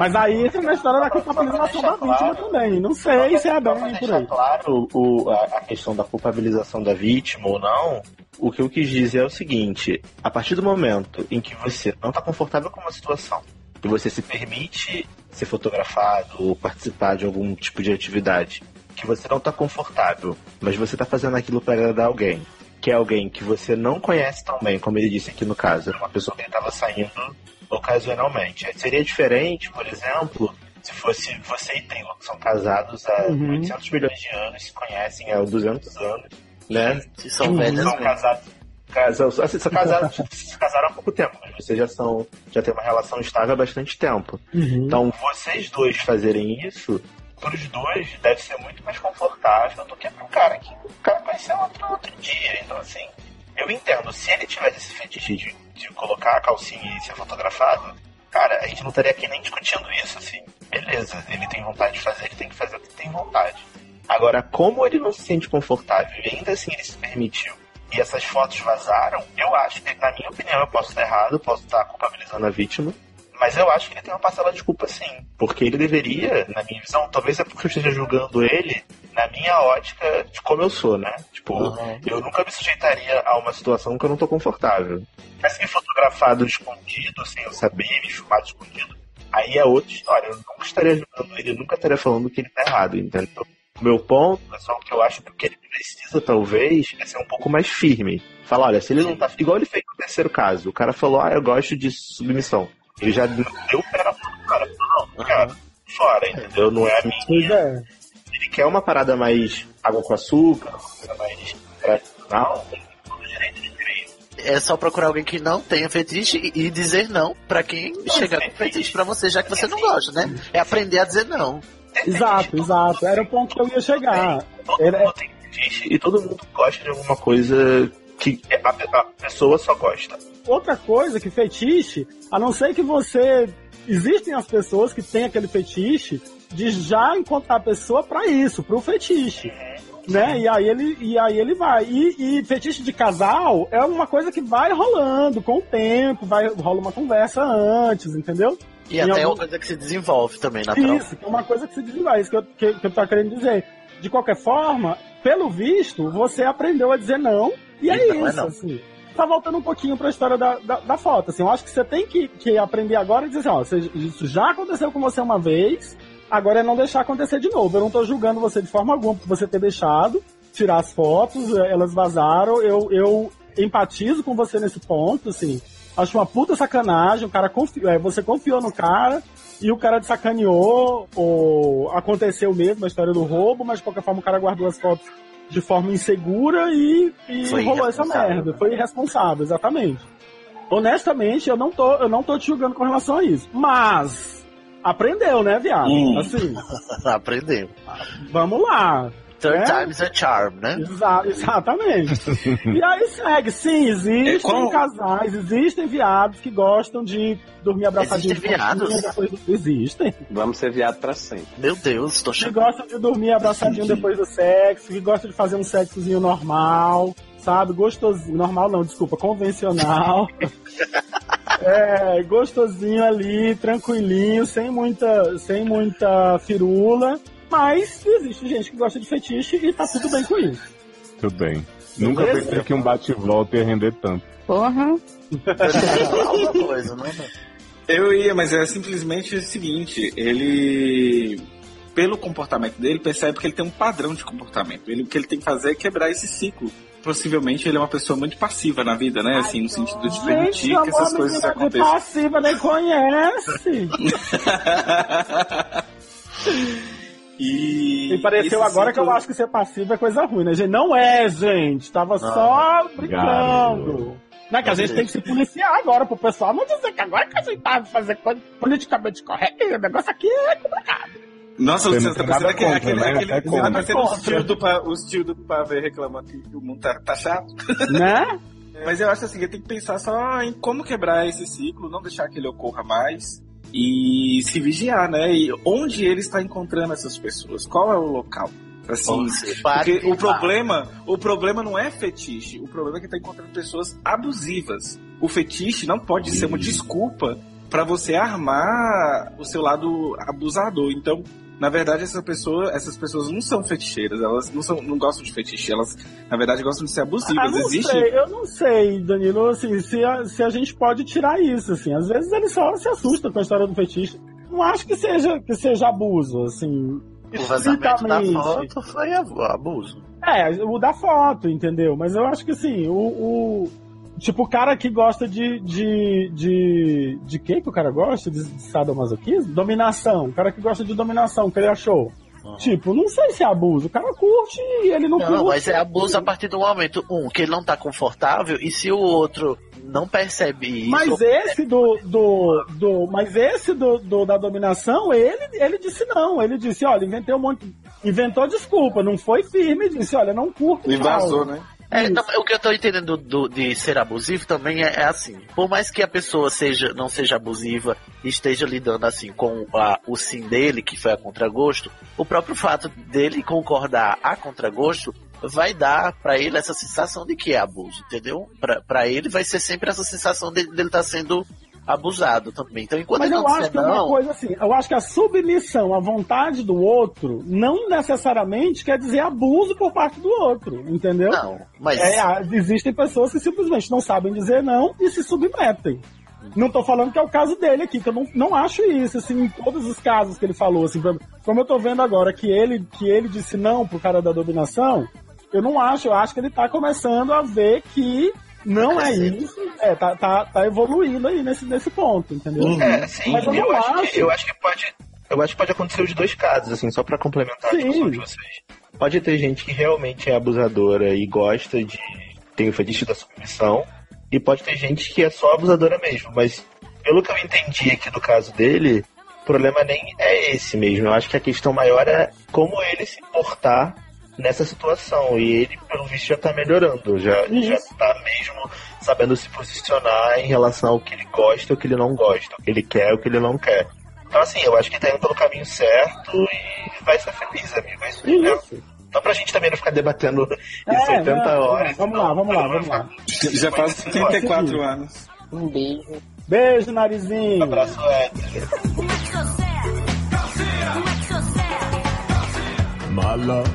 S5: Mas aí entra na história da culpabilização da vítima também. Não sei se é bem por aí.
S12: claro o- a, a questão da culpabilização da vítima ou não, o que eu quis dizer é o seguinte: a partir do momento em que você não está confortável com uma situação e você se permite ser fotografado ou participar de algum tipo de atividade que você não está confortável, mas você está fazendo aquilo para agradar alguém, que é alguém que você não conhece tão bem, como ele disse aqui no caso, era uma pessoa que ele estava saindo ocasionalmente. Seria diferente, por exemplo, se fosse você e Taylor, que são casados há
S10: Uhum.
S12: 800 milhões de anos, se conhecem há 200 anos, né?
S7: Se são
S12: Uhum.
S7: velhas
S12: São
S7: mesmo.
S12: casados. Casam, assim, são casados, se casaram há pouco tempo, mas vocês já são, já têm uma relação estável há bastante tempo. Então, vocês dois fazerem isso, pros dois, deve ser muito mais confortável do que pro cara que o cara conheceu outro, outro dia. Então, assim, eu entendo, se ele tivesse esse fetiche de, de colocar a calcinha e ser fotografado, cara, a gente não estaria aqui nem discutindo isso, assim. Beleza, ele tem vontade de fazer, ele tem que fazer o que tem vontade. Agora, como ele não se sente confortável e ainda assim ele se permitiu e essas fotos vazaram, eu acho que, na minha opinião, eu posso estar errado, posso estar culpabilizando a vítima, mas eu acho que ele tem uma parcela de culpa sim. Porque ele deveria, na minha visão, talvez é porque eu esteja julgando ele na minha ótica de como eu sou, né? Tipo, eu nunca me sujeitaria a uma situação que eu não tô confortável. Mas ser Assim, fotografado escondido, sem eu saber, me filmado escondido, aí é outra história. Eu nunca estaria julgando ele, eu nunca estaria falando que ele tá errado, entendeu? O meu ponto é só o que eu acho que o que ele precisa, talvez, é ser um pouco mais firme. Falar, olha, se ele não tá. Igual ele fez no terceiro caso, o cara falou, ah, eu gosto de submissão. Ele já deu o pé na mão do cara. Falou, Não, cara, fora, entendeu? Não é a minha.
S5: Pois é.
S12: Ele quer uma parada mais água com açúcar, uma coisa mais tradicional.
S7: É só procurar alguém que não tenha fetiche e e dizer não pra quem chegar com fetiche pra você, já que você não gosta, né? É aprender a dizer não.
S5: Exato, exato.
S12: É, né?
S5: Era o ponto que eu ia chegar. Era-
S12: e todo mundo gosta de alguma coisa que é, a, a pessoa só gosta.
S5: Outra coisa que fetiche, a não ser que você. Existem as pessoas que têm aquele fetiche de já encontrar a pessoa pra isso, pro fetiche. Né? E, aí ele, e aí ele vai. E, e fetiche de casal é uma coisa que vai rolando com o tempo, vai, rola uma conversa antes, entendeu?
S7: E
S5: Em
S7: até é
S5: algum-
S7: uma coisa que se desenvolve também, natural.
S5: Isso, que é uma coisa que se desenvolve, isso que eu, que, que eu tô querendo dizer. De qualquer forma, pelo visto, você aprendeu a dizer não, e é
S12: Então,
S5: isso,
S12: é não.
S5: assim. Tá voltando um pouquinho pra história da, da, da foto, assim, eu acho que você tem que, que aprender agora e dizer assim, ó, você- isso já aconteceu com você uma vez, agora é não deixar acontecer de novo. Eu não tô julgando você de forma alguma por você ter deixado tirar as fotos, eh, elas vazaram, eu, eu empatizo com você nesse ponto, assim. Acho uma puta sacanagem, o cara confi eh, você confiou no cara e o cara te sacaneou, ou aconteceu mesmo a história do roubo, mas de qualquer forma o cara guardou as fotos de forma insegura e, e
S12: Foi
S5: rolou essa
S12: irresponsável, né?
S5: merda. Foi irresponsável, exatamente. Honestamente, eu não tô, eu não tô te julgando com relação a isso. Mas aprendeu, né, viado?
S7: Hum.
S5: Assim,
S7: (laughs) Aprendeu.
S5: vamos lá.
S7: Third
S5: né?
S7: time's a charm, né?
S5: Exa- exatamente. e aí segue, sim,
S4: É,
S5: existem casais, existem viados que gostam de dormir abraçadinho.
S4: Existem viados?
S5: com a cozinha depois do- Existem.
S4: Vamos ser viado pra sempre.
S7: Meu Deus, tô
S5: Que gostam de dormir abraçadinho depois do sexo, que gostam de fazer um sexozinho normal, sabe? Gostosinho. Normal não,
S4: (laughs)
S5: desculpa, convencional. é, gostosinho ali, tranquilinho, sem muita, sem muita firula. Mas existe gente que gosta de fetiche e tá tudo bem com isso.
S2: Tudo bem. Nunca
S5: Beleza?
S2: pensei que um bate-volta ia render tanto.
S18: Porra.
S7: Alguma coisa, não?
S10: Eu ia, mas é simplesmente o seguinte, ele pelo comportamento dele, percebe que ele tem um padrão de comportamento. Ele, o que ele tem que fazer é quebrar esse ciclo. Possivelmente ele é uma pessoa muito passiva na vida, né? Assim, no sentido de
S5: Gente,
S10: permitir
S5: chamou
S10: que essas
S5: a
S10: coisas
S5: menina de
S10: aconteçam.
S5: passiva, nem
S7: (laughs)
S5: conhece.
S10: E,
S5: E pareceu
S10: esse
S5: agora que eu
S10: ciclo-
S5: acho que ser passivo é coisa ruim, né, gente? Não é, gente. Tava
S7: Ah,
S5: só brincando. Não é que a gente tem que se policiar agora pro pessoal não dizer que agora que a gente tá fazendo coisa politicamente correta, o negócio aqui é complicado.
S10: Nossa,
S12: Tem
S10: Luciano, tá
S12: nada
S10: parecendo aquele,
S12: contra,
S10: aquele,
S12: né?
S10: aquele,
S12: É
S10: tá
S12: contra.
S10: parecendo os tios do, pa- os tios do pavê reclamando que o mundo tá, tá chato.
S5: Né?
S10: Mas eu acho assim, tem que pensar só em como quebrar esse ciclo, não deixar que ele ocorra mais e se vigiar, né? E onde ele está encontrando essas pessoas? Qual é o local? Assim, porque o problema, o problema não é fetiche, o problema é que está encontrando pessoas abusivas. O fetiche não pode ser uma desculpa para você armar o seu lado abusador. Então, na verdade, essa pessoa, essas pessoas não são feticheiras, elas não são, não gostam de fetiche, elas na verdade gostam de ser abusivas.
S5: Ah, não
S10: Existe
S5: sei, eu não sei, Danilo, assim, se a, se a gente pode tirar isso, assim. Às vezes ele só se assusta com a história do fetiche. Não acho que seja, que seja abuso, assim.
S7: O vazamento tá da
S5: explicitamente.
S7: foto foi ab- abuso.
S5: É, o da foto, entendeu? Mas eu acho que assim, o. o- tipo, o cara que gosta de. De. De, de quem que o cara gosta? De, de sadomasoquismo? Dominação. O cara que gosta de dominação, que ele achou. Tipo, não sei se é abuso. O cara curte e ele não,
S7: Não,
S5: curte.
S7: mas é abuso a partir do momento, um, que ele não tá confortável, e se o outro não percebe isso.
S5: Mas
S7: ou-
S5: esse do, do, do mas esse do, do- da dominação, ele, ele disse não, ele disse, olha, inventei um monte, inventou desculpa, não foi firme, disse, olha, não curto.
S7: E vazou,
S5: tal.
S10: né?
S7: É, tam- o que eu tô entendendo do- de ser abusivo também é, é assim. Por mais que a pessoa seja, não seja abusiva e esteja lidando assim com a- o sim dele, que foi a contragosto, o próprio fato dele concordar a contragosto vai dar pra ele essa sensação de que é abuso, entendeu? Pra, pra ele vai ser sempre essa sensação de- dele estar sendo abusado também. Então enquanto
S5: Mas
S7: ele
S5: eu
S7: não
S5: acho
S7: disser
S5: que é uma
S7: não,
S5: coisa assim, eu acho que a submissão à vontade do outro não necessariamente quer dizer abuso por parte do outro, entendeu?
S7: Não, mas-
S5: É, a- existem pessoas que simplesmente não sabem dizer não e se submetem. Não tô falando que é o caso dele aqui, que eu não, não acho isso, assim, em todos os casos que ele falou, assim, pra- como eu tô vendo agora que ele, que ele disse não pro cara da dominação, eu não acho, eu acho que ele tá começando a ver que não é isso, é, tá, tá, tá evoluindo aí nesse, nesse ponto, entendeu?
S12: É, sim,
S5: Mas eu não
S12: acho,
S5: acho.
S12: Que, eu acho que pode. Eu acho que pode acontecer os dois casos, assim, só pra complementar a discussão de vocês. Pode ter gente que realmente é abusadora e gosta de. tem o fetiche da submissão. E pode ter gente que é só abusadora mesmo. Mas pelo que eu entendi aqui do caso dele, o problema nem é esse mesmo. Eu acho que a questão maior é como ele se portar nessa situação. E ele, pelo visto, já tá melhorando. Já, já
S5: Uhum.
S12: tá mesmo sabendo se posicionar em relação ao que ele gosta, o que ele não gosta, o que ele quer, o que ele não quer. Então, assim, eu acho que tá indo pelo caminho certo e vai ser feliz, amigo. É isso aí mesmo. Então, pra gente também não ficar debatendo isso
S5: Uhum. É,
S12: 80
S5: não,
S12: horas.
S5: Vamos lá, vamos lá, vamos lá.
S10: (laughs) Já
S5: (laughs)
S10: faz 34 anos.
S5: Um beijo. Beijo, narizinho. Abraço,
S24: My love.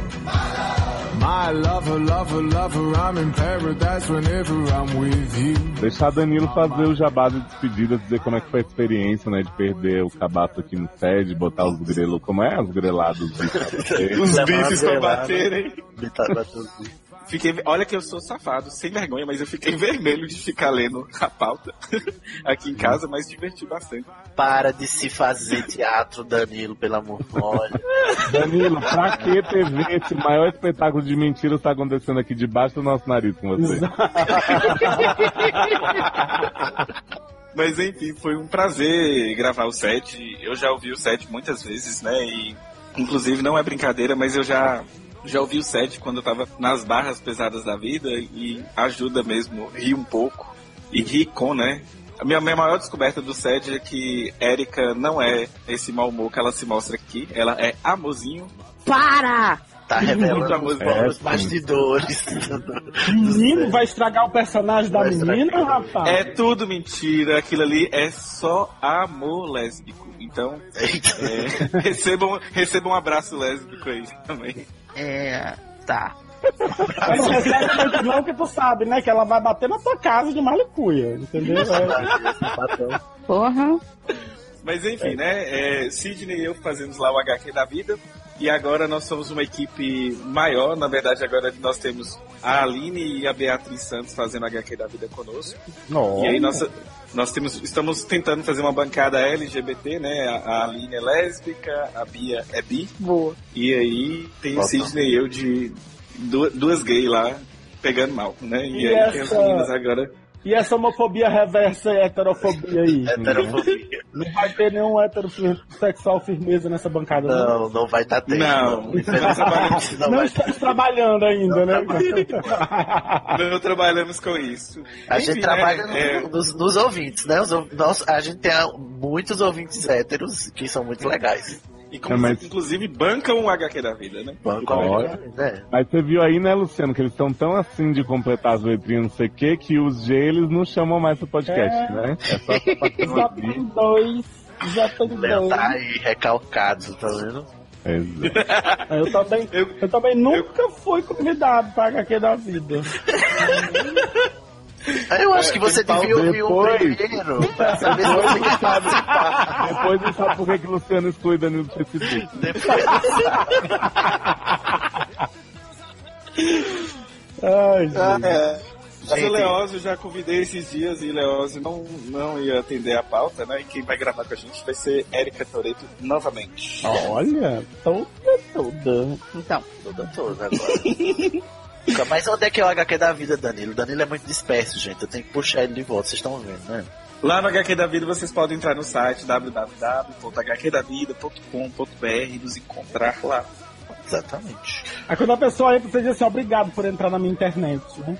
S24: My lover, lover, lover, I'm in paradise whenever I'm with you.
S2: Deixar Danilo fazer o jabá de despedida, dizer como é que foi a experiência, né? De perder o cabaço aqui no sede, botar os grelos, como é? Os grelados. de-
S10: Os
S5: Tá
S10: bifes pra
S2: Levar-
S5: né?
S10: baterem.
S7: Tá,
S10: Fiquei, olha que eu sou safado, sem vergonha, mas eu fiquei (laughs) vermelho de ficar lendo a pauta (laughs) aqui
S5: Uhum.
S10: em casa, mas diverti bastante.
S7: Para de se fazer teatro, Danilo, pelo amor de Olha.
S2: Danilo, pra que TV? Esse maior espetáculo de mentira está acontecendo aqui debaixo do nosso nariz com você.
S10: Mas enfim, foi um prazer gravar o set. Eu já ouvi o set muitas vezes, né? E inclusive não é brincadeira, mas eu já já ouvi o set quando eu tava nas barras pesadas da vida e ajuda mesmo, ri um pouco e ri com, né? A minha, minha maior descoberta do set é que Érica não é esse mau humor que ela se mostra aqui, ela é amorzinho.
S6: Para!
S7: Tá
S10: Muito
S7: revelando
S2: É,
S10: amorzinho.
S7: os bastidores.
S5: Menino, vai estragar o personagem da menina, rapaz?
S10: É tudo mentira, aquilo ali é só amor lésbico. Então, é, (laughs) recebam, recebam um abraço lésbico aí também.
S7: É, tá.
S5: Ela não recebe um muito não, que tu sabe, né? Que ela vai bater na tua casa de malicuia, entendeu? É.
S6: Porra.
S10: Mas enfim, né? É, Sidney e eu fazemos lá o HQ da vida. E agora nós somos uma equipe maior. Na verdade, agora nós temos a Aline e a Beatriz Santos fazendo HQ da vida conosco. E aí nós, nós temos, estamos tentando fazer uma bancada LGBT, né? A, a Aline é lésbica, a Bia é bi.
S6: Boa.
S10: E aí tem o
S12: Nossa.
S10: Sidney e eu de du- duas gays lá pegando mal, né? E,
S5: E
S10: aí tem as
S5: essa-
S10: meninas agora.
S5: E essa homofobia reversa e heterofobia aí?
S7: né,
S5: Não vai ter nenhum heterossexual firmeza nessa bancada,
S7: Não, não vai estar tá tendo.
S10: Não.
S7: Infelizmente, não
S5: Não
S7: vai
S5: estamos trabalhando ainda, né?
S10: Não trabalhamos com isso.
S7: A
S10: Enfim,
S7: gente trabalha
S10: né,
S7: no-
S10: é,
S7: nos, nos ouvintes, né? Os ou- nós, a gente tem ah, muitos ouvintes héteros que são muito legais.
S10: E como, Inclusive, bancam o HQ da vida, né?
S7: Bancam
S2: o
S7: HQ da vida,
S2: Mas você viu aí, né, Luciano, que eles estão tão assim de completar as letrinhas, não sei o quê, que os G eles não chamam mais pro podcast,
S5: É.
S2: né? É só essa parte
S5: Já
S2: do
S5: tem dois. Já tem
S7: Léo
S5: dois.
S7: tá aí recalcado, tá vendo?
S5: Eu também, eu, também nunca fui convidado pra HQ da vida.
S7: Eu acho
S10: É,
S7: que você
S10: então
S5: tem
S7: devia ouvir o
S5: depois.
S7: primeiro. pra saber se você
S10: (laughs)
S7: quer participar.
S2: Depois não sabe por que que o Luciano exclui Danilo do Facebook.
S5: Ai, gente.
S10: Ah, é. Mas
S5: Gente.
S10: o Leózio eu já convidei esses dias e Leózio não, não ia atender a pauta, né? E quem vai gravar com a gente vai ser Érica Toreto novamente.
S5: Olha, toda, toda.
S6: Então.
S7: Toda, toda agora. Mas onde é que é o HQ da vida, Danilo? Danilo é muito disperso, gente. Eu tenho que puxar ele de volta, vocês estão vendo, né?
S10: Lá no HQ da Vida vocês podem entrar no site www.hqdavida.com.br e nos encontrar lá.
S7: Exatamente.
S5: Aí quando a pessoa entra, você diz assim, obrigado por entrar na minha internet, né?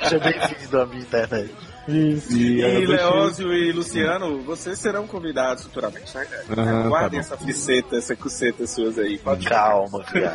S7: Seja bem-vindo à minha internet.
S5: Isso.
S10: E,
S2: aí eu deixei-
S10: Leózio e Luciano, vocês serão convidados futuramente, né?
S2: Aham,
S10: Guardem
S2: tá
S10: essa friceta, essa cuceta suas aí. Pode
S7: Calma, cara.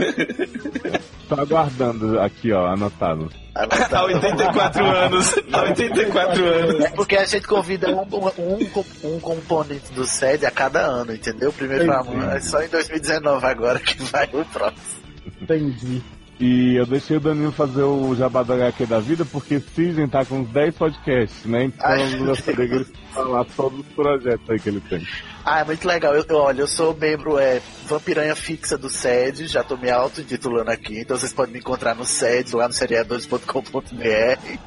S2: Tô aguardando aqui, ó, anotado. Tá
S10: Há 84 anos. Há 84 anos.
S7: É porque a gente convida um, um, um co- um componente do SED a cada ano, entendeu? Primeiro pra
S2: Entendi.
S7: é só em 2019 agora que vai o próximo.
S5: Entendi.
S2: E eu deixei o Danilo fazer o jabá do HQ da vida, porque Sidney tá com uns 10 podcasts, né? Então
S7: Ai,
S2: eu gostaria que ele falasse todos os projetos aí que ele tem.
S7: Ah, é muito legal. Eu, eu- olha, eu sou membro é, vampiranha fixa do SED, já tô me autotitulando aqui, então vocês podem me encontrar no SED, lá no seriadores.com.br.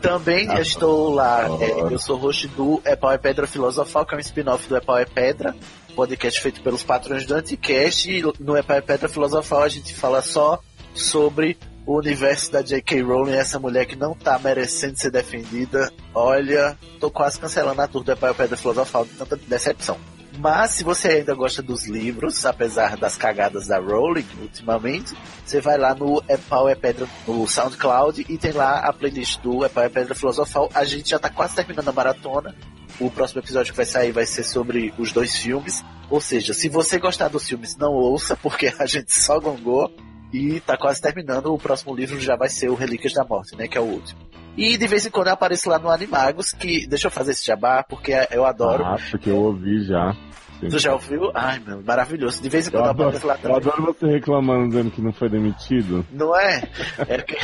S7: Também eu estou lá, é, eu sou host do Epau é Pedra Filosofal, que é um spin-off do Epau é Pedra, podcast feito pelos patrões do Anticast, e no Epau é Pedra Filosofal a gente fala só sobre o universo da J.K. Rowling, essa mulher que não tá merecendo ser é defendida. Olha, tô quase cancelando a tour do Epau é Pedra Filosofal de tanta decepção. Mas se você ainda gosta dos livros, apesar das cagadas da Rowling ultimamente, você vai lá no É Pau é Pedra no SoundCloud e tem lá a playlist do É Pau é Pedra Filosofal. A gente já tá quase terminando a maratona. O próximo episódio que vai sair vai ser sobre os dois filmes. Ou seja, se você gostar dos filmes, não ouça, porque a gente só gongou. E tá quase terminando. O próximo livro já vai ser o Relíquias da Morte, né? Que é o último. E de vez em quando eu apareço lá no Animagos, que deixa eu fazer esse jabá, porque eu adoro.
S2: Ah, porque eu ouvi já.
S7: Tu já ouviu? Ai, meu, maravilhoso. De vez em quando
S2: eu
S7: eu
S2: adoro,
S7: apareço lá
S2: eu
S7: também.
S2: adoro você reclamando dizendo que não foi demitido.
S7: Não é? É que-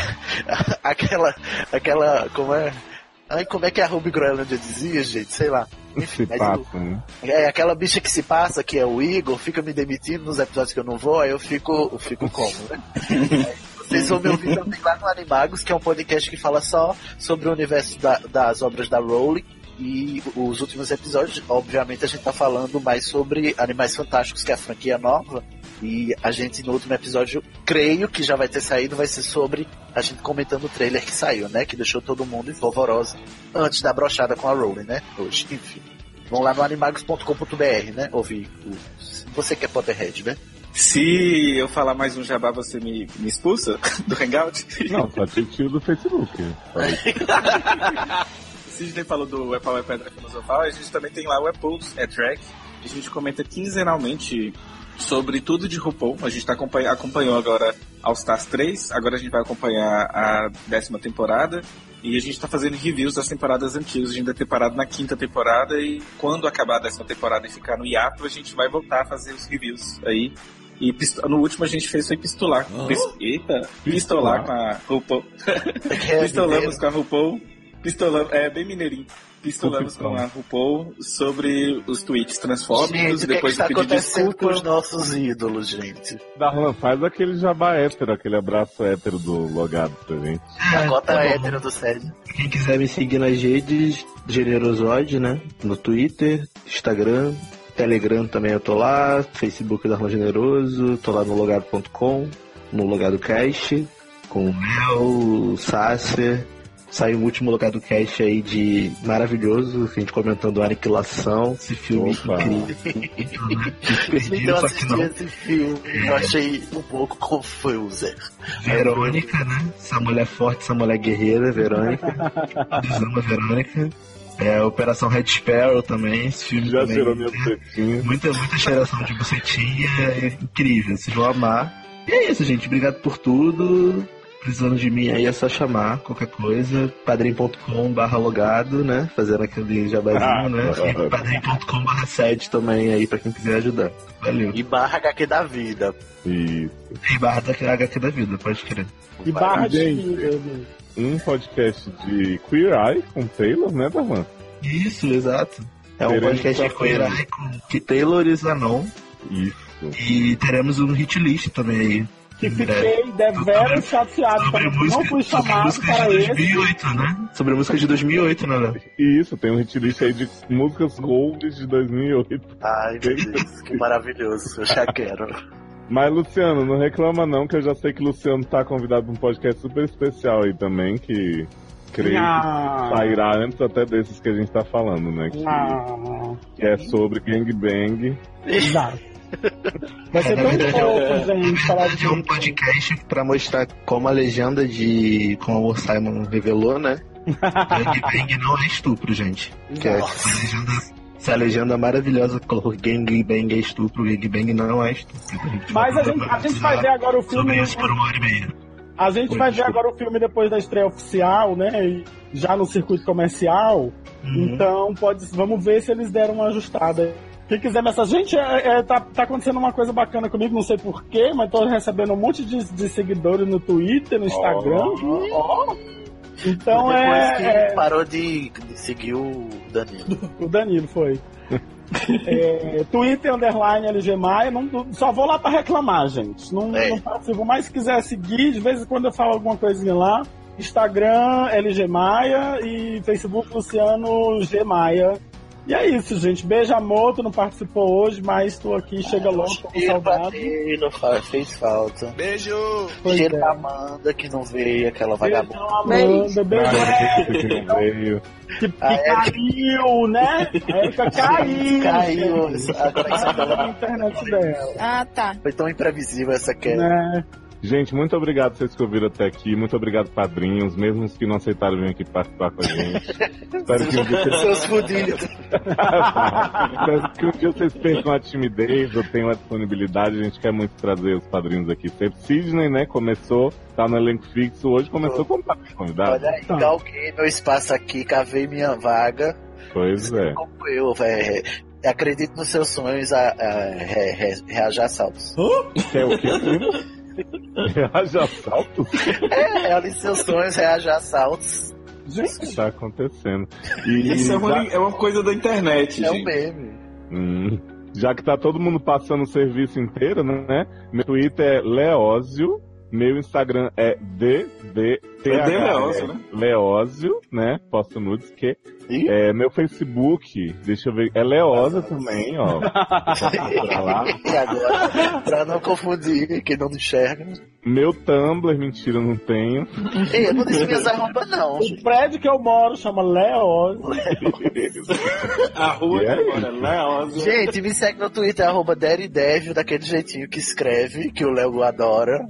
S7: (laughs) aquela. Aquela. Como é? Ai, como é que a Ruby Groenland dizia, gente? Sei lá.
S2: Se
S7: mas
S2: passa, né?
S7: É aquela bicha que se passa, que é o Igor, fica me demitindo nos episódios que eu não vou, aí eu fico, eu fico como, né? Vocês vão me ouvir também lá no Animagos, que é um podcast que fala só sobre o universo da- das obras da Rowling. E os últimos episódios, obviamente, a gente tá falando mais sobre Animais Fantásticos, que é a franquia nova. E a gente, no último episódio, creio que já vai ter saído, vai ser sobre a gente comentando o trailer que saiu, né? Que deixou todo mundo polvorosa antes da brochada com a Rowling, né? Hoje, enfim. Vão lá no animagos.com.br, né? Ouvir o... Você que é Potterhead,
S10: (laughs)
S7: né?
S10: Se eu falar mais um jabá, você me, me expulsa do Hangout?
S2: Não, só te tiro do Facebook. Só isso.
S10: Sidney falou do Apple é Pedra Filosofal, a gente também tem lá o Apples, é Track. A gente comenta quinzenalmente sobre tudo de RuPaul. A gente tá acompanha- acompanhou agora All Stars 3, agora a gente vai acompanhar a décima temporada. E a gente tá fazendo reviews das temporadas antigas. A gente ainda ter parado na quinta temporada e quando acabar a décima temporada e ficar no hiato, a gente vai voltar a fazer os reviews aí. E pisto- no último a gente fez foi pistolar.
S12: Ah?
S10: Pis- Eita, pistolar com a RuPaul.
S7: É,
S10: Pistolamos com a RuPaul. Pistolamos, é bem mineirinho. Pistolamos com a RuPaul sobre os tweets transfóbicos
S7: Gente,
S10: e
S7: o que, é que
S10: depois
S7: está
S10: pedir
S7: acontecendo com
S10: desculpa.
S7: os nossos ídolos, gente?
S2: Darlan, faz aquele jabá hétero, aquele abraço hétero do logado pra gente.
S12: É,
S7: A cota
S12: tá
S7: hétero do Sérgio.
S12: Quem quiser me seguir nas redes, Generosoide, né? No Twitter, Instagram, Telegram também eu tô lá, Facebook da Arlan Generoso, tô lá no logado.com, no Logado Cast, com o Léo, o Sasser. Saiu o último Logado Cast aí de maravilhoso, a gente comentando Aniquilação, esse filme incrível.
S7: Então,
S12: só que
S7: assisti
S12: não.
S7: esse filme, eu achei um pouco confusa.
S12: Verônica, né? Essa mulher forte, essa mulher guerreira, Verônica. Nós amamos Verônica. É, Operação Red Sparrow também, esse filme
S2: Já
S12: também. né?
S2: cheirou minha bucetinha.
S12: Muita, muita cheiração de bucetinha, é incrível, vocês vão amar. E é isso, gente, obrigado por tudo. Precisando de mim aí é só chamar qualquer coisa. padrim.com barra logado, né? Fazendo aquele jabazinho,
S7: Ah,
S12: né?
S7: ah,
S12: E padrim.com barra sede também aí pra quem quiser ajudar. Valeu.
S7: E barra HQ da vida.
S2: Isso.
S12: E barra da HQ da vida, pode crer.
S2: E barra de Gente. Um podcast de Queer Eye com Taylor, né, Darlan?
S12: Isso, exato. É um
S2: Teremos
S12: podcast
S10: então,
S12: de
S2: só
S12: Queer
S2: filme.
S12: Eye com que Taylor e Zanon.
S2: Isso.
S12: E teremos um hit list também aí.
S5: Que fiquei deveras chateado para não fui chamado para esse.
S12: 2008, né? Sobre música de 2008, né, Léo?
S2: Isso, tem um hit list aí de músicas gold de 2008.
S7: Ai, meu Deus, que maravilhoso. Eu já quero.
S2: Mas, Luciano, não reclama não, que eu já sei que o Luciano tá convidado pra um podcast super especial aí também, que creio
S5: Ah.
S2: que
S12: tá
S2: sairá antes até desses que a gente tá falando, né? Que,
S5: Ah. Não.
S2: que é sobre gangbang.
S5: Exato. Vai ser
S12: Na
S5: tão
S12: verdade,
S5: pouco,
S12: é-
S5: gente, falar de
S12: um podcast pra mostrar como a legenda de. Como o Amor Simon revelou, né? Gangbang não é estupro, gente. Que é
S7: Nossa.
S12: essa legenda, essa é legenda maravilhosa que colocou gangbang é estupro, gangbang não é estupro.
S5: Mas a gente, a gente vai ver agora o filme.
S12: Sobre isso por uma hora e meia.
S5: A gente vai ver agora o filme depois da estreia oficial, né? E já no circuito comercial. Então, pode, vamos ver se eles deram uma ajustada. Quem quiser nessa. Gente, é, é, tá, tá acontecendo uma coisa bacana comigo, não sei porquê, mas tô recebendo um monte de, de seguidores no Twitter, no Instagram. Ó. Então
S7: Depois que
S5: é, é.
S7: parou de, de seguir o
S5: (laughs)
S7: Danilo.
S5: O Danilo foi. É, Twitter underline LG Maia, não- não- só vou lá pra reclamar, gente. Não,
S7: É.
S5: não participo, mas se quiser seguir, de vez em quando eu falo alguma coisinha lá. Instagram LG Maia e Facebook Luciano G Maia. E é isso, gente. Beijo, amor. Tu não participou hoje, mas tô aqui. Chega logo, tô com
S7: Cheiro pra
S5: saudade.
S7: ti, não faz, fez falta.
S10: Beijo!
S5: Pois
S7: Cheiro
S5: é.
S7: da Amanda que não veio, aquela vagabunda.
S5: Amanda, beijo,
S2: que não veio.
S5: Que caiu, né? A Erika caiu.
S7: Caiu.
S5: gente.
S7: Agora isso
S5: Caiu
S7: dela.
S5: a internet dela.
S9: Ah, tá.
S7: Foi tão imprevisível essa queda.
S5: Né?
S2: (laughs) Gente, muito obrigado vocês que ouviram até aqui. Muito obrigado, padrinhos, mesmo os que não aceitaram vir aqui participar com a gente. Espero que um dia vocês...
S7: Seus fudilhos.
S2: Espero que um dia vocês percam a timidez ou tenham a disponibilidade. A gente quer muito trazer os padrinhos aqui. Sempre Sidney, né? Começou, tá no elenco fixo. Hoje começou como padrinho convidado.
S7: Olha aí, então. galguei meu espaço aqui, cavei minha vaga.
S2: Pois é.
S7: Como eu, velho. Acredito nos seus sonhos, a, a- re- re- reajar saltos.
S2: Quer o quê? (laughs) Reaja salto?
S7: É, realize seus sonhos, reajar saltos.
S2: Gente, está tá acontecendo. E
S10: Isso é uma,
S2: já-
S10: é uma coisa da internet,
S7: É um
S10: gente.
S7: meme.
S2: Hum. Já que tá todo mundo passando o serviço inteiro, né? Meu Twitter é Leózio, meu Instagram é
S10: É D
S2: DDTH.
S10: Leózio, né?
S2: Leózio, né? Posto nudes que. É, meu Facebook, deixa eu ver. É Leózio também, ó.
S10: (laughs)
S2: Pra lá.
S7: E agora, pra não confundir, quem não enxerga.
S2: Meu Tumblr, mentira, não tenho.
S7: Ei, eu não disse minhas arrombas, não.
S5: O prédio que eu moro chama Leoz.
S10: A rua
S2: E aí?
S10: agora é Leosa.
S7: Gente, me segue no Twitter, arroba Deridevio, daquele jeitinho que escreve, que o Léo adora.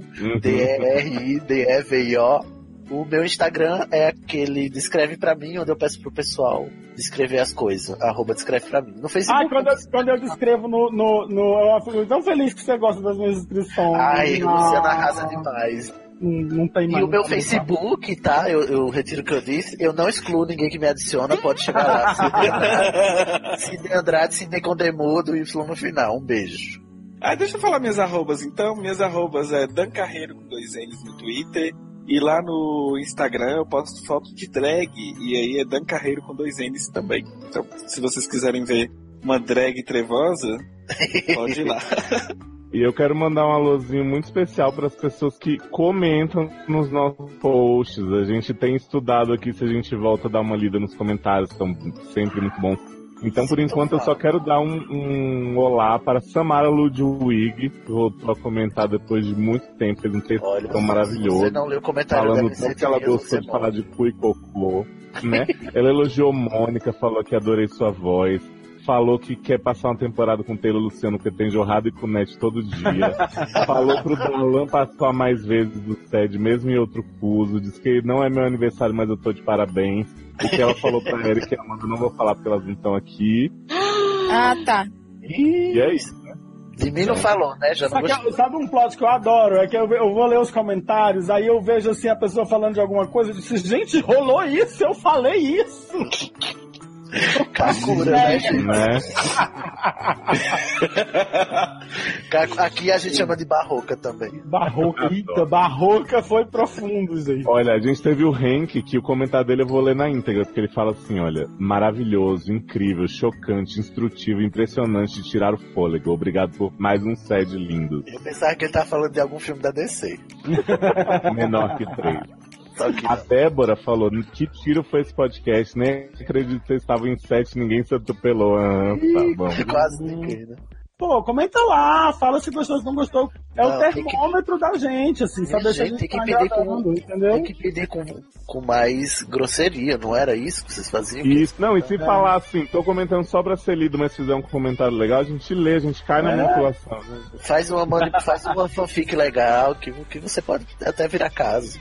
S7: D-E-R-I-D-E-V-I-O. O meu Instagram é aquele Descreve Pra Mim, onde eu peço pro pessoal descrever as coisas. Arroba Descreve Pra Mim. No
S5: Ai,
S7: Facebook.
S5: quando eu, quando eu descrevo no, no, no- Eu fico tão feliz que você gosta das minhas inscrições.
S7: Ai,
S5: Ah,
S7: Luciana arrasa demais.
S5: Não, não tem
S7: E
S5: mais
S7: o meu
S5: nada.
S7: Facebook, tá? Eu, eu retiro o que eu disse. Eu não excluo ninguém que me adiciona. Pode chegar lá. Sidney
S5: (laughs)
S7: Andrade, Sidney Andrade, Sidney Condemudo e Flu no final. Um beijo.
S10: Ah, deixa eu falar minhas arrobas então. Minhas arrobas é Dan Carreiro com dois N's no Twitter. E lá no Instagram eu posto foto de drag. E aí é Dan Carreiro com dois N's também. Então, se vocês quiserem ver uma drag trevosa, pode ir lá.
S2: E eu quero mandar um alôzinho muito especial para as pessoas que comentam nos nossos posts. A gente tem estudado aqui se a gente volta a dar uma lida nos comentários, estão sempre muito bons. Então, por enquanto, eu só quero dar um, um olá para Samara Ludwig, que voltou a comentar depois de muito tempo, fez um texto tão maravilhoso.
S7: Você não leu o comentário
S2: Falando
S7: da
S2: tanto que ela gostou de falar de cu e cocô, né? ela elogiou Mônica, falou que adorei sua voz. Falou que quer passar uma temporada com o Taylor Luciano, porque tem jorrada e cunete todo dia. falou pro Dalan participar mais vezes do SED, mesmo em outro fuso. Diz que não é meu aniversário, mas eu tô de parabéns. O que ela falou pra Eric e Amanda, eu não vou falar porque elas não estão aqui.
S9: Ah, tá.
S2: E é isso.
S7: De mim não falou, né? Já não
S5: Sabe,
S7: gostou.
S5: sabe um plot que eu adoro? É que eu, eu vou ler os comentários, aí eu vejo assim a pessoa falando de alguma coisa, eu disse, gente, rolou isso, eu falei isso.
S7: Kakura, né, gente?
S2: Né?
S7: Ca- Aqui a gente chama de barroca também.
S5: Barroca, eita, barroca foi profundo, gente.
S2: Olha, a gente teve o Henk, que o comentário dele eu vou ler na íntegra, porque ele fala assim, olha, maravilhoso, incrível, chocante, instrutivo, impressionante de tirar o fôlego. Obrigado por mais um sede lindo.
S7: Eu pensava que ele tava falando de algum filme da DC.
S2: Menor que três.
S7: Só que
S2: A Débora falou, que tiro foi esse podcast, né? Acredito que vocês estavam em sete, ninguém se atropelou. Ah, tá bom.
S7: quase ninguém, né?
S5: Pô, comenta lá, fala se gostou, se não gostou. É
S7: Não,
S5: o
S7: tem que-
S5: termômetro da gente, assim,
S7: Tem
S5: sabe? se a
S7: gente
S5: gente
S7: que
S5: tá
S7: pedir com-
S5: agradando, entendeu?
S7: Tem que pedir com, com mais grosseria, não era isso que vocês faziam?
S2: Isso, não, e se falar assim, tô comentando só pra ser lido, mas se fizer um comentário legal, a gente lê, a gente cai na
S7: É.
S2: manipulação.
S7: Faz uma, mani- faz uma fanfic legal que, que você pode até virar caso.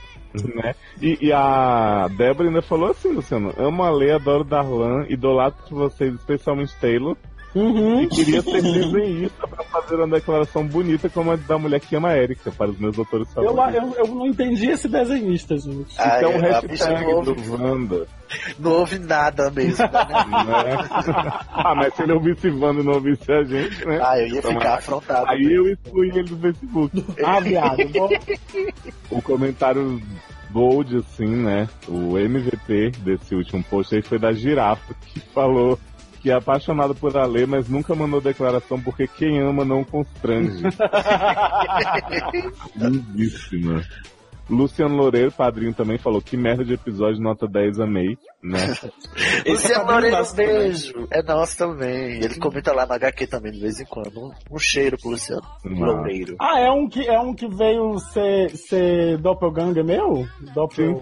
S2: né? E, e a Débora ainda falou assim, Luciano, amo a Lei, adoro Darlan, idolatro vocês, especialmente Taylor.
S5: Uhum.
S2: E queria ter sido isso pra fazer uma declaração bonita como a da mulher que ama a Erika, para os meus autores
S5: Eu,
S2: favoritos.
S5: eu, eu não entendi esse desenhista, gente.
S7: Ah,
S2: Então,
S7: eu-
S2: o
S7: a bicha
S2: hashtag
S7: não ouve.
S2: do Wanda.
S7: Não houve
S2: (laughs)
S7: nada mesmo. Né?
S2: Né? (laughs) ah, mas se ele ouvisse Wanda e não ouvisse a gente, né?
S7: Ah, eu ia
S2: Então,
S7: ficar afrontado.
S2: Aí eu excluí ele do Facebook.
S5: (laughs) Ah, viado. bom.
S2: o comentário bold, assim, né? O MVP desse último post aí foi da Girafa, que falou que é apaixonado por Alê, mas nunca mandou declaração porque
S5: (laughs)
S2: quem ama não constrange. Lindíssima. Luciano Loureiro, padrinho, também falou que merda de episódio, nota 10, amei,
S5: (laughs)
S2: né?
S10: tá
S7: Luciano Loureiro, um beijo. É nosso também. Ele comenta lá na HQ também, de vez em quando. Um, um cheiro pro Luciano
S2: Não.
S7: Loureiro.
S5: Ah, é um que, é um que veio ser, ser doppelganger meu? Doppel...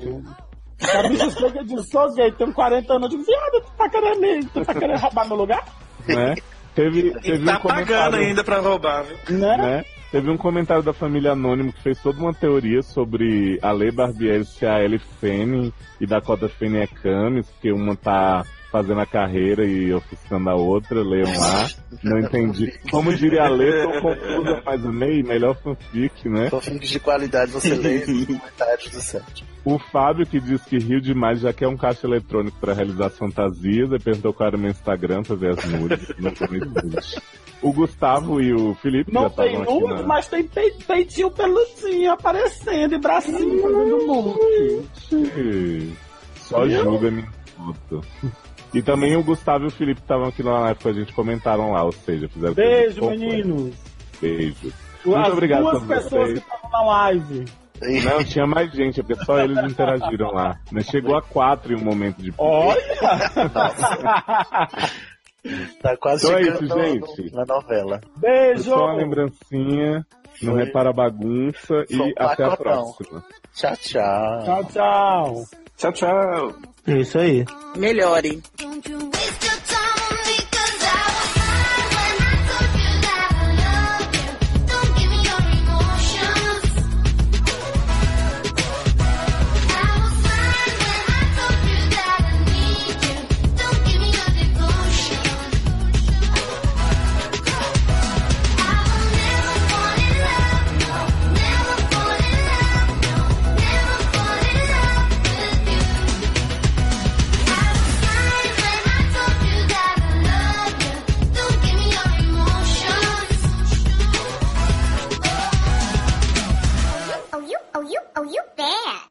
S5: Tá A bicha chega de sorvete, tem 40 anos. Eu digo, viado, tu tá querendo, me- tu tá querendo roubar meu lugar?
S2: né? Teve, teve
S10: Ele tá
S2: um comentário,
S10: pagando ainda pra roubar, viu?
S2: né? Teve um comentário da família Anônimo que fez toda uma teoria sobre a Lei Barbieri ser a Ellie Fanning e Dakota Fanning é Camis, porque uma tá fazendo a carreira e oficiando a outra, leiam lá. Não entendi. Como diria a Lê, tô confusa, mas amei, melhor fanfic, né?
S7: Fanfic de qualidade você
S2: (laughs)
S7: lê nos comentários do site.
S2: O Fábio que diz que riu demais já quer um caixa eletrônico para realizar fantasias e perguntou qual era o meu Instagram pra ver as nudes. não tem nudes. O Gustavo e o Felipe
S5: Não
S2: já tá né?
S5: tem
S2: estavam aqui
S5: nude,
S2: na...
S5: mas tem pe- peitinho peludinho aparecendo e bracinho fazendo muque.
S2: Ih, Só
S5: Viu?
S2: julga minha foto. E também o Gustavo e o Felipe estavam aqui lá na época, a gente comentaram lá, ou seja, fizeram...
S5: Beijo,
S2: completo.
S5: meninos.
S2: Beijo.
S5: As
S2: Muito obrigado
S5: duas
S2: a
S5: pessoas que
S2: vocês.
S5: estavam na live.
S2: Não, tinha mais gente, é porque só eles interagiram lá. Mas chegou a quatro em um momento de
S7: Tá quase
S2: Então é
S7: chegando
S2: isso,
S7: no-
S2: gente.
S7: na novela.
S2: Beijo! Só uma lembrancinha, não
S7: Foi.
S2: repara a bagunça
S7: Foi um
S2: e
S5: tá
S2: até a
S7: pacotão.
S2: próxima.
S7: Tchau, tchau.
S5: Tchau, tchau.
S10: Tchau, tchau.
S2: Isso aí.
S6: Melhorem.